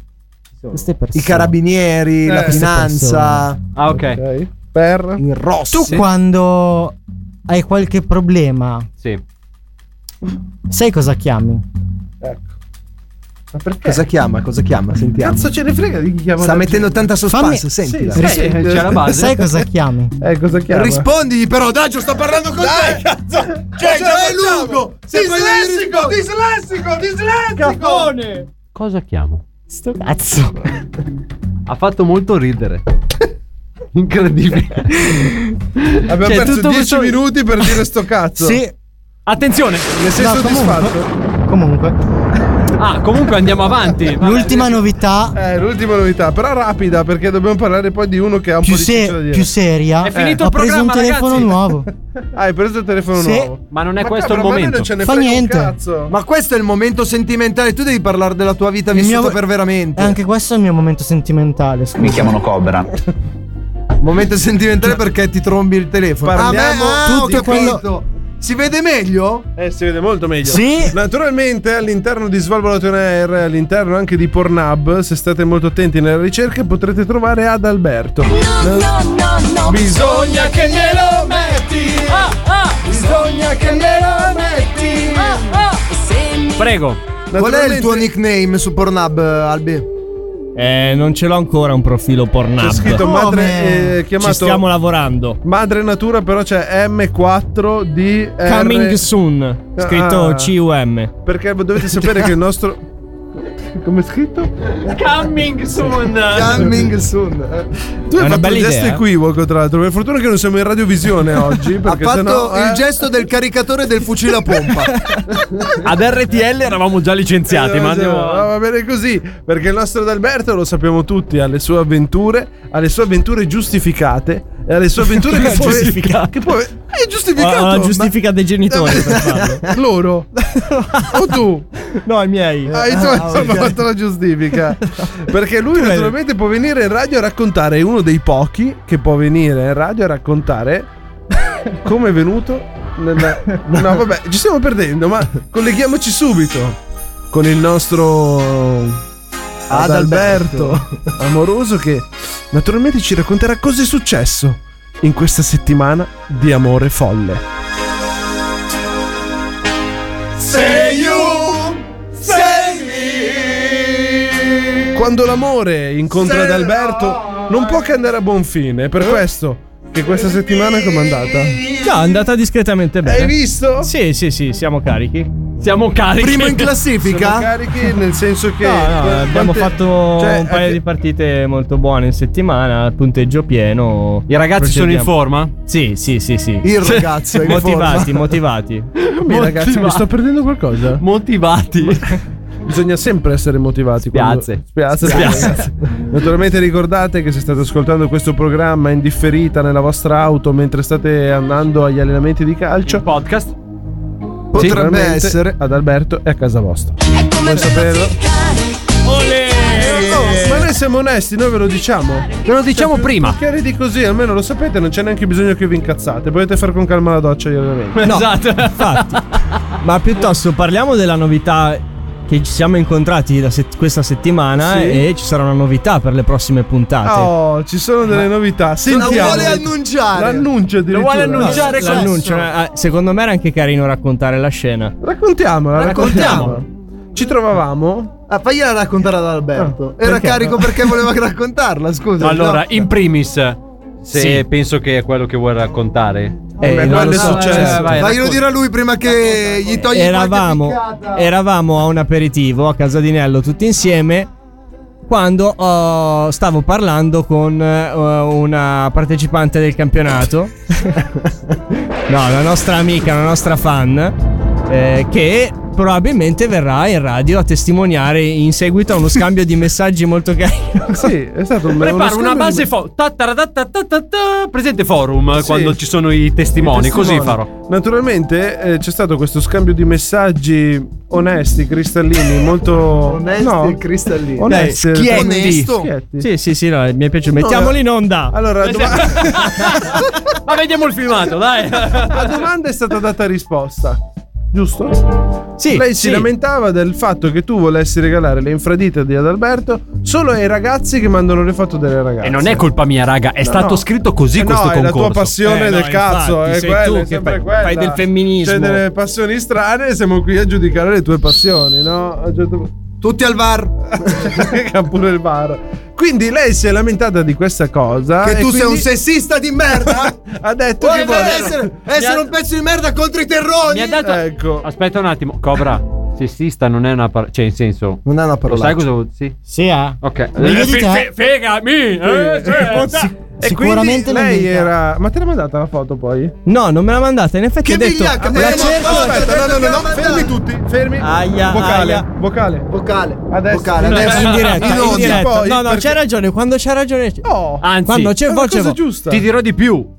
[SPEAKER 13] Queste persone.
[SPEAKER 3] I carabinieri, la
[SPEAKER 13] Eh, queste
[SPEAKER 3] finanza.
[SPEAKER 13] persone.
[SPEAKER 4] Ah, ok.
[SPEAKER 6] Per
[SPEAKER 3] Il rosso.
[SPEAKER 13] Tu quando hai qualche problema,
[SPEAKER 4] Sì.
[SPEAKER 13] sai cosa chiami?
[SPEAKER 6] Ecco. Ma perché?
[SPEAKER 3] Cosa chiama? Cosa chiama? Sentiamo.
[SPEAKER 6] Cazzo ce ne frega di chi chiama
[SPEAKER 3] Sta
[SPEAKER 6] la
[SPEAKER 3] mettendo
[SPEAKER 6] gente?
[SPEAKER 3] tanta suspense.
[SPEAKER 13] Fammi-
[SPEAKER 3] Senti.
[SPEAKER 6] Sì, sì.
[SPEAKER 13] Ris-
[SPEAKER 6] c'è la base.
[SPEAKER 13] Sai cosa chiami?
[SPEAKER 6] Eh, cosa chiama?
[SPEAKER 3] Rispondi però, Daggio, sto parlando con te. Cazzo. Cioè, già è lungo. Se poi devi
[SPEAKER 23] Dislessico, dislessico, dislessico.
[SPEAKER 24] Capone.
[SPEAKER 4] Cosa chiamo?
[SPEAKER 13] Sto cazzo.
[SPEAKER 4] Ha fatto molto ridere. Incredibile.
[SPEAKER 6] Abbiamo
[SPEAKER 4] Cioè,
[SPEAKER 6] perso
[SPEAKER 4] tutto
[SPEAKER 6] 10
[SPEAKER 4] questo-
[SPEAKER 6] minuti per dire sto cazzo.
[SPEAKER 13] Sì.
[SPEAKER 4] Attenzione.
[SPEAKER 6] Ne sei
[SPEAKER 13] No,
[SPEAKER 6] soddisfatto?
[SPEAKER 13] Comunque,
[SPEAKER 4] Ah, comunque andiamo avanti. Vabbè.
[SPEAKER 13] l'ultima novità
[SPEAKER 6] Eh, l'ultima novità, però rapida, perché dobbiamo parlare poi di uno che ha un
[SPEAKER 13] più,
[SPEAKER 6] po' di
[SPEAKER 13] se-
[SPEAKER 6] ciccio da dire.
[SPEAKER 13] più seria.
[SPEAKER 4] È finito
[SPEAKER 13] Ho
[SPEAKER 4] il
[SPEAKER 13] preso un
[SPEAKER 4] programma,
[SPEAKER 13] telefono
[SPEAKER 4] ragazzi.
[SPEAKER 13] nuovo.
[SPEAKER 6] Ah, hai preso il telefono
[SPEAKER 13] Sì.
[SPEAKER 6] nuovo.
[SPEAKER 4] Ma non è
[SPEAKER 6] Ma
[SPEAKER 4] questo il
[SPEAKER 6] cavolo, ma a noi
[SPEAKER 4] momento.
[SPEAKER 6] non ce ne
[SPEAKER 13] Fa
[SPEAKER 6] frega un
[SPEAKER 13] niente.
[SPEAKER 6] cazzo.
[SPEAKER 3] Ma questo è il momento sentimentale. Tu devi parlare della tua vita
[SPEAKER 13] Il
[SPEAKER 3] vissuta
[SPEAKER 13] mio-
[SPEAKER 3] per veramente.
[SPEAKER 13] E anche questo è il mio momento sentimentale. Scusa.
[SPEAKER 21] Mi chiamano Cobra.
[SPEAKER 13] Cioè,
[SPEAKER 3] Momento sentimentale perché ti trombi il telefono.
[SPEAKER 6] Parliamo
[SPEAKER 3] ah,
[SPEAKER 6] di
[SPEAKER 3] beh, ah, tutto
[SPEAKER 13] quello-
[SPEAKER 3] Si vede meglio?
[SPEAKER 6] Eh, si vede molto meglio.
[SPEAKER 13] Sì.
[SPEAKER 6] Naturalmente all'interno di Svalvolaton Air, all'interno anche di Pornhub, se state molto attenti nella ricerca potrete trovare Ad Alberto.
[SPEAKER 25] Bisogna che glielo metti. Bisogna che glielo metti.
[SPEAKER 4] Prego.
[SPEAKER 6] Eh,
[SPEAKER 3] Qual è il tuo nickname su Pornhub, Albi?
[SPEAKER 7] Eh, non ce l'ho ancora un profilo pornato.
[SPEAKER 6] C'è scritto madre,
[SPEAKER 13] Come?
[SPEAKER 6] eh,
[SPEAKER 7] Ci
[SPEAKER 6] chiamato
[SPEAKER 7] stiamo lavorando.
[SPEAKER 6] Madre Natura, però c'è M4 di
[SPEAKER 7] Coming
[SPEAKER 6] R-
[SPEAKER 7] soon.
[SPEAKER 6] Ah.
[SPEAKER 7] Scritto CUM.
[SPEAKER 6] Perché dovete sapere che il nostro. Come è scritto?
[SPEAKER 4] Coming soon.
[SPEAKER 3] Coming soon.
[SPEAKER 6] Tu hai
[SPEAKER 7] una
[SPEAKER 6] fatto
[SPEAKER 7] bella
[SPEAKER 6] il gesto
[SPEAKER 7] idea, eh.
[SPEAKER 6] equivoco, tra l'altro. Per fortuna che non siamo in radiovisione oggi.
[SPEAKER 3] Ha
[SPEAKER 6] Perché
[SPEAKER 3] fatto
[SPEAKER 6] sennò, eh,
[SPEAKER 3] il gesto del caricatore del fucile a pompa.
[SPEAKER 4] Ad RTL eravamo già licenziati,
[SPEAKER 6] Eh,
[SPEAKER 4] ma
[SPEAKER 6] no, no,
[SPEAKER 4] andiamo.
[SPEAKER 6] Va bene così, perché il nostro Adalberto lo sappiamo tutti, ha le sue avventure, ha le sue avventure giustificate e ha le sue avventure Ah, che può-
[SPEAKER 7] Giustificate.
[SPEAKER 6] che può- è giustificato.
[SPEAKER 7] Ho la
[SPEAKER 6] ma-
[SPEAKER 7] giustifica dei genitori per farlo.
[SPEAKER 6] loro o tu
[SPEAKER 7] No, i miei.
[SPEAKER 6] hai tu
[SPEAKER 3] ah,
[SPEAKER 6] hai fatto la giustifica perché lui naturalmente può venire in radio a raccontare è uno dei pochi che può venire in radio a raccontare come è venuto nella- no vabbè ci stiamo perdendo ma colleghiamoci subito con il nostro Adalberto amoroso che naturalmente ci racconterà cosa è successo in questa settimana di amore folle
[SPEAKER 25] Say you, say me.
[SPEAKER 6] Quando l'amore incontra ad Alberto non può che andare a buon fine, è per questo che questa settimana è comandata.
[SPEAKER 7] No, è andata discretamente bene.
[SPEAKER 6] Hai visto?
[SPEAKER 7] Sì, sì, sì, siamo carichi.
[SPEAKER 4] Siamo carichi.
[SPEAKER 3] Primo in classifica?
[SPEAKER 6] Siamo carichi nel senso che
[SPEAKER 7] No, no,
[SPEAKER 6] quante-
[SPEAKER 7] abbiamo fatto
[SPEAKER 6] cioè,
[SPEAKER 7] un paio
[SPEAKER 6] anche-
[SPEAKER 7] di partite molto buone in settimana, punteggio pieno.
[SPEAKER 4] I ragazzi sono in
[SPEAKER 7] Procediamo.
[SPEAKER 4] forma?
[SPEAKER 7] Sì, sì, sì, sì.
[SPEAKER 3] Il ragazzo è in
[SPEAKER 7] motivati,
[SPEAKER 3] forma.
[SPEAKER 7] motivati.
[SPEAKER 6] Come, ragazzi, mi sto perdendo qualcosa.
[SPEAKER 4] Motivati.
[SPEAKER 6] Bisogna sempre essere motivati.
[SPEAKER 4] Spiazze.
[SPEAKER 6] Quando... Spiazze.
[SPEAKER 4] Spiazze.
[SPEAKER 6] Naturalmente ricordate che se state ascoltando questo programma in differita nella vostra auto mentre state andando agli allenamenti di calcio,
[SPEAKER 4] Podcast.
[SPEAKER 6] potrebbe
[SPEAKER 3] Sì.
[SPEAKER 6] essere ad Alberto e a casa vostra. Vuoi saperlo? Oh, ma noi siamo onesti, noi ve lo diciamo.
[SPEAKER 4] Ve lo diciamo prima.
[SPEAKER 6] Chiari di così, almeno lo sapete, non c'è neanche bisogno che vi incazzate. Potete far con calma la doccia gli allenamenti.
[SPEAKER 4] Esatto.
[SPEAKER 7] Infatti. Ma piuttosto parliamo della novità che ci siamo incontrati la set- questa settimana
[SPEAKER 6] Sì.
[SPEAKER 7] e ci sarà una novità per le prossime puntate.
[SPEAKER 6] Oh, ci sono delle novità.
[SPEAKER 3] La
[SPEAKER 6] Sentiamo.
[SPEAKER 3] vuole annunciare.
[SPEAKER 6] L'annuncio Cioè, addirittura.
[SPEAKER 4] vuole annunciare
[SPEAKER 3] questo.
[SPEAKER 7] L'annuncio,
[SPEAKER 3] ah,
[SPEAKER 7] eh, secondo me era anche carino raccontare la scena.
[SPEAKER 6] Raccontiamola,
[SPEAKER 3] Raccontiamo.
[SPEAKER 6] raccontiamola. eh, Ci trovavamo.
[SPEAKER 3] Ah, fagliela raccontare ad Alberto. Era
[SPEAKER 7] perché?
[SPEAKER 3] carico perché voleva raccontarla, scusa.
[SPEAKER 4] Allora,
[SPEAKER 3] No.
[SPEAKER 4] in primis, se
[SPEAKER 7] Sì.
[SPEAKER 4] penso che è quello che vuoi raccontare.
[SPEAKER 7] Eh,
[SPEAKER 6] Vabbè,
[SPEAKER 7] non
[SPEAKER 6] quando
[SPEAKER 7] lo
[SPEAKER 6] è
[SPEAKER 7] so,
[SPEAKER 6] successo?
[SPEAKER 7] cioè,
[SPEAKER 4] vai,
[SPEAKER 3] Faglielo
[SPEAKER 4] racconta.
[SPEAKER 3] dire a lui prima che gli togli qualche
[SPEAKER 7] eravamo,
[SPEAKER 3] piccata.
[SPEAKER 7] eravamo a un aperitivo a casa di Nello tutti insieme.
[SPEAKER 3] quando oh, stavo parlando con eh, una partecipante del campionato, no, la nostra amica, la nostra fan, eh, che probabilmente verrà in radio a testimoniare in seguito a uno scambio di messaggi molto carino.
[SPEAKER 13] Sì, è stato un
[SPEAKER 7] Preparo una base fo- ta- ta- ta- ta- ta- ta- ta- presente forum
[SPEAKER 13] Sì.
[SPEAKER 7] quando ci sono i testimoni,
[SPEAKER 13] I
[SPEAKER 7] così
[SPEAKER 13] testimoni.
[SPEAKER 7] farò.
[SPEAKER 13] Naturalmente eh, c'è stato questo scambio di messaggi onesti, cristallini, molto onesti
[SPEAKER 6] e cristallini.
[SPEAKER 13] Onesti,
[SPEAKER 3] Dai, schietti.
[SPEAKER 13] onesto.
[SPEAKER 3] Sì, sì, sì, no, mi è piaciuto. Mettiamolo in onda.
[SPEAKER 13] Allora, doma-
[SPEAKER 7] Ma vediamo il filmato, dai.
[SPEAKER 13] la domanda è stata data risposta. Giusto?
[SPEAKER 3] Sì,
[SPEAKER 13] Lei si
[SPEAKER 3] sì.
[SPEAKER 13] lamentava del fatto che tu volessi regalare le infradite di Adalberto solo ai ragazzi che mandano le foto delle ragazze.
[SPEAKER 7] E non è colpa mia, raga, è
[SPEAKER 13] No,
[SPEAKER 7] stato
[SPEAKER 13] no.
[SPEAKER 7] scritto così
[SPEAKER 13] Eh no,
[SPEAKER 7] questo
[SPEAKER 13] è
[SPEAKER 7] concorso.
[SPEAKER 13] la tua passione
[SPEAKER 7] Eh, no,
[SPEAKER 13] del cazzo,
[SPEAKER 7] infatti,
[SPEAKER 13] è
[SPEAKER 7] sei
[SPEAKER 13] quella,
[SPEAKER 7] tu
[SPEAKER 13] è
[SPEAKER 7] che
[SPEAKER 13] sempre
[SPEAKER 7] fai-
[SPEAKER 13] quella.
[SPEAKER 7] fai del femminismo.
[SPEAKER 13] C'è delle passioni strane e siamo qui a giudicare le tue passioni, no? A un certo punto-
[SPEAKER 6] Tutti al VAR.
[SPEAKER 13] Che ha pure il VAR. Quindi lei si è lamentata di questa cosa.
[SPEAKER 6] Che
[SPEAKER 13] Ah, e
[SPEAKER 6] tu sei un
[SPEAKER 13] quindi
[SPEAKER 6] sessista di merda.
[SPEAKER 13] Ha detto
[SPEAKER 6] Vuoi
[SPEAKER 13] che vuole-
[SPEAKER 6] essere, essere
[SPEAKER 7] Mi ha-
[SPEAKER 6] un pezzo di merda contro i terroni?
[SPEAKER 7] Mi ha dato-
[SPEAKER 13] Ecco.
[SPEAKER 7] Aspetta un attimo, Cobra. Sessista non è una parola. Cioè, in senso.
[SPEAKER 6] Non è una
[SPEAKER 7] Lo
[SPEAKER 6] parolaccia.
[SPEAKER 7] sai cosa vuol Sì.
[SPEAKER 18] Sì, ah.
[SPEAKER 7] Ok. Eh,
[SPEAKER 18] Mi vedi te?
[SPEAKER 7] fegami!
[SPEAKER 13] Eh,
[SPEAKER 7] eh,
[SPEAKER 13] Oh,
[SPEAKER 7] certo.
[SPEAKER 13] E
[SPEAKER 18] Sicuramente
[SPEAKER 13] quindi
[SPEAKER 18] non
[SPEAKER 13] lei
[SPEAKER 18] mi ricordo.
[SPEAKER 13] era. Ma te l'ha mandata la foto poi?
[SPEAKER 3] No, non me la mandate. In effetti ho detto.
[SPEAKER 6] vigliacca,
[SPEAKER 3] la
[SPEAKER 6] eh, ma-
[SPEAKER 3] cerco-
[SPEAKER 6] ma-
[SPEAKER 13] Aspetta, no, no, no, no,
[SPEAKER 6] Mandata.
[SPEAKER 13] fermi tutti, fermi.
[SPEAKER 3] Aia,
[SPEAKER 13] vocale,
[SPEAKER 3] aia.
[SPEAKER 13] vocale.
[SPEAKER 6] Vocale.
[SPEAKER 13] Adesso.
[SPEAKER 6] Vocale, adesso.
[SPEAKER 3] in diretta,
[SPEAKER 6] In
[SPEAKER 3] in
[SPEAKER 6] onda.
[SPEAKER 3] diretta.
[SPEAKER 13] Poi,
[SPEAKER 3] no, no,
[SPEAKER 13] perché-
[SPEAKER 3] c'è ragione. Quando c'è ragione.
[SPEAKER 13] Oh,
[SPEAKER 7] Anzi,
[SPEAKER 3] Quando c'è
[SPEAKER 13] è una
[SPEAKER 3] voce.
[SPEAKER 13] cosa
[SPEAKER 3] vo-
[SPEAKER 13] giusta.
[SPEAKER 7] Ti dirò di più.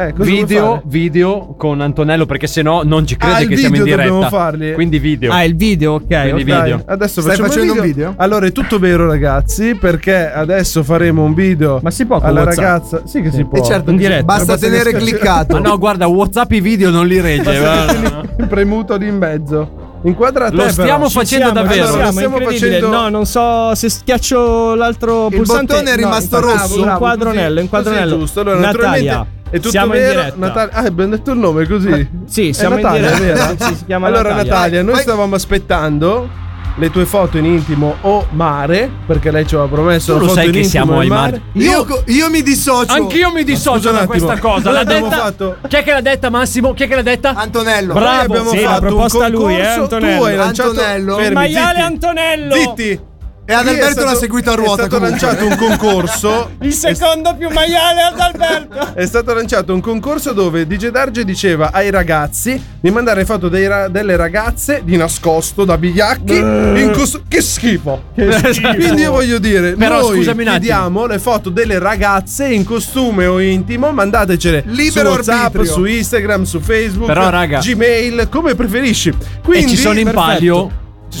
[SPEAKER 13] Eh, cosa vuoi
[SPEAKER 7] Video,
[SPEAKER 13] fare?
[SPEAKER 7] video con Antonello perché sennò non ci crede
[SPEAKER 13] Ah, il
[SPEAKER 7] che siamo in
[SPEAKER 13] video
[SPEAKER 7] diretta.
[SPEAKER 13] dobbiamo farli.
[SPEAKER 7] Quindi video.
[SPEAKER 3] Ah, il video, ok.
[SPEAKER 7] Quindi
[SPEAKER 3] ok.
[SPEAKER 7] video.
[SPEAKER 13] Adesso
[SPEAKER 6] Stai
[SPEAKER 13] facciamo
[SPEAKER 6] facendo
[SPEAKER 13] il
[SPEAKER 6] un
[SPEAKER 13] video.
[SPEAKER 6] video?
[SPEAKER 13] Allora è tutto vero ragazzi perché adesso faremo un video
[SPEAKER 3] Ma si può con
[SPEAKER 13] alla
[SPEAKER 3] WhatsApp?
[SPEAKER 13] ragazza. Sì che si può.
[SPEAKER 6] E certo,
[SPEAKER 3] In diretta.
[SPEAKER 6] basta
[SPEAKER 13] eh, Basta
[SPEAKER 6] tenere
[SPEAKER 13] che-
[SPEAKER 6] cliccato.
[SPEAKER 7] Ma no, guarda, WhatsApp i video non li regge. va.
[SPEAKER 13] Premuto lì in mezzo. Inquadrate
[SPEAKER 7] Lo stiamo
[SPEAKER 3] Ci
[SPEAKER 7] facendo
[SPEAKER 3] siamo,
[SPEAKER 7] davvero.
[SPEAKER 3] ci
[SPEAKER 13] Allora,
[SPEAKER 3] siamo,
[SPEAKER 13] stiamo
[SPEAKER 3] incredibile.
[SPEAKER 13] facendo-
[SPEAKER 3] No, non so se schiaccio l'altro
[SPEAKER 6] Il
[SPEAKER 3] pulsante.
[SPEAKER 6] bottone
[SPEAKER 3] No,
[SPEAKER 6] è rimasto
[SPEAKER 3] infatti-
[SPEAKER 6] rosso.
[SPEAKER 3] Un
[SPEAKER 13] Bravo,
[SPEAKER 3] quadronello,
[SPEAKER 13] così-
[SPEAKER 3] un quadronello.
[SPEAKER 13] così è giusto. Allora,
[SPEAKER 3] Natalia.
[SPEAKER 13] naturalmente, È tutto
[SPEAKER 3] siamo in
[SPEAKER 13] vero.
[SPEAKER 3] diretta. Eh,
[SPEAKER 13] Natalia. Ah, abbiamo detto il nome così.
[SPEAKER 3] Sì,
[SPEAKER 13] È
[SPEAKER 3] siamo in
[SPEAKER 13] Natalia, è
[SPEAKER 3] diretta.
[SPEAKER 13] vero?
[SPEAKER 3] Sì, si chiama
[SPEAKER 13] allora,
[SPEAKER 3] Natalia.
[SPEAKER 13] Natalia, noi stavamo aspettando le tue foto in intimo o mare, perché lei ci aveva
[SPEAKER 7] Tu
[SPEAKER 13] promesso la
[SPEAKER 7] lo
[SPEAKER 13] foto
[SPEAKER 7] sai
[SPEAKER 13] in
[SPEAKER 7] che
[SPEAKER 13] intimo
[SPEAKER 7] siamo
[SPEAKER 13] e
[SPEAKER 7] ai
[SPEAKER 13] mare.
[SPEAKER 6] Io, io mi dissocio.
[SPEAKER 7] Anch'io mi dissocio
[SPEAKER 13] scusa un
[SPEAKER 7] da
[SPEAKER 13] attimo.
[SPEAKER 7] questa cosa.
[SPEAKER 13] Noi
[SPEAKER 7] L'ha
[SPEAKER 13] abbiamo
[SPEAKER 7] detta.
[SPEAKER 13] fatto-
[SPEAKER 7] Chi è che l'ha detta, Massimo? Chi è che l'ha detta?
[SPEAKER 6] Antonello.
[SPEAKER 13] Poi
[SPEAKER 7] Bravo.
[SPEAKER 13] abbiamo
[SPEAKER 3] sì, l'ha
[SPEAKER 13] fatto un
[SPEAKER 3] proposta lui, eh,
[SPEAKER 13] concorso,
[SPEAKER 3] Antonello.
[SPEAKER 13] Tu hai lanciato
[SPEAKER 6] Antonello.
[SPEAKER 13] Fermi,
[SPEAKER 3] Il maiale
[SPEAKER 13] zitti.
[SPEAKER 3] Antonello.
[SPEAKER 13] Zitti.
[SPEAKER 6] E ad
[SPEAKER 13] Lì è
[SPEAKER 6] Alberto l'ha
[SPEAKER 13] stato-
[SPEAKER 6] seguito a ruota.
[SPEAKER 13] È stato
[SPEAKER 6] comunque.
[SPEAKER 13] lanciato un concorso.
[SPEAKER 3] Il secondo più maiale ad Alberto.
[SPEAKER 13] È stato lanciato un concorso dove DJ Darge diceva ai ragazzi di mandare foto dei ra- delle ragazze di nascosto da bigliacchi in cos- che schifo.
[SPEAKER 7] Esatto.
[SPEAKER 13] Quindi io voglio dire,
[SPEAKER 7] Però
[SPEAKER 13] noi
[SPEAKER 7] scusami un attimo.
[SPEAKER 13] chiediamo le foto delle ragazze in costume o intimo, mandatecele
[SPEAKER 6] Libero
[SPEAKER 13] su WhatsApp,
[SPEAKER 6] arbitrio.
[SPEAKER 13] su Instagram, su Facebook,
[SPEAKER 7] Però, raga-
[SPEAKER 13] Gmail, come preferisci. Quindi
[SPEAKER 7] e ci sono in
[SPEAKER 13] perfetto.
[SPEAKER 7] palio
[SPEAKER 13] Ci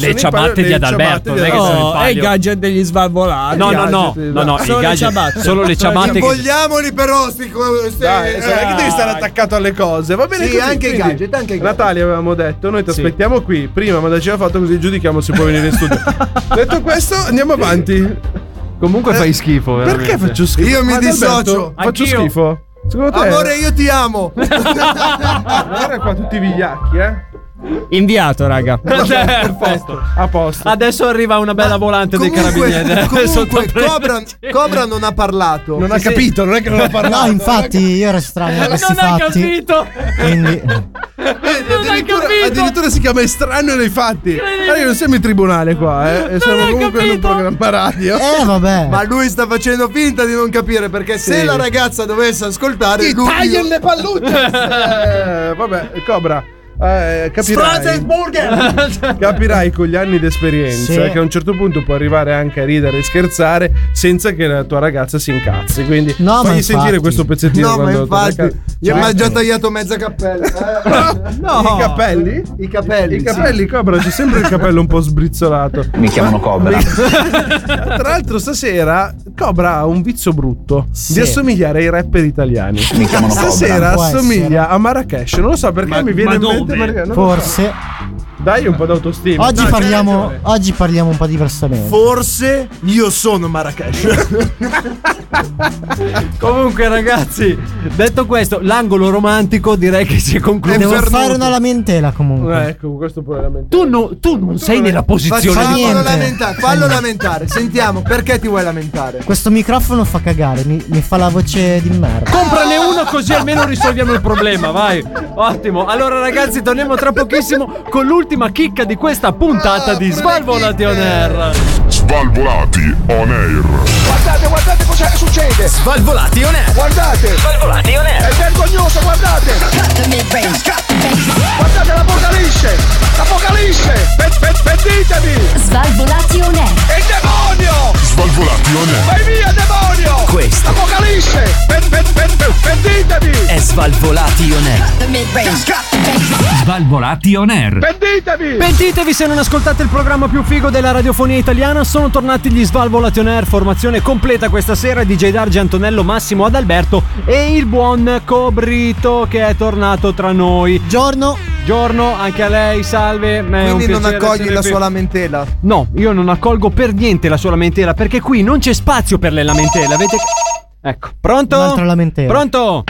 [SPEAKER 7] le
[SPEAKER 13] sono in palio
[SPEAKER 7] ciabatte di
[SPEAKER 13] le
[SPEAKER 7] Adalberto.
[SPEAKER 13] ciabatte
[SPEAKER 7] Non è
[SPEAKER 13] di
[SPEAKER 7] che sono in
[SPEAKER 3] Oh, è
[SPEAKER 7] palio.
[SPEAKER 3] il gadget degli svalvolati.
[SPEAKER 7] No, no, no,
[SPEAKER 13] gadget,
[SPEAKER 7] no, no,
[SPEAKER 13] dai.
[SPEAKER 7] i
[SPEAKER 3] Solo le
[SPEAKER 7] gadget-
[SPEAKER 3] ciabatte.
[SPEAKER 7] Solo le ciabatte. che-
[SPEAKER 6] Vogliamoli però sti co- sti-
[SPEAKER 13] Dai, sai, non è che devi stare attaccato alle cose, va bene
[SPEAKER 6] Sì,
[SPEAKER 13] così,
[SPEAKER 6] anche i
[SPEAKER 13] quindi,
[SPEAKER 6] gadget, anche i gadget.
[SPEAKER 13] Natalia avevamo detto, noi ti aspettiamo qui, prima mandaci la foto così giudichiamo se puoi venire in studio. detto questo, andiamo avanti.
[SPEAKER 7] Comunque fai schifo.
[SPEAKER 13] Perché faccio schifo?
[SPEAKER 6] Io mi
[SPEAKER 13] Adalberto, Eh.
[SPEAKER 6] dissocio.
[SPEAKER 13] Faccio
[SPEAKER 7] Anch'io.
[SPEAKER 13] schifo. Secondo te?
[SPEAKER 6] Amore, io ti amo.
[SPEAKER 13] Guarda qua tutti i vigliacchi, eh.
[SPEAKER 3] Inviato, raga.
[SPEAKER 7] Perfetto.
[SPEAKER 13] A posto.
[SPEAKER 7] Adesso arriva una bella volante dei carabinieri.
[SPEAKER 6] comunque
[SPEAKER 7] Sotto-
[SPEAKER 6] Cobra, Cobra non ha parlato.
[SPEAKER 13] Non ha capito, non è che non ha parlato.
[SPEAKER 18] No, infatti, io ero strano. questi
[SPEAKER 7] Non hai
[SPEAKER 18] fatti.
[SPEAKER 7] capito.
[SPEAKER 18] Quindi,
[SPEAKER 13] Vedi,
[SPEAKER 7] non hai
[SPEAKER 13] addirittura,
[SPEAKER 7] capito.
[SPEAKER 13] addirittura si chiama estraneo nei fatti. Guarda che non siamo in tribunale qua, eh. e Siamo
[SPEAKER 7] hai
[SPEAKER 13] comunque in un
[SPEAKER 7] capito.
[SPEAKER 13] programma radio.
[SPEAKER 18] eh, vabbè.
[SPEAKER 6] Ma lui sta facendo finta di non capire perché se la ragazza dovesse ascoltare
[SPEAKER 13] Ti
[SPEAKER 6] lui
[SPEAKER 13] taglio le pallucce! Eh, vabbè, Cobra. eh, capirai, capirai con gli anni di esperienza
[SPEAKER 18] Eh. Sì.
[SPEAKER 13] che a un certo punto puoi arrivare anche a ridere e scherzare senza che la tua ragazza si incazzi. Quindi
[SPEAKER 18] No, ma
[SPEAKER 13] fagli
[SPEAKER 18] infatti.
[SPEAKER 13] sentire questo pezzettino.
[SPEAKER 6] No, ma
[SPEAKER 13] quando torna a
[SPEAKER 6] infatti,
[SPEAKER 13] casa. Cioè,
[SPEAKER 6] gli ha già tagliato mezza cappella. eh.
[SPEAKER 13] I capelli?
[SPEAKER 6] I capelli.
[SPEAKER 13] I capelli, Cobra, c'è sempre il capello un po' sbrizzolato.
[SPEAKER 21] Mi chiamano Cobra.
[SPEAKER 13] Tra l'altro, stasera Cobra ha un vizio brutto di
[SPEAKER 18] Sì.
[SPEAKER 13] assomigliare ai rapper italiani.
[SPEAKER 21] Mi chiamano Cobra.
[SPEAKER 13] Stasera
[SPEAKER 18] Può essere.
[SPEAKER 13] assomiglia a Marrakesh. Non lo so perché mi viene
[SPEAKER 5] ma
[SPEAKER 13] in mente.
[SPEAKER 5] dove?
[SPEAKER 13] Marrakesh, non lo
[SPEAKER 18] Forse.
[SPEAKER 13] so. Dai un po' d'autostima.
[SPEAKER 18] Oggi,
[SPEAKER 13] No, c'hai
[SPEAKER 18] parliamo,
[SPEAKER 13] ragione.
[SPEAKER 18] oggi parliamo un po' diversamente.
[SPEAKER 6] Forse io sono Marrakesh.
[SPEAKER 7] Comunque, ragazzi, detto questo, l'angolo romantico direi che si è concluso.
[SPEAKER 18] Devo fare una lamentela comunque.
[SPEAKER 13] Eh, Ecco, questo pure la mente.
[SPEAKER 7] Tu, no- tu non sei nella posizione
[SPEAKER 18] Facciamo-
[SPEAKER 7] di.
[SPEAKER 6] Fallo
[SPEAKER 18] niente.
[SPEAKER 6] lamentare, fallo lamentare. Sentiamo, perché ti vuoi lamentare?
[SPEAKER 18] Questo microfono fa cagare, mi, mi fa la voce di merda.
[SPEAKER 7] Comprane uno così almeno risolviamo il problema, vai. Ottimo. Allora ragazzi, torniamo tra pochissimo con l'ultima chicca di questa puntata di Svalvolation Air.
[SPEAKER 17] Svalvolati on air.
[SPEAKER 8] Guardate, guardate cosa succede! Svalvolati on air! Guardate! Svalvolati on air! È vergognoso, guardate! Guardate l'apocalisse! L'apocalisse! Ben- ben- Venditemi!
[SPEAKER 4] Svalvolati on air.
[SPEAKER 8] È il demonio!
[SPEAKER 17] Svalvolati on air.
[SPEAKER 8] Vai via, demonio!
[SPEAKER 17] Questo.
[SPEAKER 8] Apocalisse! Ben- ben- ben- ben- Venditemi!
[SPEAKER 5] È Svalvolati on air. Svalvolati on air.
[SPEAKER 8] Venditemi!
[SPEAKER 7] Pentitevi se non ascoltate il programma più figo della radiofonia italiana. Sono tornati gli Svalvolation Air. Formazione completa questa sera. DJ Dargi, Antonello, Massimo, Adalberto e il buon Cobrito che è tornato tra noi.
[SPEAKER 18] Giorno.
[SPEAKER 7] Giorno anche a lei, salve. Ma è
[SPEAKER 6] Quindi
[SPEAKER 7] un
[SPEAKER 6] non
[SPEAKER 7] piacere
[SPEAKER 6] accogli
[SPEAKER 7] essere
[SPEAKER 6] la
[SPEAKER 7] qui.
[SPEAKER 6] sua lamentela.
[SPEAKER 7] No, io non accolgo per niente la sua lamentela perché qui non c'è spazio per le lamentele. Avete. Ecco, pronto?
[SPEAKER 18] Un'altra lamentela.
[SPEAKER 7] Pronto?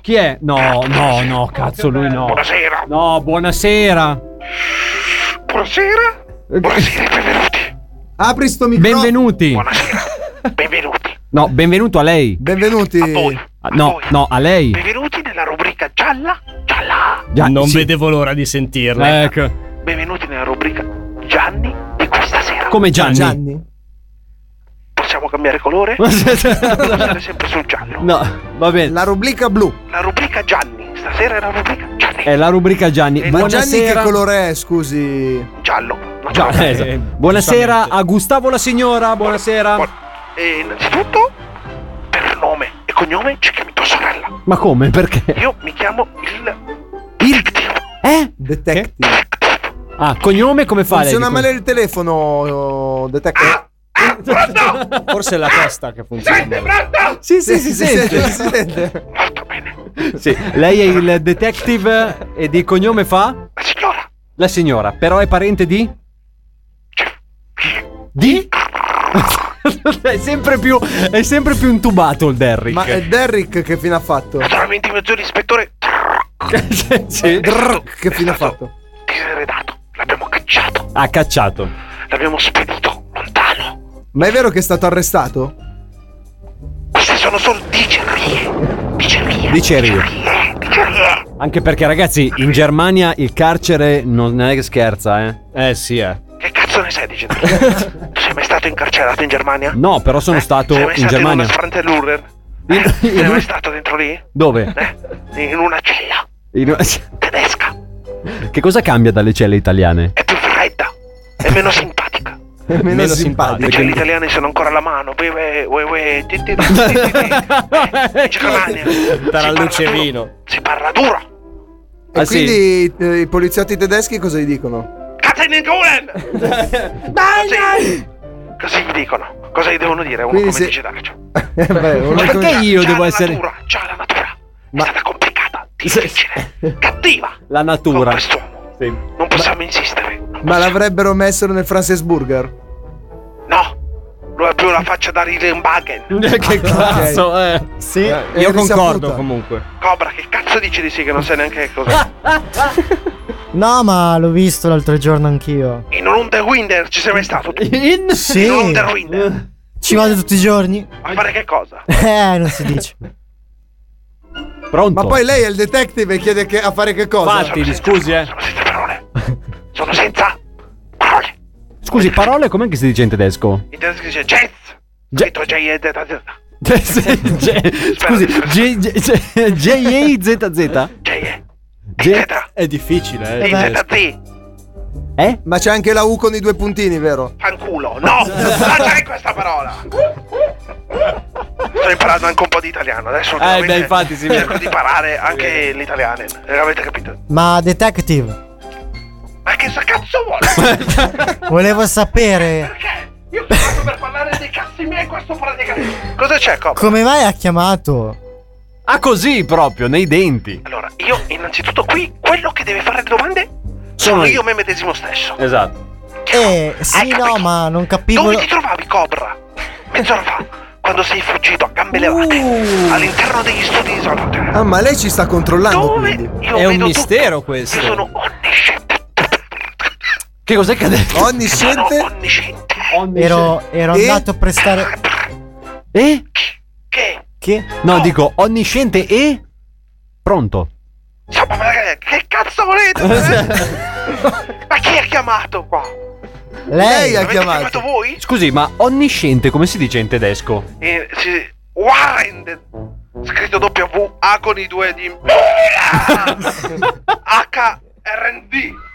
[SPEAKER 7] Chi è? No, no, no, cazzo, lui no. Buonasera. No, buonasera.
[SPEAKER 1] Buonasera.
[SPEAKER 7] Eh.
[SPEAKER 1] Buonasera, benvenuti.
[SPEAKER 6] Apri sto microfono.
[SPEAKER 7] Benvenuti.
[SPEAKER 1] Benvenuti.
[SPEAKER 7] No, benvenuto a lei.
[SPEAKER 6] Benvenuti.
[SPEAKER 7] Ah, No, no, a lei.
[SPEAKER 1] Benvenuti nella rubrica gialla. Gialla.
[SPEAKER 7] Già,
[SPEAKER 26] non
[SPEAKER 7] sì.
[SPEAKER 26] vedevo l'ora di sentirla.
[SPEAKER 7] Ecco.
[SPEAKER 1] Benvenuti nella rubrica Gianni di questa sera.
[SPEAKER 7] Come Gianni?
[SPEAKER 1] Possiamo cambiare colore? Possiamo stare sempre sul giallo.
[SPEAKER 7] No, va bene.
[SPEAKER 6] La rubrica blu.
[SPEAKER 1] La rubrica Gianni. Stasera è la rubrica Gianni.
[SPEAKER 7] È la rubrica Gianni.
[SPEAKER 6] Ma Gianni che
[SPEAKER 7] Buonasera.
[SPEAKER 6] colore è, scusi?
[SPEAKER 1] Giallo.
[SPEAKER 7] Già, eh, esatto. Buonasera a Gustavo la signora. Buonasera.
[SPEAKER 1] E innanzitutto, per nome e cognome, ci chiami tua sorella.
[SPEAKER 7] Ma come? Perché?
[SPEAKER 1] Io mi chiamo il...
[SPEAKER 7] Eh?
[SPEAKER 6] Detective.
[SPEAKER 7] Ah, cognome come fa? lei?
[SPEAKER 6] Funziona
[SPEAKER 7] Come-
[SPEAKER 6] male il telefono, oh, detective.
[SPEAKER 7] Ah!
[SPEAKER 26] Forse è la testa che funziona.
[SPEAKER 7] Sì, sì, si sente.
[SPEAKER 6] si sente.
[SPEAKER 7] Sì, lei è il detective e di cognome fa?
[SPEAKER 1] La signora.
[SPEAKER 7] La signora, però è parente di? Di? è sempre più è sempre più intubato il Derrick.
[SPEAKER 6] Ma è Derrick che fine ha fatto?
[SPEAKER 1] Naturalmente il mio zio ispettore
[SPEAKER 7] sì.
[SPEAKER 6] Drrrr, che fine ha fatto?
[SPEAKER 7] ha cacciato.
[SPEAKER 1] l'abbiamo spedito lontano.
[SPEAKER 6] Ma è vero che è stato arrestato?
[SPEAKER 1] Queste sono solo dicerie. Dicerie.
[SPEAKER 7] Dicerie.
[SPEAKER 1] Dicerie.
[SPEAKER 7] Anche perché ragazzi, in Germania il carcere non è che scherza, eh. Eh sì, eh.
[SPEAKER 1] Che cazzo ne sai di Germania? tu sei mai stato incarcerato in Germania?
[SPEAKER 7] No, però
[SPEAKER 1] Eh,
[SPEAKER 7] sono stato
[SPEAKER 1] sei mai
[SPEAKER 7] in
[SPEAKER 1] stato
[SPEAKER 7] Germania.
[SPEAKER 1] in una Frantellurer? Eh? Sei mai stato dentro lì?
[SPEAKER 7] Dove?
[SPEAKER 1] Eh? In una cella
[SPEAKER 7] In-
[SPEAKER 1] tedesca.
[SPEAKER 7] Che cosa cambia dalle celle italiane?
[SPEAKER 1] È più fredda. È meno simpatica.
[SPEAKER 6] Meno, simpatico.
[SPEAKER 1] Le celle italiane sono ancora alla mano. Poi, uè, uè, uè, ti- ti- ti- ti- ti- ti- Eh, in Germania.
[SPEAKER 26] Tarallucevino.
[SPEAKER 1] Si parla duro.
[SPEAKER 6] E
[SPEAKER 7] Ah, sì.
[SPEAKER 6] quindi eh, i poliziotti tedeschi cosa gli dicono?
[SPEAKER 1] Cazzo in Gulen! Dai, dai! Cosa gli dicono? Cosa gli devono dire? Uno
[SPEAKER 6] Quindi
[SPEAKER 1] come
[SPEAKER 6] se-
[SPEAKER 1] dice Darcio.
[SPEAKER 6] Eh, beh, uno
[SPEAKER 7] Ma perché
[SPEAKER 6] come-
[SPEAKER 7] io
[SPEAKER 1] Già
[SPEAKER 7] devo
[SPEAKER 1] la
[SPEAKER 7] essere
[SPEAKER 1] natura, già la natura. È stata complicata, difficile, cattiva.
[SPEAKER 7] la natura? Sì.
[SPEAKER 1] Non possiamo insistere.
[SPEAKER 6] Ma l'avrebbero messo nel Francesburger?
[SPEAKER 1] No, lui ha più la faccia da Rillenbagen.
[SPEAKER 7] Eh, che cazzo, eh.
[SPEAKER 18] Sì,
[SPEAKER 26] Io
[SPEAKER 6] Eh,
[SPEAKER 26] concordo
[SPEAKER 6] risaputa.
[SPEAKER 26] comunque.
[SPEAKER 1] Cobra, che cazzo dici di sì che non sai neanche che cos'è?
[SPEAKER 18] No, ma l'ho visto l'altro giorno anch'io.
[SPEAKER 1] In un Underwinder ci sei mai stato tu?
[SPEAKER 7] In
[SPEAKER 18] Sì.
[SPEAKER 1] In un Underwinder.
[SPEAKER 18] Ci vado tutti i giorni.
[SPEAKER 1] A fare che cosa?
[SPEAKER 18] Eh, non si dice.
[SPEAKER 7] Pronto?
[SPEAKER 6] Ma poi lei è il detective e chiede che- a fare che cosa?
[SPEAKER 7] Infatti, scusi, eh.
[SPEAKER 1] Sono senza parole. Sono senza parole.
[SPEAKER 7] Scusi, parole com'è che si dice in tedesco?
[SPEAKER 1] In tedesco dice Jazz. Scritto J-E-Z-Z.
[SPEAKER 7] Scusi, J- J- J- J-A-Z-Z?
[SPEAKER 1] J-E.
[SPEAKER 7] J-
[SPEAKER 26] È difficile, eh.
[SPEAKER 1] Z-Z.
[SPEAKER 7] Eh?
[SPEAKER 6] Ma c'è anche la U con i due puntini, vero?
[SPEAKER 1] Fanculo. No, lasciare questa parola. Sto imparando anche un po' di italiano. Adesso
[SPEAKER 7] Eh, beh,
[SPEAKER 1] ultimamente
[SPEAKER 7] infatti, si
[SPEAKER 1] cerco
[SPEAKER 7] vede.
[SPEAKER 1] di imparare anche l'italiano. Eh, Avete capito?
[SPEAKER 18] Ma detective,
[SPEAKER 1] Ma che sa- cazzo vuole?
[SPEAKER 18] volevo sapere
[SPEAKER 1] Perché? Io sono fatto per parlare dei cazzi miei questo parla dei cazzi. Cosa c'è, Cobra?
[SPEAKER 18] come mai ha chiamato?
[SPEAKER 7] Ah, così proprio, nei denti.
[SPEAKER 1] Allora, io innanzitutto qui quello che deve fare le domande sono,
[SPEAKER 7] Sono io.
[SPEAKER 1] io me medesimo stesso.
[SPEAKER 7] Esatto.
[SPEAKER 18] Eh, sì, no, ma non capivo.
[SPEAKER 1] Dove ti trovavi, Cobra? Mezz'ora fa, quando sei fuggito a gambe levate all'interno degli studi di Salvatore.
[SPEAKER 6] Ah, ma lei ci sta controllando
[SPEAKER 1] Dove
[SPEAKER 6] quindi.
[SPEAKER 1] io
[SPEAKER 26] È un
[SPEAKER 1] vedo
[SPEAKER 26] mistero
[SPEAKER 1] tutto.
[SPEAKER 26] questo.
[SPEAKER 1] Io sono onnisciente.
[SPEAKER 7] Che cos'è che ha detto?
[SPEAKER 1] Sono
[SPEAKER 6] Onnisciente?
[SPEAKER 1] onnisciente.
[SPEAKER 18] Ero, ero
[SPEAKER 6] E?
[SPEAKER 18] andato a prestare.
[SPEAKER 7] Eh?
[SPEAKER 1] Che?
[SPEAKER 18] Che?
[SPEAKER 7] No, dico onnisciente e. Pronto.
[SPEAKER 1] Insomma, ma che, che cazzo volete? eh? ma chi ha chiamato qua? Lei ha Avete chiamato. chiamato voi?
[SPEAKER 7] Scusi, ma onnisciente come si dice in tedesco?
[SPEAKER 1] E si... Wind! Scritto W A con i due di... HRD!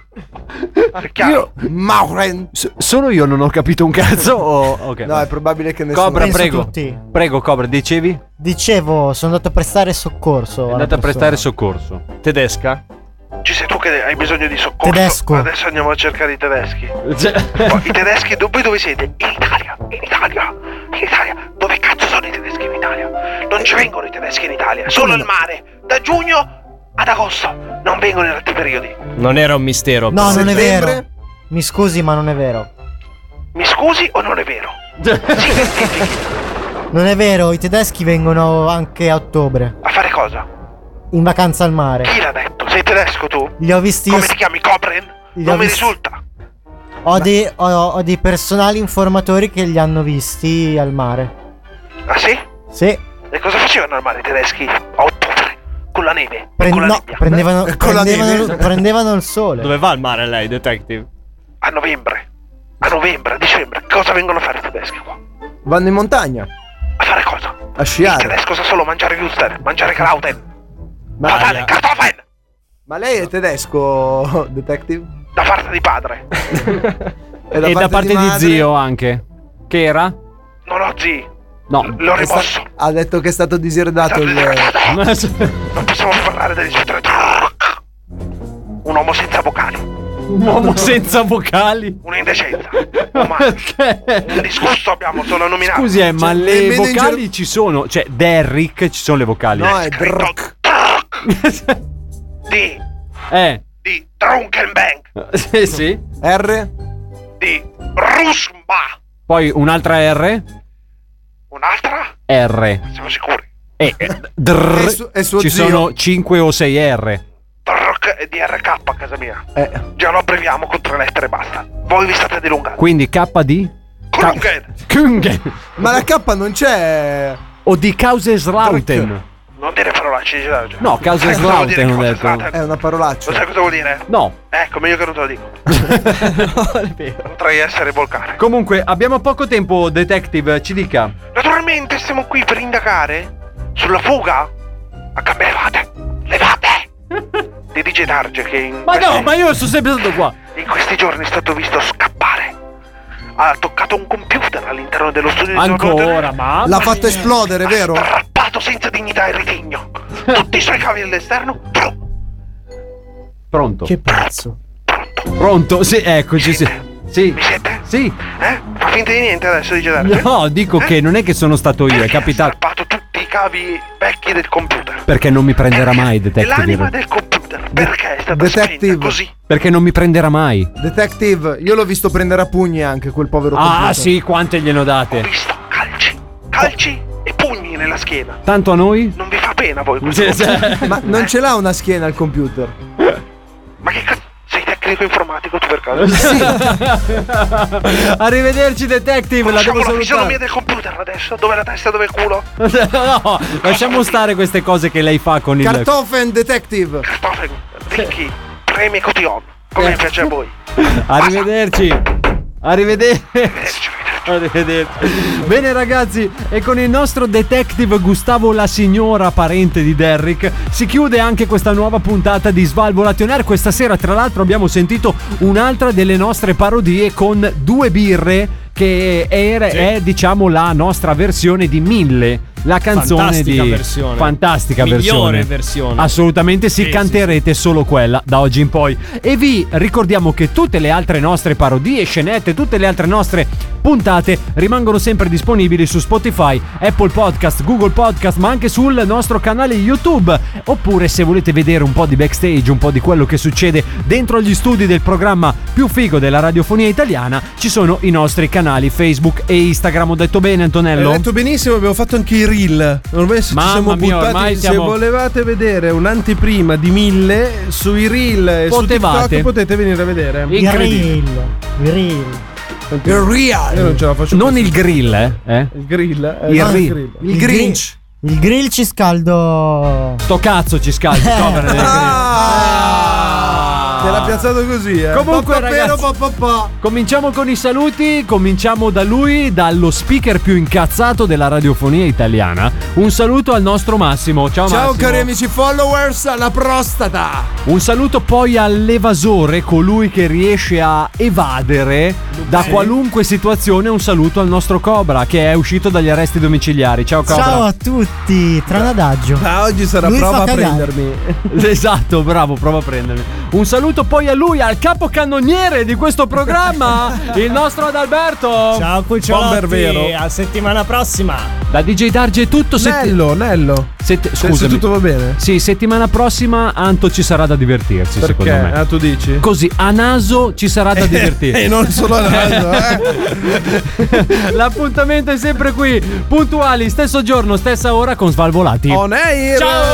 [SPEAKER 6] Io, Mauren.
[SPEAKER 7] solo io non ho capito un cazzo.
[SPEAKER 6] Oh,
[SPEAKER 7] o- ok.
[SPEAKER 6] No, è probabile che nessuno
[SPEAKER 7] Cobra,
[SPEAKER 18] Penso
[SPEAKER 7] prego.
[SPEAKER 18] tutti.
[SPEAKER 7] Prego, Cobra, dicevi? È
[SPEAKER 18] Dicevo, sono andato a prestare soccorso. alla
[SPEAKER 7] andata a
[SPEAKER 18] persona.
[SPEAKER 7] prestare soccorso. Tedesca?
[SPEAKER 1] Ci sei tu che hai bisogno di soccorso.
[SPEAKER 18] Tedesco.
[SPEAKER 1] Adesso andiamo a cercare i tedeschi.
[SPEAKER 7] Cioè,
[SPEAKER 1] Poi, I tedeschi, do- voi dove siete? In Italia, in Italia, in Italia. Dove cazzo sono i tedeschi in Italia? Non ci vengono i tedeschi in Italia, solo al mare. Da giugno ad agosto. Non vengono in altri periodi.
[SPEAKER 26] Non era un mistero.
[SPEAKER 18] No, non è vero. Mi scusi, ma non è vero.
[SPEAKER 1] Mi scusi o non è vero?
[SPEAKER 18] Non è vero, i tedeschi vengono anche a ottobre.
[SPEAKER 1] A fare cosa?
[SPEAKER 18] In vacanza al mare.
[SPEAKER 1] Chi l'ha detto? Sei tedesco tu?
[SPEAKER 18] Li ho visti io.
[SPEAKER 1] Come ti chiami? Cobren?
[SPEAKER 18] Li
[SPEAKER 1] Non
[SPEAKER 18] ho
[SPEAKER 1] mi
[SPEAKER 18] visti-
[SPEAKER 1] risulta.
[SPEAKER 18] Ho dei, ho, ho dei personali informatori che li hanno visti al mare.
[SPEAKER 1] Ah sì?
[SPEAKER 18] Sì.
[SPEAKER 1] E cosa facevano al mare i tedeschi? A ottobre, con la neve.
[SPEAKER 18] Pre-
[SPEAKER 1] con la
[SPEAKER 18] no,
[SPEAKER 1] nebbia.
[SPEAKER 18] prendevano, prendevano, prendevano il sole.
[SPEAKER 26] Dove va al mare lei, detective?
[SPEAKER 1] A novembre. A novembre, a dicembre. Cosa vengono a fare i tedeschi qua?
[SPEAKER 6] Vanno in montagna.
[SPEAKER 1] A fare cosa?
[SPEAKER 6] A
[SPEAKER 1] Il
[SPEAKER 6] sciare.
[SPEAKER 1] tedesco sa solo mangiare Würstel, mangiare Krauten.
[SPEAKER 26] Ah,
[SPEAKER 1] Patane, Kartoffeln!
[SPEAKER 6] Ma lei è tedesco, detective?
[SPEAKER 1] Da parte di padre.
[SPEAKER 6] E da parte di madre?
[SPEAKER 7] zio anche. Che era?
[SPEAKER 1] Non ho zii.
[SPEAKER 7] No.
[SPEAKER 1] L'ho
[SPEAKER 6] È sta-
[SPEAKER 1] rimosso. Cioè,
[SPEAKER 6] Ha detto che è stato diserdato il.
[SPEAKER 1] Non possiamo parlare degli sotto. Un uomo senza vocali.
[SPEAKER 7] Un uomo senza vocali.
[SPEAKER 1] Un'indecenza. Umano. Un disgusto abbiamo solo nominato.
[SPEAKER 7] Scusi, eh, ma
[SPEAKER 1] Cioè,
[SPEAKER 7] le
[SPEAKER 1] nemmeno in
[SPEAKER 7] vocali ci sono. Cioè, Derrick ci sono le vocali.
[SPEAKER 6] No, è drrrk.
[SPEAKER 1] Di
[SPEAKER 7] Eh.
[SPEAKER 1] Trunkenbank.
[SPEAKER 7] sì, sì.
[SPEAKER 6] R?
[SPEAKER 1] Di Rusma.
[SPEAKER 7] Poi un'altra R.
[SPEAKER 1] Un'altra?
[SPEAKER 7] R.
[SPEAKER 1] Siamo sicuri.
[SPEAKER 7] E eh, drrr.
[SPEAKER 1] È su- è suo
[SPEAKER 7] ci
[SPEAKER 1] zio.
[SPEAKER 7] sono 5 o 6 R.
[SPEAKER 1] Trrk e DRK a casa mia.
[SPEAKER 7] Eh.
[SPEAKER 1] Già lo abbreviamo con tre lettere e basta. Voi vi state dilungando.
[SPEAKER 7] Quindi K di
[SPEAKER 1] Trunken.
[SPEAKER 7] Kungen
[SPEAKER 6] Ma la K non c'è.
[SPEAKER 7] o di Kauseslauten.
[SPEAKER 1] Non dire parolacce, dice
[SPEAKER 7] No, Kauseslauten ho detto.
[SPEAKER 6] È una parolaccia.
[SPEAKER 1] Lo sai cosa vuol dire?
[SPEAKER 7] No.
[SPEAKER 1] Ecco, meglio che non te lo dico. Potrei essere volcano.
[SPEAKER 7] Comunque, abbiamo poco tempo, detective, ci dica.
[SPEAKER 1] Naturalmente siamo qui per indagare sulla fuga a gambe levate. Levate! Di DJ Darge che in
[SPEAKER 7] Ma
[SPEAKER 1] questi-
[SPEAKER 7] no, ma io sono sempre stato qua.
[SPEAKER 1] In questi giorni è stato visto scappare. Ha toccato un computer all'interno dello studio di
[SPEAKER 7] Ancora,
[SPEAKER 1] ma
[SPEAKER 7] mamma
[SPEAKER 6] L'ha fatto esplodere, vero?
[SPEAKER 1] Strappato senza dignità il ritigno. Tutti i suoi cavi all'esterno.
[SPEAKER 7] Pronto.
[SPEAKER 18] Che pazzo.
[SPEAKER 7] Pronto? Sì, eccoci, sì. Sì. Sì.
[SPEAKER 1] Eh? Fa finta di niente adesso, dice Darge.
[SPEAKER 7] No, dico che non è che sono stato io, è capitato
[SPEAKER 1] Tutti i cavi vecchi del computer.
[SPEAKER 7] perché non mi prenderà mai,
[SPEAKER 1] E l'anima
[SPEAKER 7] detective.
[SPEAKER 1] del computer. Perché è stata spenta
[SPEAKER 6] Detective.
[SPEAKER 1] così?
[SPEAKER 7] Perché non mi prenderà mai.
[SPEAKER 6] Detective, io l'ho visto prendere a pugni anche quel povero
[SPEAKER 7] Ah,
[SPEAKER 6] computer.
[SPEAKER 7] sì, quante gliene ho date?
[SPEAKER 1] Calci e pugni nella schiena.
[SPEAKER 7] Tanto a noi?
[SPEAKER 1] Non vi fa pena voi questo?
[SPEAKER 7] Sì, sì.
[SPEAKER 6] Ma non ce l'ha una schiena il
[SPEAKER 7] Ecco.
[SPEAKER 6] computer.
[SPEAKER 1] Sei tecnico informatico tu per caso?
[SPEAKER 7] Arrivederci, detective, la
[SPEAKER 1] Conosciamo
[SPEAKER 7] devo
[SPEAKER 1] la fisionomia
[SPEAKER 7] salutare.
[SPEAKER 1] del computer adesso? Dove è la testa, dove è il culo?
[SPEAKER 7] No, lasciamo stare queste cose che lei fa con il
[SPEAKER 6] Cartofen Detective.
[SPEAKER 1] Cartofen, Ricchi, premi e cotillon.
[SPEAKER 7] Eh.
[SPEAKER 1] Come vi piace a voi?
[SPEAKER 7] Arrivederci.
[SPEAKER 1] Eh,
[SPEAKER 7] Arrivederci. Arrivederci. Bene ragazzi, e con il nostro detective Gustavo La Signora, parente di Derrick, si chiude anche questa nuova puntata di Svalvolation Air. Questa sera tra l'altro abbiamo sentito un'altra delle nostre parodie con due birre che era- è diciamo la nostra versione di Mille, la canzone
[SPEAKER 26] Fantastica
[SPEAKER 7] di
[SPEAKER 26] versione.
[SPEAKER 7] fantastica
[SPEAKER 26] Migliore
[SPEAKER 7] versione.
[SPEAKER 26] versione.
[SPEAKER 7] Assolutamente sì,
[SPEAKER 26] Sì, sì,
[SPEAKER 7] canterete solo quella da oggi in poi. E vi ricordiamo che tutte le altre nostre parodie, scenette, tutte le altre nostre puntate rimangono sempre disponibili su Spotify, Apple Podcast, Google Podcast, ma anche sul nostro canale YouTube. Oppure se volete vedere un po' di backstage, un po' di quello che succede dentro gli studi del programma più figo della radiofonia italiana, ci sono i nostri canali Facebook e Instagram. Ho detto bene Antonello?
[SPEAKER 13] L'ho detto benissimo, abbiamo fatto anche i reel. Ormai ci
[SPEAKER 7] Eh, Mamma
[SPEAKER 13] siamo
[SPEAKER 7] mia, ormai
[SPEAKER 13] buttati.
[SPEAKER 7] siamo-
[SPEAKER 13] Se volevate vedere un'anteprima di mille sui reel e
[SPEAKER 7] Potevate.
[SPEAKER 13] su TikTok potete venire a vedere.
[SPEAKER 18] Il grill. Il grill.
[SPEAKER 13] Il real. Io non ce la faccio.
[SPEAKER 7] Non il grill, eh? eh?
[SPEAKER 13] Il grill. eh,
[SPEAKER 7] Il
[SPEAKER 13] no,
[SPEAKER 7] reel.
[SPEAKER 18] Il Grinch. Il grill ci scaldo.
[SPEAKER 7] Ah!
[SPEAKER 27] Ah!
[SPEAKER 7] Sto cazzo ci scaldi, povero del grill.
[SPEAKER 6] Te l'ha piazzato così, eh.
[SPEAKER 7] Comunque, ragazzi, cominciamo con i saluti. Cominciamo da lui, dallo speaker più incazzato della radiofonia italiana. Un saluto al nostro Massimo. Ciao,
[SPEAKER 27] Ciao
[SPEAKER 7] Massimo.
[SPEAKER 27] cari amici followers, alla prostata!
[SPEAKER 7] Un saluto poi all'evasore, colui che riesce a evadere da qualunque situazione. Un saluto al nostro Cobra che è uscito dagli arresti domiciliari. Ciao Cobra.
[SPEAKER 13] Ciao a tutti, tranadaggio.
[SPEAKER 6] Da Ah, oggi sarà
[SPEAKER 13] Lui
[SPEAKER 6] prova
[SPEAKER 13] fa
[SPEAKER 6] a
[SPEAKER 13] cagare.
[SPEAKER 6] prendermi.
[SPEAKER 7] Esatto, bravo, prova a prendermi. Un saluto poi a lui, al capocannoniere di questo programma, il nostro Adalberto.
[SPEAKER 28] Ciao
[SPEAKER 7] Bomber vero.
[SPEAKER 28] cucciolotti, a settimana prossima.
[SPEAKER 7] Da DJ Darge è tutto.
[SPEAKER 6] Nello, Nello. Cioè,
[SPEAKER 7] Sette,
[SPEAKER 6] Se-
[SPEAKER 7] scusami.
[SPEAKER 6] se tutto va bene.
[SPEAKER 7] Sì, settimana prossima Anto ci sarà da divertirsi,
[SPEAKER 6] Perché?
[SPEAKER 7] secondo me.
[SPEAKER 6] Ah, tu dici?
[SPEAKER 7] Così a naso ci sarà da divertirsi.
[SPEAKER 6] E non solo a naso, eh.
[SPEAKER 7] L'appuntamento è sempre qui, puntuali, stesso giorno, stessa ora con Svalvolati.
[SPEAKER 6] On air.
[SPEAKER 7] Ciao.